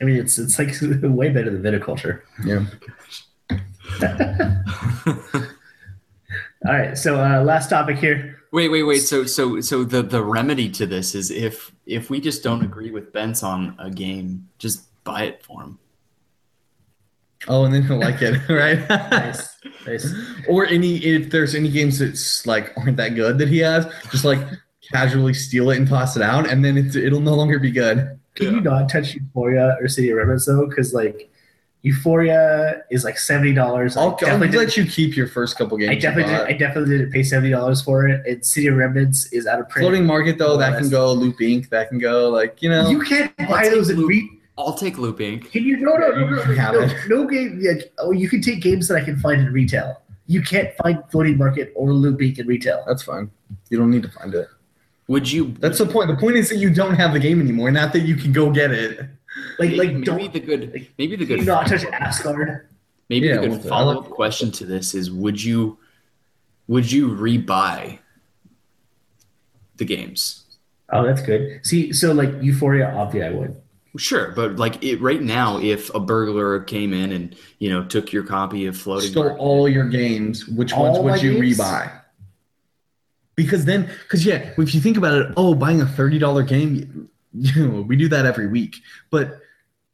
I mean, it's it's like way better than viticulture. Yeah, All right, so uh, last topic here. Wait, wait, wait. So, so, so the the remedy to this is if if we just don't agree with Bents on a game, just buy it for him. oh, and then he'll like it, right? Nice, nice. or any if there's any games that's like aren't that good that he has, just like casually steal it and toss it out, and then it's, it'll no longer be good. Can you not touch Euphoria or City of Remnants though? Because like Euphoria is like seventy dollars. I'll, I'll definitely didn't- let you keep your first couple games. I you definitely bought. didn't, I definitely didn't pay seventy dollars for it. And City of Remnants is out of print. Floating market though, that can Yes. go Loop Inc. That can go like you know. you can't buy I'll those take and Loop. read. I'll take Loop Inc. Can you? No, no, no, no, Yeah, you no, have no, it. no game. Like, oh, you can take games that I can find in retail. You can't find Floating Market or Loot Beak in retail. that's fine. You don't need to find it. Would you? That's the point. The point is that you don't have the game anymore, not that you can go get it. Like, maybe, like maybe don't the good. like, Maybe the do good. not touch follow-up- Asgard. Maybe Yeah, the well, good I follow like- up question to this is: Would you? Would you rebuy the games? Oh, that's good. See, so like Euphoria, obviously I would. Sure, but like it right now, if a burglar came in and you know took your copy of Floating Stole Market- all your games. Which ones All would my you games? rebuy? Because then, because yeah, if you think about it, oh, buying a thirty dollar game, you know, we do that every week. But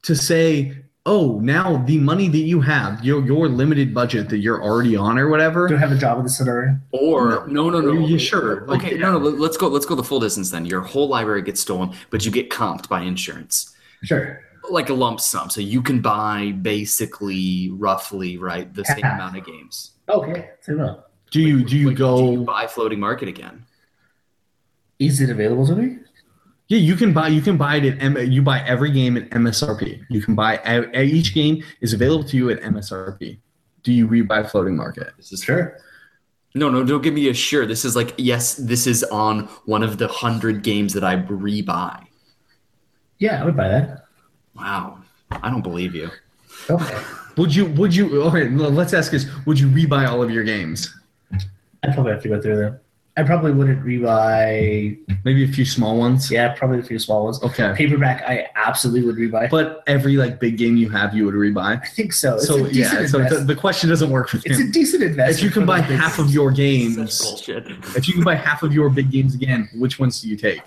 to say, oh, now the money that you have, your your limited budget that you're already on or whatever, Don't have a job in the scenario. Or no, no, no. You- you okay, sure, like, okay, yeah. no, no. let- Let's go. Let's go the full distance then. Your whole library gets stolen, but you get comped by insurance, Sure. like a lump sum. So you can buy basically, roughly, right, the same Half. amount of games. Okay. So no. do you do you Like, go? do you buy floating market again? Is it available to me? Yeah, you can buy you can buy it at M- you buy every game at MSRP. You can buy e- each game is available to you at MSRP. Do you rebuy floating market? This is Sure. No, no, don't give me a sure. This is like yes, this is on one of the hundred games that I rebuy. Yeah, I would buy that. Wow, I don't believe you. Okay. Would you would you all right, l- let's ask this. Would you rebuy all of your games? I'd probably have to go through them. I probably wouldn't rebuy. Maybe a few small ones? Yeah, probably a few small ones. Okay. Paperback, I absolutely would rebuy. But every like big game you have you would rebuy. I think so. It's so a decent yeah, so the, investment. the question doesn't work with It's him. a decent investment. if you can for buy those things. half of your games, Bullshit. if you can buy half of your big games again, which ones do you take?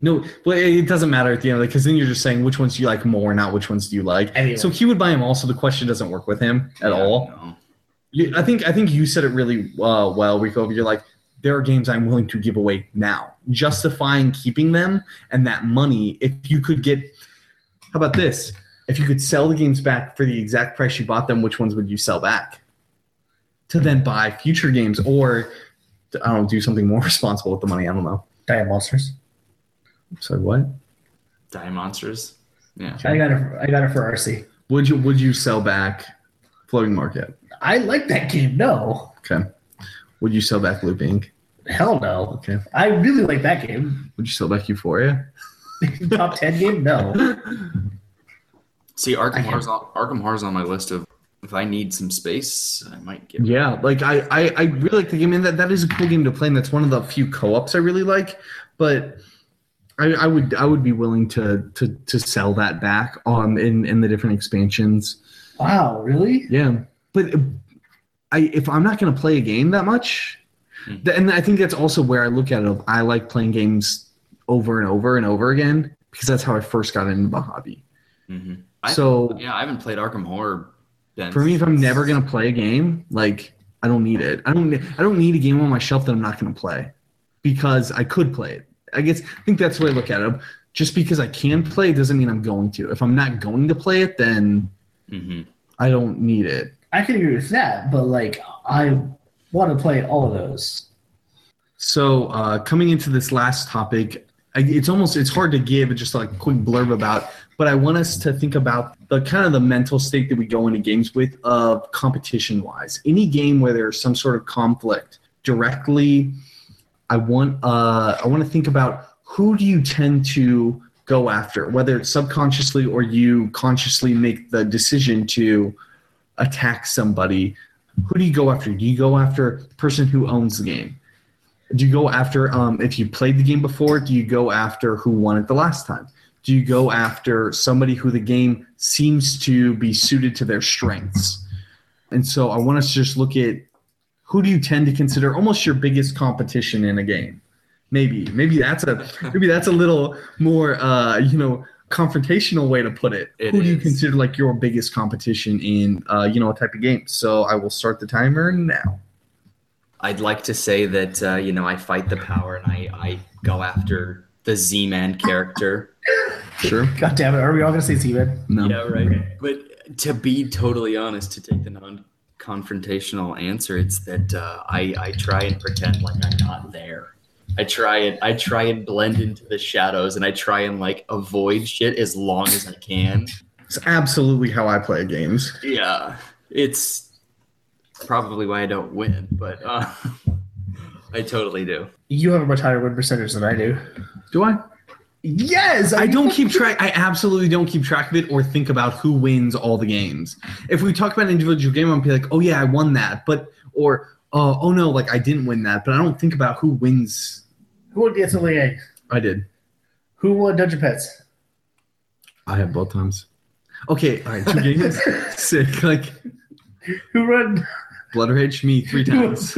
No, but it it doesn't matter at the end because then you're just saying which ones do you like more, not which ones do you like. Anyway. So he would buy them all. So the question doesn't work with him at Yeah, all. no. You, I think I think you said it really uh, well, Rico. You're like there are games I'm willing to give away now, justifying keeping them and that money. If you could get, how about this? If you could sell the games back for the exact price you bought them, which ones would you sell back? To then buy future games or, I don't know, do something more responsible with the money. I don't know. Giant monsters. So what? Die monsters. Yeah. I got it. for- I got it for RC. Would you would you sell back floating market? I like that game. No, Okay. Would you sell back Loop Inc? hell no. Okay. I really like that game. Would you sell back Euphoria? Top ten game. No. See, I Arkham have- Horror's, on, Arkham Horror's on my list of if I need some space, I might get. Yeah, like I, I, I really like the game, and that, that is a cool game to play, and that's one of the few co-ops I really like. But I, I would I would be willing to to to sell that back um in in the different expansions. Wow, really? Yeah, but I if I'm not gonna play a game that much, Hmm. th- and I think that's also where I look at it. of I like playing games over and over and over again because that's how I first got into the hobby. hmm I, so yeah, I haven't played Arkham Horror. Then. for me, if I'm never gonna play a game, like I don't need it. I don't. ne- I don't need a game on my shelf that I'm not gonna play because I could play it. I guess I think that's the way I look at it. Just because I can play it doesn't mean I'm going to. If I'm not going to play it, then Mhm. I don't need it. I can agree with that, but like I want to play all of those. So uh, coming into this last topic, I, it's almost it's hard to give just like a quick blurb about, but I want us to think about the kind of the mental state that we go into games with of competition wise. Any game where there's some sort of conflict directly, I want uh, I want to think about who do you tend to go after, whether it's subconsciously or you consciously make the decision to attack somebody. Who do you go after? Do you go after the person who owns the game? Do you go after um, if you played the game before? Do you go after who won it the last time? Do you go after somebody who the game seems to be suited to their strengths? And so I want us to just look at who do you tend to consider almost your biggest competition in a game? Maybe, maybe that's a maybe that's a little more uh, you know confrontational way to put it. It who do you is. consider like your biggest competition in uh, you know a type of game? So I will start the timer now. I'd like to say that uh, you know I fight the power and I I go after the Z-Man character. Sure. God damn it! Are we all gonna say Steven? No. yeah, right. But to be totally honest, to take the non-confrontational answer, it's that uh, I I try and pretend like I'm not there. I try and I try and blend into the shadows and I try and like avoid shit as long as I can. It's absolutely how I play games. Yeah, it's probably why I don't win, but uh, I totally do. You have a much higher win percentage than I do. Do I? Yes, I don't keep track. I absolutely don't keep track of it or think about who wins all the games. If we talk about an individual game, I'll be like, oh yeah, I won that, but or uh, oh no, like I didn't win that. But I don't think about who wins. Who won Dance League? I did. Who won Dungeon Pets? I have both times. Okay, all right, two games. Sick. Like Who won? Blood Rage, me three times.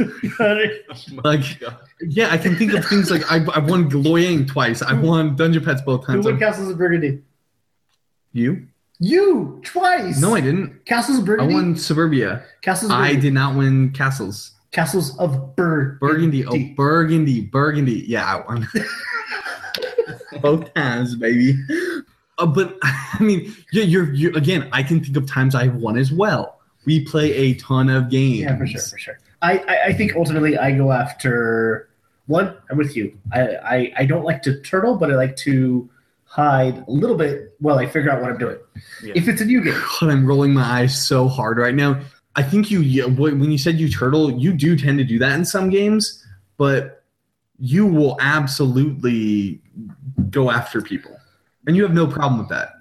Like yeah, I can think of things like I I won Gloyang twice. I won Dungeon Pets both Who times. won Castles of Burgundy? you? You twice. No, I didn't. Castles of I Burgundy. won Suburbia. Castles. Of I Burgundy. did not win castles. Castles of Burgundy. Burgundy. Oh, Burgundy. Burgundy. Yeah, I won. Both times, baby. Uh, but I mean, yeah, you're you again. I can think of times I've won as well. We play a ton of games. Yeah, for sure, for sure. I, I, I think ultimately I go after one. I'm with you. I, I, I don't like to turtle, but I like to hide a little bit while I figure out what I'm doing. Yeah. If it's a new game, God, I'm rolling my eyes so hard right now. I think you yeah, wh- when you said you turtle, you do tend to do that in some games, but you will absolutely go after people, and you have no problem with that.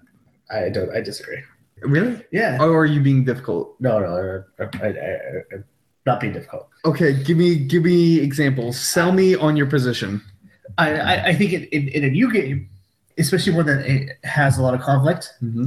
I don't. I disagree. Really? Yeah. Or are you being difficult? No, no. I, I, I, I'm not being difficult. Okay, give me give me examples. Sell me on your position. I, I, I think in, in, in a new game, especially one that it has a lot of conflict, Mm-hmm.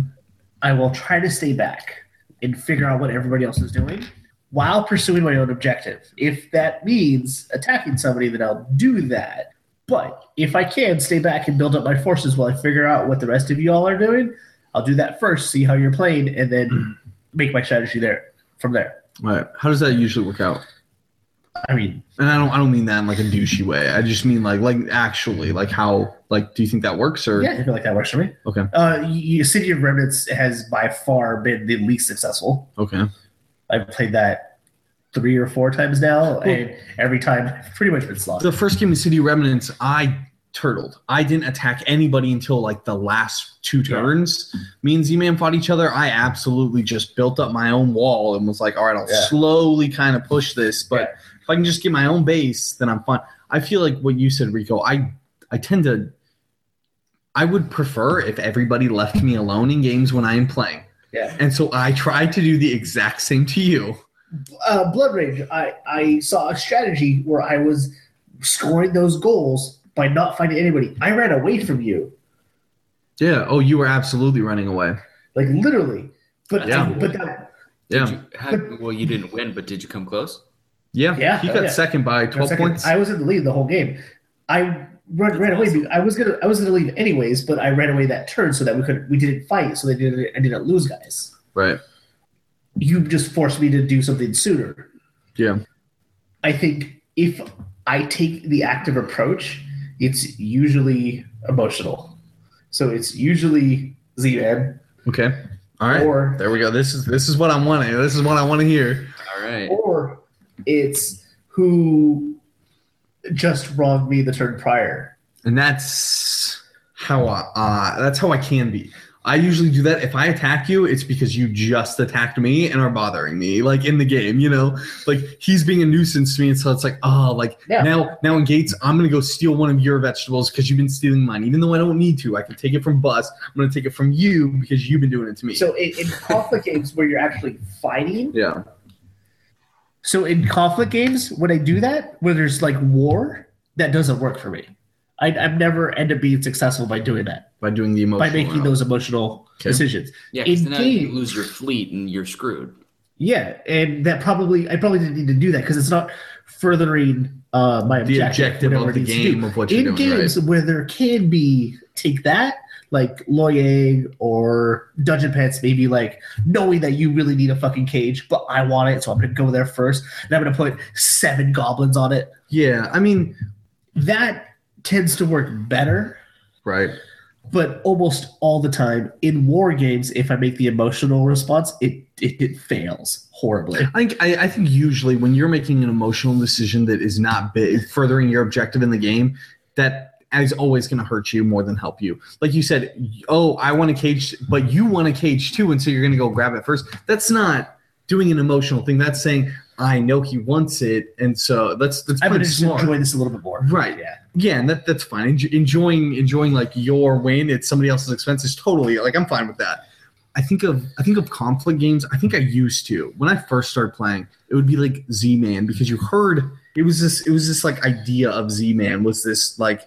I will try to stay back and figure out what everybody else is doing while pursuing my own objective. If that means attacking somebody, then I'll do that. But if I can stay back and build up my forces while I figure out what the rest of you all are doing, I'll do that first, see how you're playing, Mm-hmm. and then make my strategy there from there. All right. How does that usually work out? I mean, And I don't I don't mean that in like a douchey way. I just mean like like actually like how like do you think that works or yeah, I feel like that works for me. Okay. Uh, y- y- City of Remnants has by far been the least successful. okay. I've played that three or four times now, Cool. and every time I've pretty much been slow. The first game in City Remnants, I turtled. I didn't attack anybody until like the last two Yeah. turns. Me and Z Man fought each other. I absolutely just built up my own wall and was like, all right, I'll Yeah. slowly kind of push this. But Yeah. if I can just get my own base, then I'm fine. I feel like what you said, Rico, I I tend to I would prefer if everybody left me alone in games when I am playing. Yeah. And so I tried to do the exact same to you. uh, Blood Rage, I, I saw a strategy where I was scoring those goals by not finding anybody. I ran away from you, Yeah. Oh, you were absolutely running away. like literally. But Yeah. but that, Did Yeah. you, how, well, you didn't win, but did you come close? Yeah, Yeah, he oh, got yeah. second by twelve second, points. I was in the lead the whole game. I run, ran away. I was gonna I was gonna leave anyways, but I ran away that turn so that we could we didn't fight, so they didn't I didn't lose guys. right. You just forced me to do something sooner. Yeah. I think if I take the active approach, it's usually emotional. So it's usually Z Man Okay. All right. or there we go. This is this is what I want. This is what I want to hear. All right. or it's who just wronged me the turn prior. And that's how I. Uh, that's how I can be. I usually do that. If I attack you, it's because you just attacked me and are bothering me, like in the game. You know, like he's being a nuisance to me, and so it's like, oh, like Yeah. now, now in Gates, I'm gonna go steal one of your vegetables because you've been stealing mine, even though I don't need to. I can take it from Bus. I'm gonna take it from you because you've been doing it to me. So in, in conflict games where you're actually fighting, yeah. so in conflict games when I do that, where there's like war, that doesn't work for me. I, I've never end up being successful by doing that, By doing the emotional. by making route. those emotional Okay. decisions. Yeah, because then now you Indeed. lose your fleet and you're screwed. Yeah, and that probably I probably didn't need to do that because it's not furthering uh, my the objective, objective whatever of the it needs to game do. of what you're In doing. games where there can be take that like Loyang or Dungeon Pets, maybe like knowing that you really need a fucking cage, but I want it, so I'm gonna go there first, and I'm gonna put seven goblins on it. right? Yeah, I mean, That tends to work better, right. but almost all the time in war games, if I make the emotional response, it it, it fails horribly. I think I, I think usually when you're making an emotional decision that is not big, furthering your objective in the game, that is always going to hurt you more than help you. Like you said, oh, I want a cage, but you want a cage too, and so you're going to go grab it first. That's not doing an emotional thing. That's saying I know he wants it, and so that's that's I'm pretty gonna just smart. enjoy this a little bit more. Right. Yeah. Yeah, and that, that's fine. Enj- enjoying enjoying like your win at somebody else's expense is totally like I'm fine with that. I think of I think of conflict games. I think I used to when I first started playing. It would be like Z Man because you heard it was this it was this like idea of Z Man was this like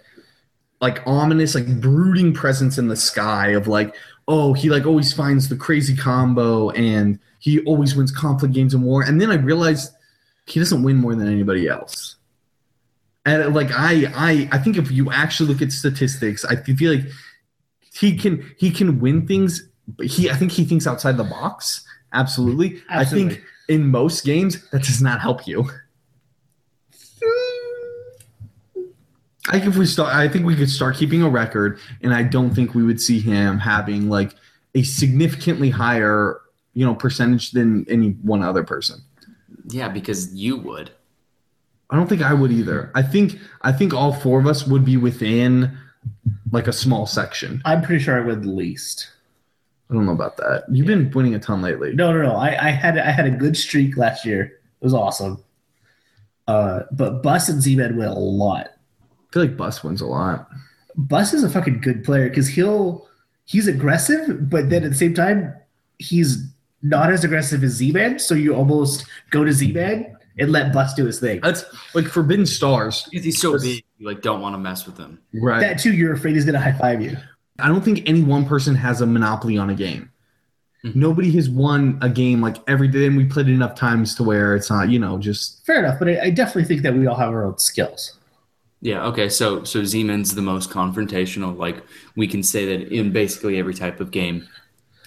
like ominous like brooding presence in the sky of like oh he like always finds the crazy combo and he always wins conflict games and war and then I realized he doesn't win more than anybody else. And like I, I, I think if you actually look at statistics, I feel like he can he can win things. But he, I think he thinks outside the box. Absolutely. I Absolutely. think in most games that does not help you. I think if we start, I think we could start keeping a record, and I don't think we would see him having like a significantly higher, you know, percentage than any one other person. Yeah, because you would. I don't think I would either. I think I think all four of us would be within like a small section. I'm pretty sure I win the least. I don't know about that. You've been winning a ton lately. No, no, no. I, I had I had a good streak last year. It was awesome. Uh, but Bus and Z-Man win a lot. I feel like Bus wins a lot. Bus is a fucking good player because he'll he's aggressive, but then at the same time he's not as aggressive as Z-Man. So you almost go to Z-Man and let Bus do his thing. That's like Forbidden Stars, Because he's so Because- big, you like don't want to mess with him. right? That too, you're afraid he's gonna high five you. I don't think any one person has a monopoly on a game. Mhm. Nobody has won a game like every day, and we played it enough times to where it's not, you know, just Fair enough, but I, I definitely think that we all have our own skills. Yeah. Okay. So so Zeman's the most confrontational. Like we can say that in basically every type of game,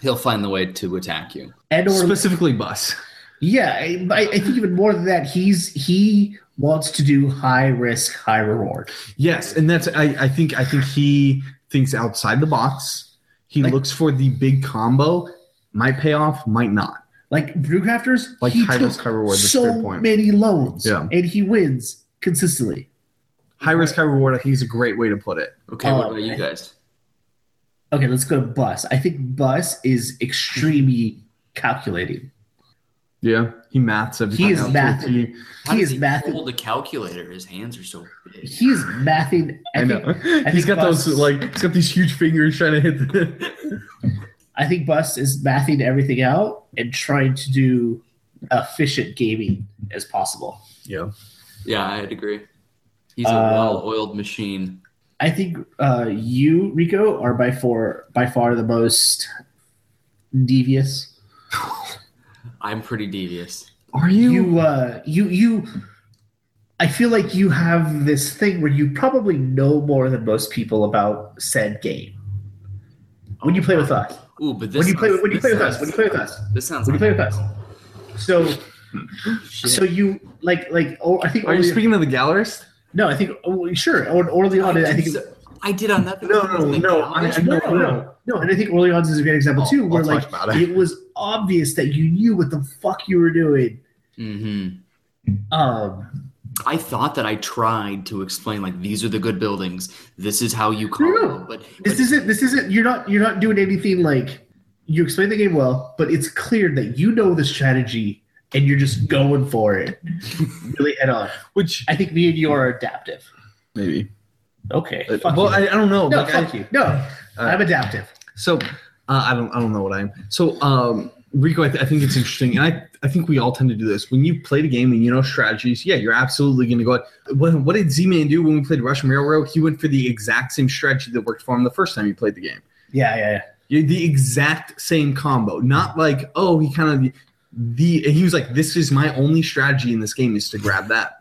he'll find the way to attack you. And or specifically Bus. Yeah, I, I I think even more than that, he's he wants to do high risk, high reward. Yes, and that's I, I think I think he thinks outside the box. He Like- looks for the big combo, might pay off, might not. Like Brewcrafters, Like he high took risk, high reward. That's a so fair point. many loans, Yeah. and he wins consistently. High risk, high reward. I think is a great way to put it. Okay, what Oh, about you okay. guys? Okay, let's go to Bus. I think Bus is extremely calculating. Yeah, he maths everything. He is out to a mathing. T. How He does is mathing. Hold a calculator. His hands are so big. He is mathing. I, I, know. Think, he's think got Buzz- those like he's got these huge fingers trying to hit the. I think Bus is mathing everything out and trying to do efficient gaming as possible. yeah. Yeah, I'd agree. He's a Uh, well-oiled machine. I think uh, you, Rico, are by far by far the most devious. I'm pretty devious. Are you? you uh you you i feel like you have this thing where you probably know more than most people about said game when you play with us Ooh, but this when you play sounds- when you this play with us sounds- when you play with us This sounds. when you Like, play with us so shit. so you like like oh i think are you early- speaking to the gallerist? no i think oh, sure or early on i think so- I did on that. No, no, no, I- I- no, no, no, no, and I think early on is a great example I'll- too, where I'll like talk about it. was obvious that you knew what the fuck you were doing. hmm Um, I thought that I tried to explain like these are the good buildings. This is how you No, call. no, no. But This isn't. This isn't. You're not. You're not doing anything like. You explain the game well, but it's clear that you know the strategy and you're just going for it, really head on. Which I think me and you are adaptive. maybe. Okay. But- fuck Uh, well, you. I, I don't know. no, Like, I- fuck you. No, I'm adaptive. So uh, I don't I don't know what I am. So um, Rico, I, th- I think it's interesting, and I I think we all tend to do this. When you play the game and you know strategies, yeah, you're absolutely going to go. What, what did Z-Man do when we played Russian Railroad? He went for the exact same strategy that worked for him the first time he played the game. Yeah, yeah, yeah. You- The exact same combo, not like oh he kind of the he was like this is my only strategy in this game is to grab that.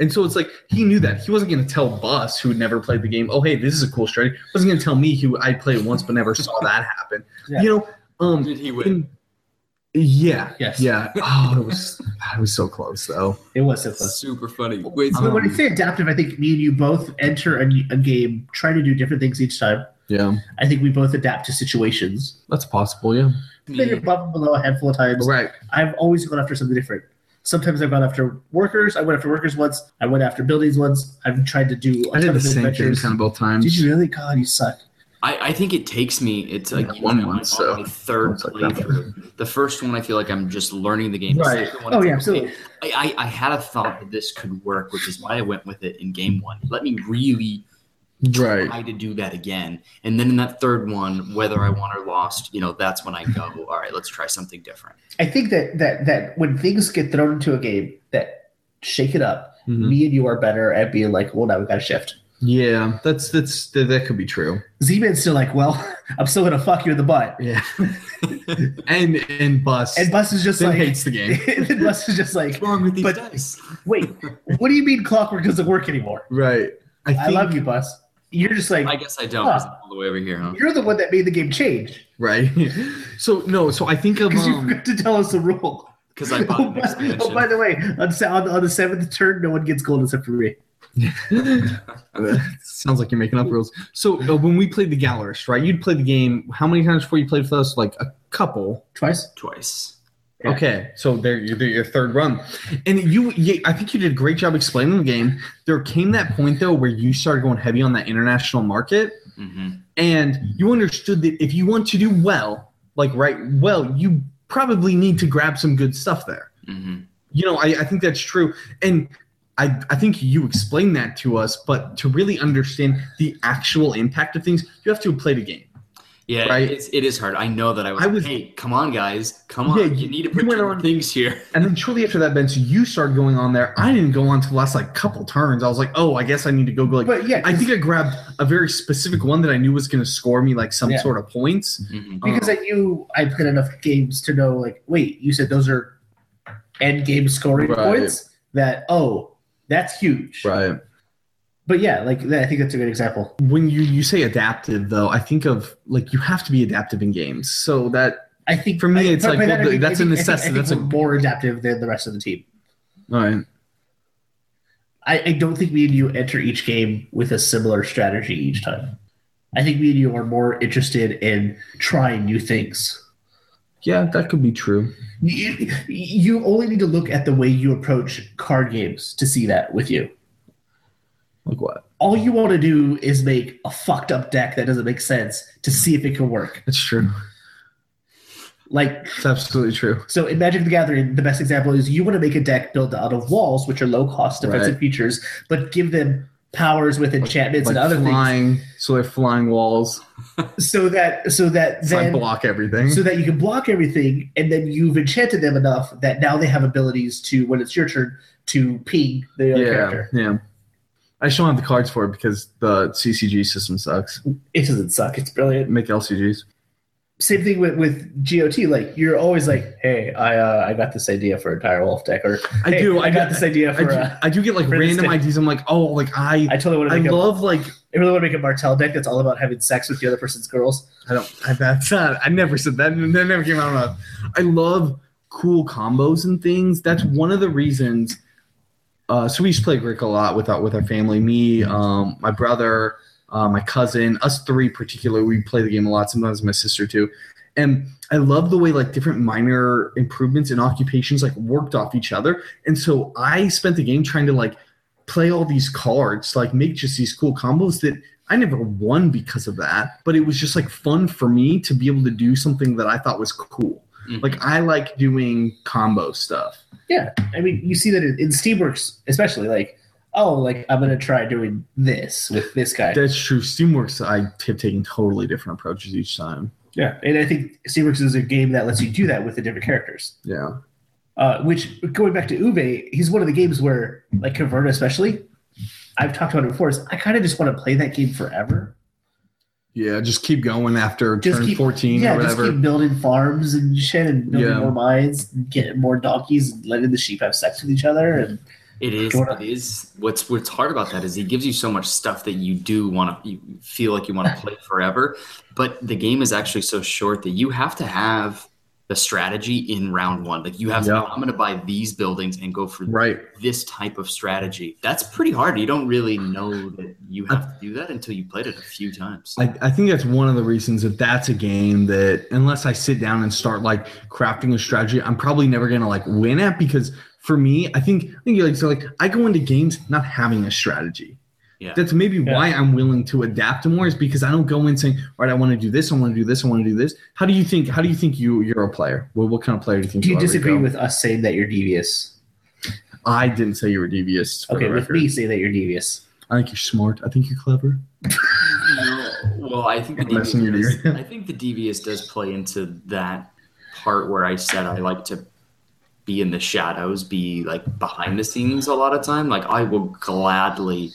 And so it's like he knew that he wasn't going to tell Bus, who had never played the game, "Oh, hey, this is a cool strategy." Wasn't going to tell me who I played once but never saw that happen. Yeah. You know, um, did he win? and- yeah, Yes. yeah. Oh, it was, it was so close though. It was so close. Super funny. Wait, um, So Um, so when I say adaptive, I think me and you both enter a, a game, try to do different things each time. Yeah, I think we both adapt to situations. that's possible. Yeah, Been above and below a handful of times. right. I've always gone after something different. Sometimes I've gone after workers. I went after workers once. I went after buildings once. I've tried to do. a I did ton the of same thing adventures. kind of both times. Did you really? God, you suck. I, I think it takes me. It's like Yeah, one on my- month, so on my third it's like that. playthrough. The first one, I feel like I'm just learning the game. The Right. second one, Oh it's yeah, like, absolutely. I, I, I had a thought that this could work, which is why I went with it in game one. Let me really right. try to do that again. And then in that third one, whether I won or lost, you know, that's when I go, all right, let's try something different. I think that that that when things get thrown into a game, that shake it up. Mhm. Me and you are better at being like, well, now we got to shift. Yeah, that's that's that, that could be true. Z-Man's still like, well, I'm still gonna fuck you in the butt. Yeah, and and Bus And Bus is just then like, hates the game. and then Bus is just like, wrong with these But- dice? wait, what do you mean clockwork doesn't work anymore? Right. I, think, I love you, Bus. You're just like, I guess I don't. 'cause I'm all the way over here, huh? you're the one that made the game change Right. so no. So I think of because you um, forgot to tell us the rule. Because I bought oh, an by, expansion. oh, by the way, on, se- on, on the seventh turn, no one gets gold except for me. um, Sounds like you're making up rules. So uh, when we played the Gallerist, right? You'd played the game how many times before you played with us? Like a couple. Twice? Twice. Yeah. Okay, so there you do your third run, and you, you. I think you did a great job explaining the game. There came that point though where you started going heavy on that international market, hmm and you understood that if you want to do well, like right well, you probably need to grab some good stuff there. hmm you know I, I think that's true and I, I think you explained that to us but to really understand the actual impact of things you have to play the game Yeah, Right. it's, it is hard. I know that I was, I like, was- hey, come on, guys. Come on. Yeah, you need to put you went your on- things here. and then shortly after that ben so you started going on there i didn't go on to the last like couple turns i was like oh i guess i need to go go like But yeah, i think i grabbed a very specific one that i knew was going to score me like some Yeah. sort of points Mhm. because I uh, knew I played enough games to know, like, wait, you said those are end game scoring Right. points that, oh, that's huge. right But yeah, like, that, I think that's a good example. when you you say adaptive though i think of like you have to be adaptive in games so that I think For me, I- it's by- like, by well, that I the- mean, that's I a think- I think- I necessity. think That's a- we're more adaptive than the rest of the team. All right. I, I don't think me and you enter each game with a similar strategy each time. I think me and you are more interested in trying new things. Yeah, that could be true. You, you only need to look at the way you approach card games to see that with you. Like what? All you want to do is make a fucked up deck that doesn't make sense to see if it can work. It's true. Like, It's absolutely true. so in Magic the Gathering, the best example is you want to make a deck built out of walls, which are low cost defensive Right. features, but give them powers with enchantments like and other flying, so they're flying walls. things so that so that So I then block everything. so that you can block everything, and then you've enchanted them enough that now they have abilities to, when it's your turn, to ping the other yeah, character. yeah. I just don't have the cards for it because the CCG system sucks. It doesn't suck. It's brilliant. Make LCGs. Same thing with, with GOT. Like you're always like, hey, I uh, I got this idea for a dire wolf deck, or I "Hey, do. I got this idea I for. do, uh, I do get like for this random day. ideas. I'm like, oh, like I, I totally want I to make a. love like I really want to make a Martel deck that's all about having sex with the other person's girls. I don't. I, that's not. I never said that. That never came out of my mouth. I love cool combos and things. That's one of the reasons. Uh, so we used to play Greek a lot with our, with our family. Me, um, my brother, uh, my cousin, us three particularly. We play the game a lot. Sometimes my sister too. And I love the way like different minor improvements and occupations like worked off each other. And so I spent the game trying to like play all these cards, like make just these cool combos that I never won because of that, but it was just like fun for me to be able to do something that I thought was cool. Mhm. Like I like doing combo stuff. I mean, you see that in, in Steamworks, especially. Like, oh, like I'm gonna try doing this with this guy. That's true. Steamworks, I have taken totally different approaches each time. Yeah, and I think Steamworks is a game that lets you do that with the different characters. Yeah. Uh, which going back to Ube, he's one of the games where, like Convert especially, I've talked about it before. Is I kind of just want to play that game forever. Yeah. Just keep going after Just turn keep- 14 yeah, or just whatever. keep building farms and shit, and building Yeah. more mines, and getting more donkeys, and letting the sheep have sex with each other. And It is. You wanna- It is. What's what's hard about that is he gives you so much stuff that you do want to you feel like you want to play forever, but the game is actually so short that you have to have the strategy in round one. Like you have, Yeah. I'm going to buy these buildings and go for right. this type of strategy. That's pretty hard. You don't really know that you have to do that until you played it a few times. I, I think that's one of the reasons that that's a game that unless I sit down and start like crafting a strategy, I'm probably never gonna like win at because for me, I think I think like so like I go into games not having a strategy. Yeah. That's maybe Yeah. why I'm willing to adapt more is because I don't go in saying, all right, I want to do this, I want to do this, I want to do this. How do you think? How do you think you you're a player? Well, what kind of player do you think? do you are, disagree Rico? with us saying that you're devious? I didn't say you were devious. For Okay, the with record. me saying that you're devious. I think you're smart. I think you're clever. No, well, I think the Unless you do. devious, I think the devious does play into that part where I said I like to be in the shadows, be like behind the scenes a lot of time. Like I will gladly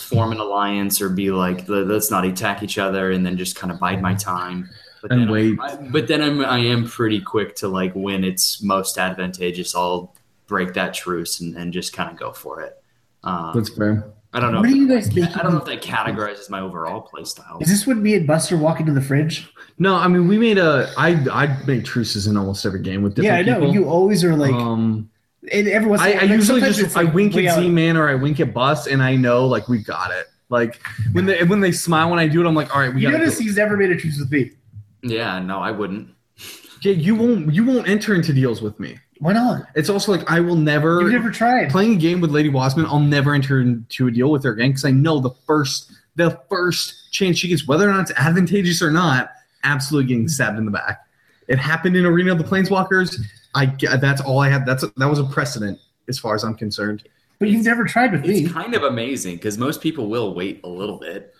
form an alliance or be like, "Let- let's not attack each other, and then just kind of bide my time. But And then wait. I, but then I'm I am pretty quick to like when it's most advantageous, I'll break that truce and, and just kind of go for it. Um, That's fair. I don't know. What if are you that- guys making I don't know if that categorizes my overall play style. Is this when me and Buster walk into the fridge? No, I mean we made a. I I make truces in almost every game with yeah, different I know. people. You always are like, um, and everyone's. I, I like, usually sometimes just it's I like wink way at out- Z Man or I wink at Bus, and I know like we got it. Like when they when they smile when I do it, I'm like, all right, we You got notice it. he's never made a truce with me. Yeah, no, I wouldn't. Yeah, you won't you won't enter into deals with me. Why not? It's also like I will never, You've never tried. playing a game with Lady Wasman. I'll never enter into a deal with her again because I know the first the first chance she gets, whether or not it's advantageous or not, absolutely getting stabbed in the back. It happened in Arena of the Planeswalkers. I ge- that's all I had. That's that was a precedent as far as I'm concerned. But you've never tried with me. It's kind of amazing because most people will wait a little bit.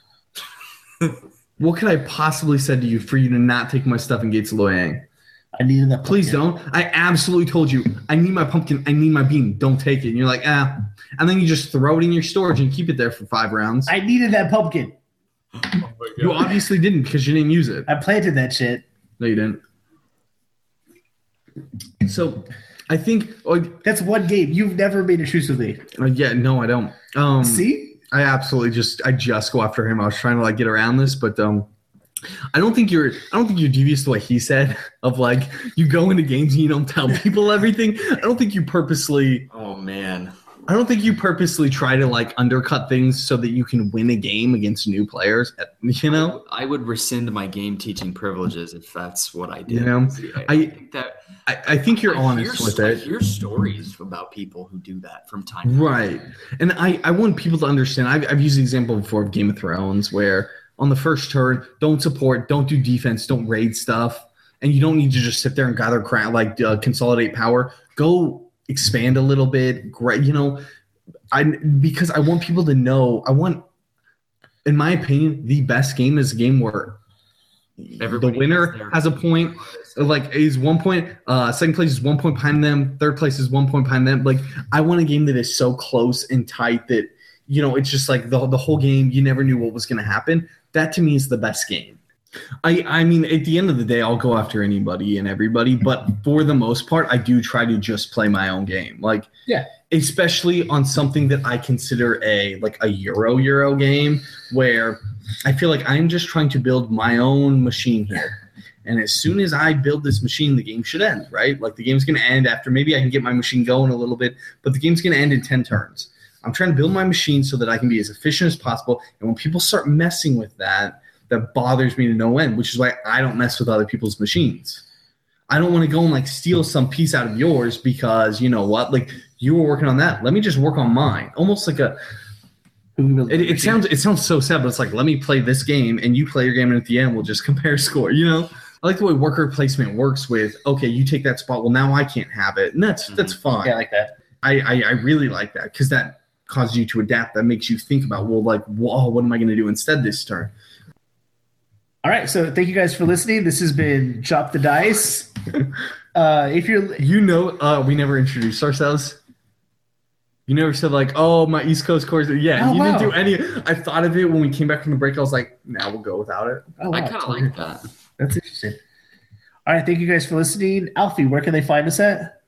What could I possibly said to you for you to not take my stuff in Gates of Loyang? I needed that. Please don't. I absolutely told you. I need my pumpkin. I need my bean. Don't take it. And you're like, ah. And then you just throw it in your storage and keep it there for five rounds. I needed that pumpkin. you obviously didn't because you didn't use it. I planted that shit. No, you didn't. So, I think. Oh, uh, That's one game. You've never made a truce with me. yeah, no, I don't. Um, See? I absolutely just I just go after him. I was trying to like get around this, but um, I don't think you're. I don't think you're devious to what he said of like you go into games and you don't tell people everything. I don't think you purposely. Oh man. I don't think you purposely try to like undercut things so that you can win a game against new players. You know, I would rescind my game teaching privileges if that's what I did. You know, See, I, I- think that I, I think you're I honest hear, with I it, hear stories about people who do that from time. to time. right? And I I want people to understand. I've I've used the example before of Game of Thrones where on the first turn, don't support, don't do defense, don't raid stuff, and you don't need to just sit there and gather crowd like uh, consolidate power. Go expand a little bit, great. You know, I because I want people to know. I want, in my opinion, the best game is a game where Everybody has the winner their- has a point. Like is one point, uh, second place is one point behind them. Third place is one point behind them. Like I want a game that is so close and tight that you know it's just like the the whole game. You never knew what was going to happen. That to me is the best game. I I mean at the end of the day, I'll go after anybody and everybody, but for the most part, I do try to just play my own game. Like Yeah. especially on something that I consider a like a Euro Euro game where I feel like I'm just trying to build my own machine here. And as soon as I build this machine, the game should end, right? Like the game's going to end after maybe I can get my machine going a little bit, but the game's going to end in 10 turns. I'm trying to build my machine so that I can be as efficient as possible. And when people start messing with that, that bothers me to no end, which is why I don't mess with other people's machines. I don't want to go and like steal some piece out of yours because you know what? Like you were working on that. Let me just work on mine. Almost like a it, it sounds it sounds so sad, but it's like let me play this game and you play your game, and at the end we'll just compare score. You know, I like the way worker placement works. With okay, you take that spot. Well, now I can't have it, and that's that's Mm-hmm. fine. Yeah, I like that. I, I I really like that because that causes you to adapt. That makes you think about well, like whoa, what am I going to do instead this turn? All right, so thank you guys for listening. This has been Chop the Dice. Uh, if you're You know, uh, we never introduced ourselves. You never said like, oh, my East Coast course. Yeah, Oh, you wow. didn't do any. I thought of it when we came back from the break. I was like, now we'll go without it. oh, I wow, kind of like that. that's interesting. All right, thank you guys for listening. Alfie, where can they find us at?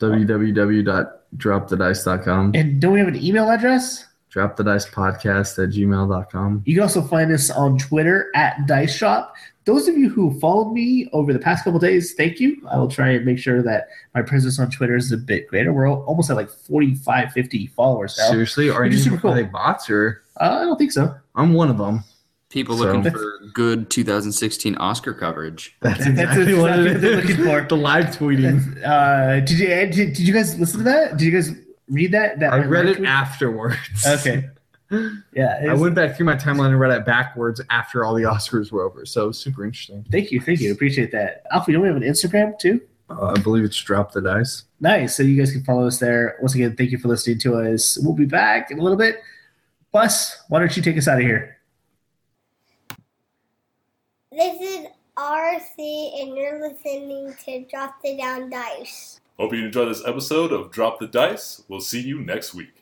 www.dropthedice.com. And don't we have an email address? drop the dice podcast at gmail.com You can also find us on Twitter at Dice Shop. Those of you who followed me over the past couple days, thank you. I will try and make sure that my presence on Twitter is a bit greater. We're al- almost at like 45, 50 followers now. seriously are Which is you super cool. are they bots or Uh, I don't think so. i'm one of them People So- looking for good 2016 Oscar coverage. that's That's exactly exactly what what it they're is looking for. the live tweeting Uh, did you and did, did you guys listen to that? Did you guys read that? That i read it tweet? afterwards Okay. Yeah. it i was- went back through my timeline and read it backwards after all the oscars were over so it was super interesting Thank you, thank you, appreciate that. Alfie, don't we have an Instagram too? uh, i believe it's drop the dice Nice. So you guys can follow us there. Once again, thank you for listening to us. We'll be back in a little bit. Plus, why don't you take us out of here? This is RC, and you're listening to Drop the Down Dice. Hope you enjoyed this episode of Drop the Dice. We'll see you next week.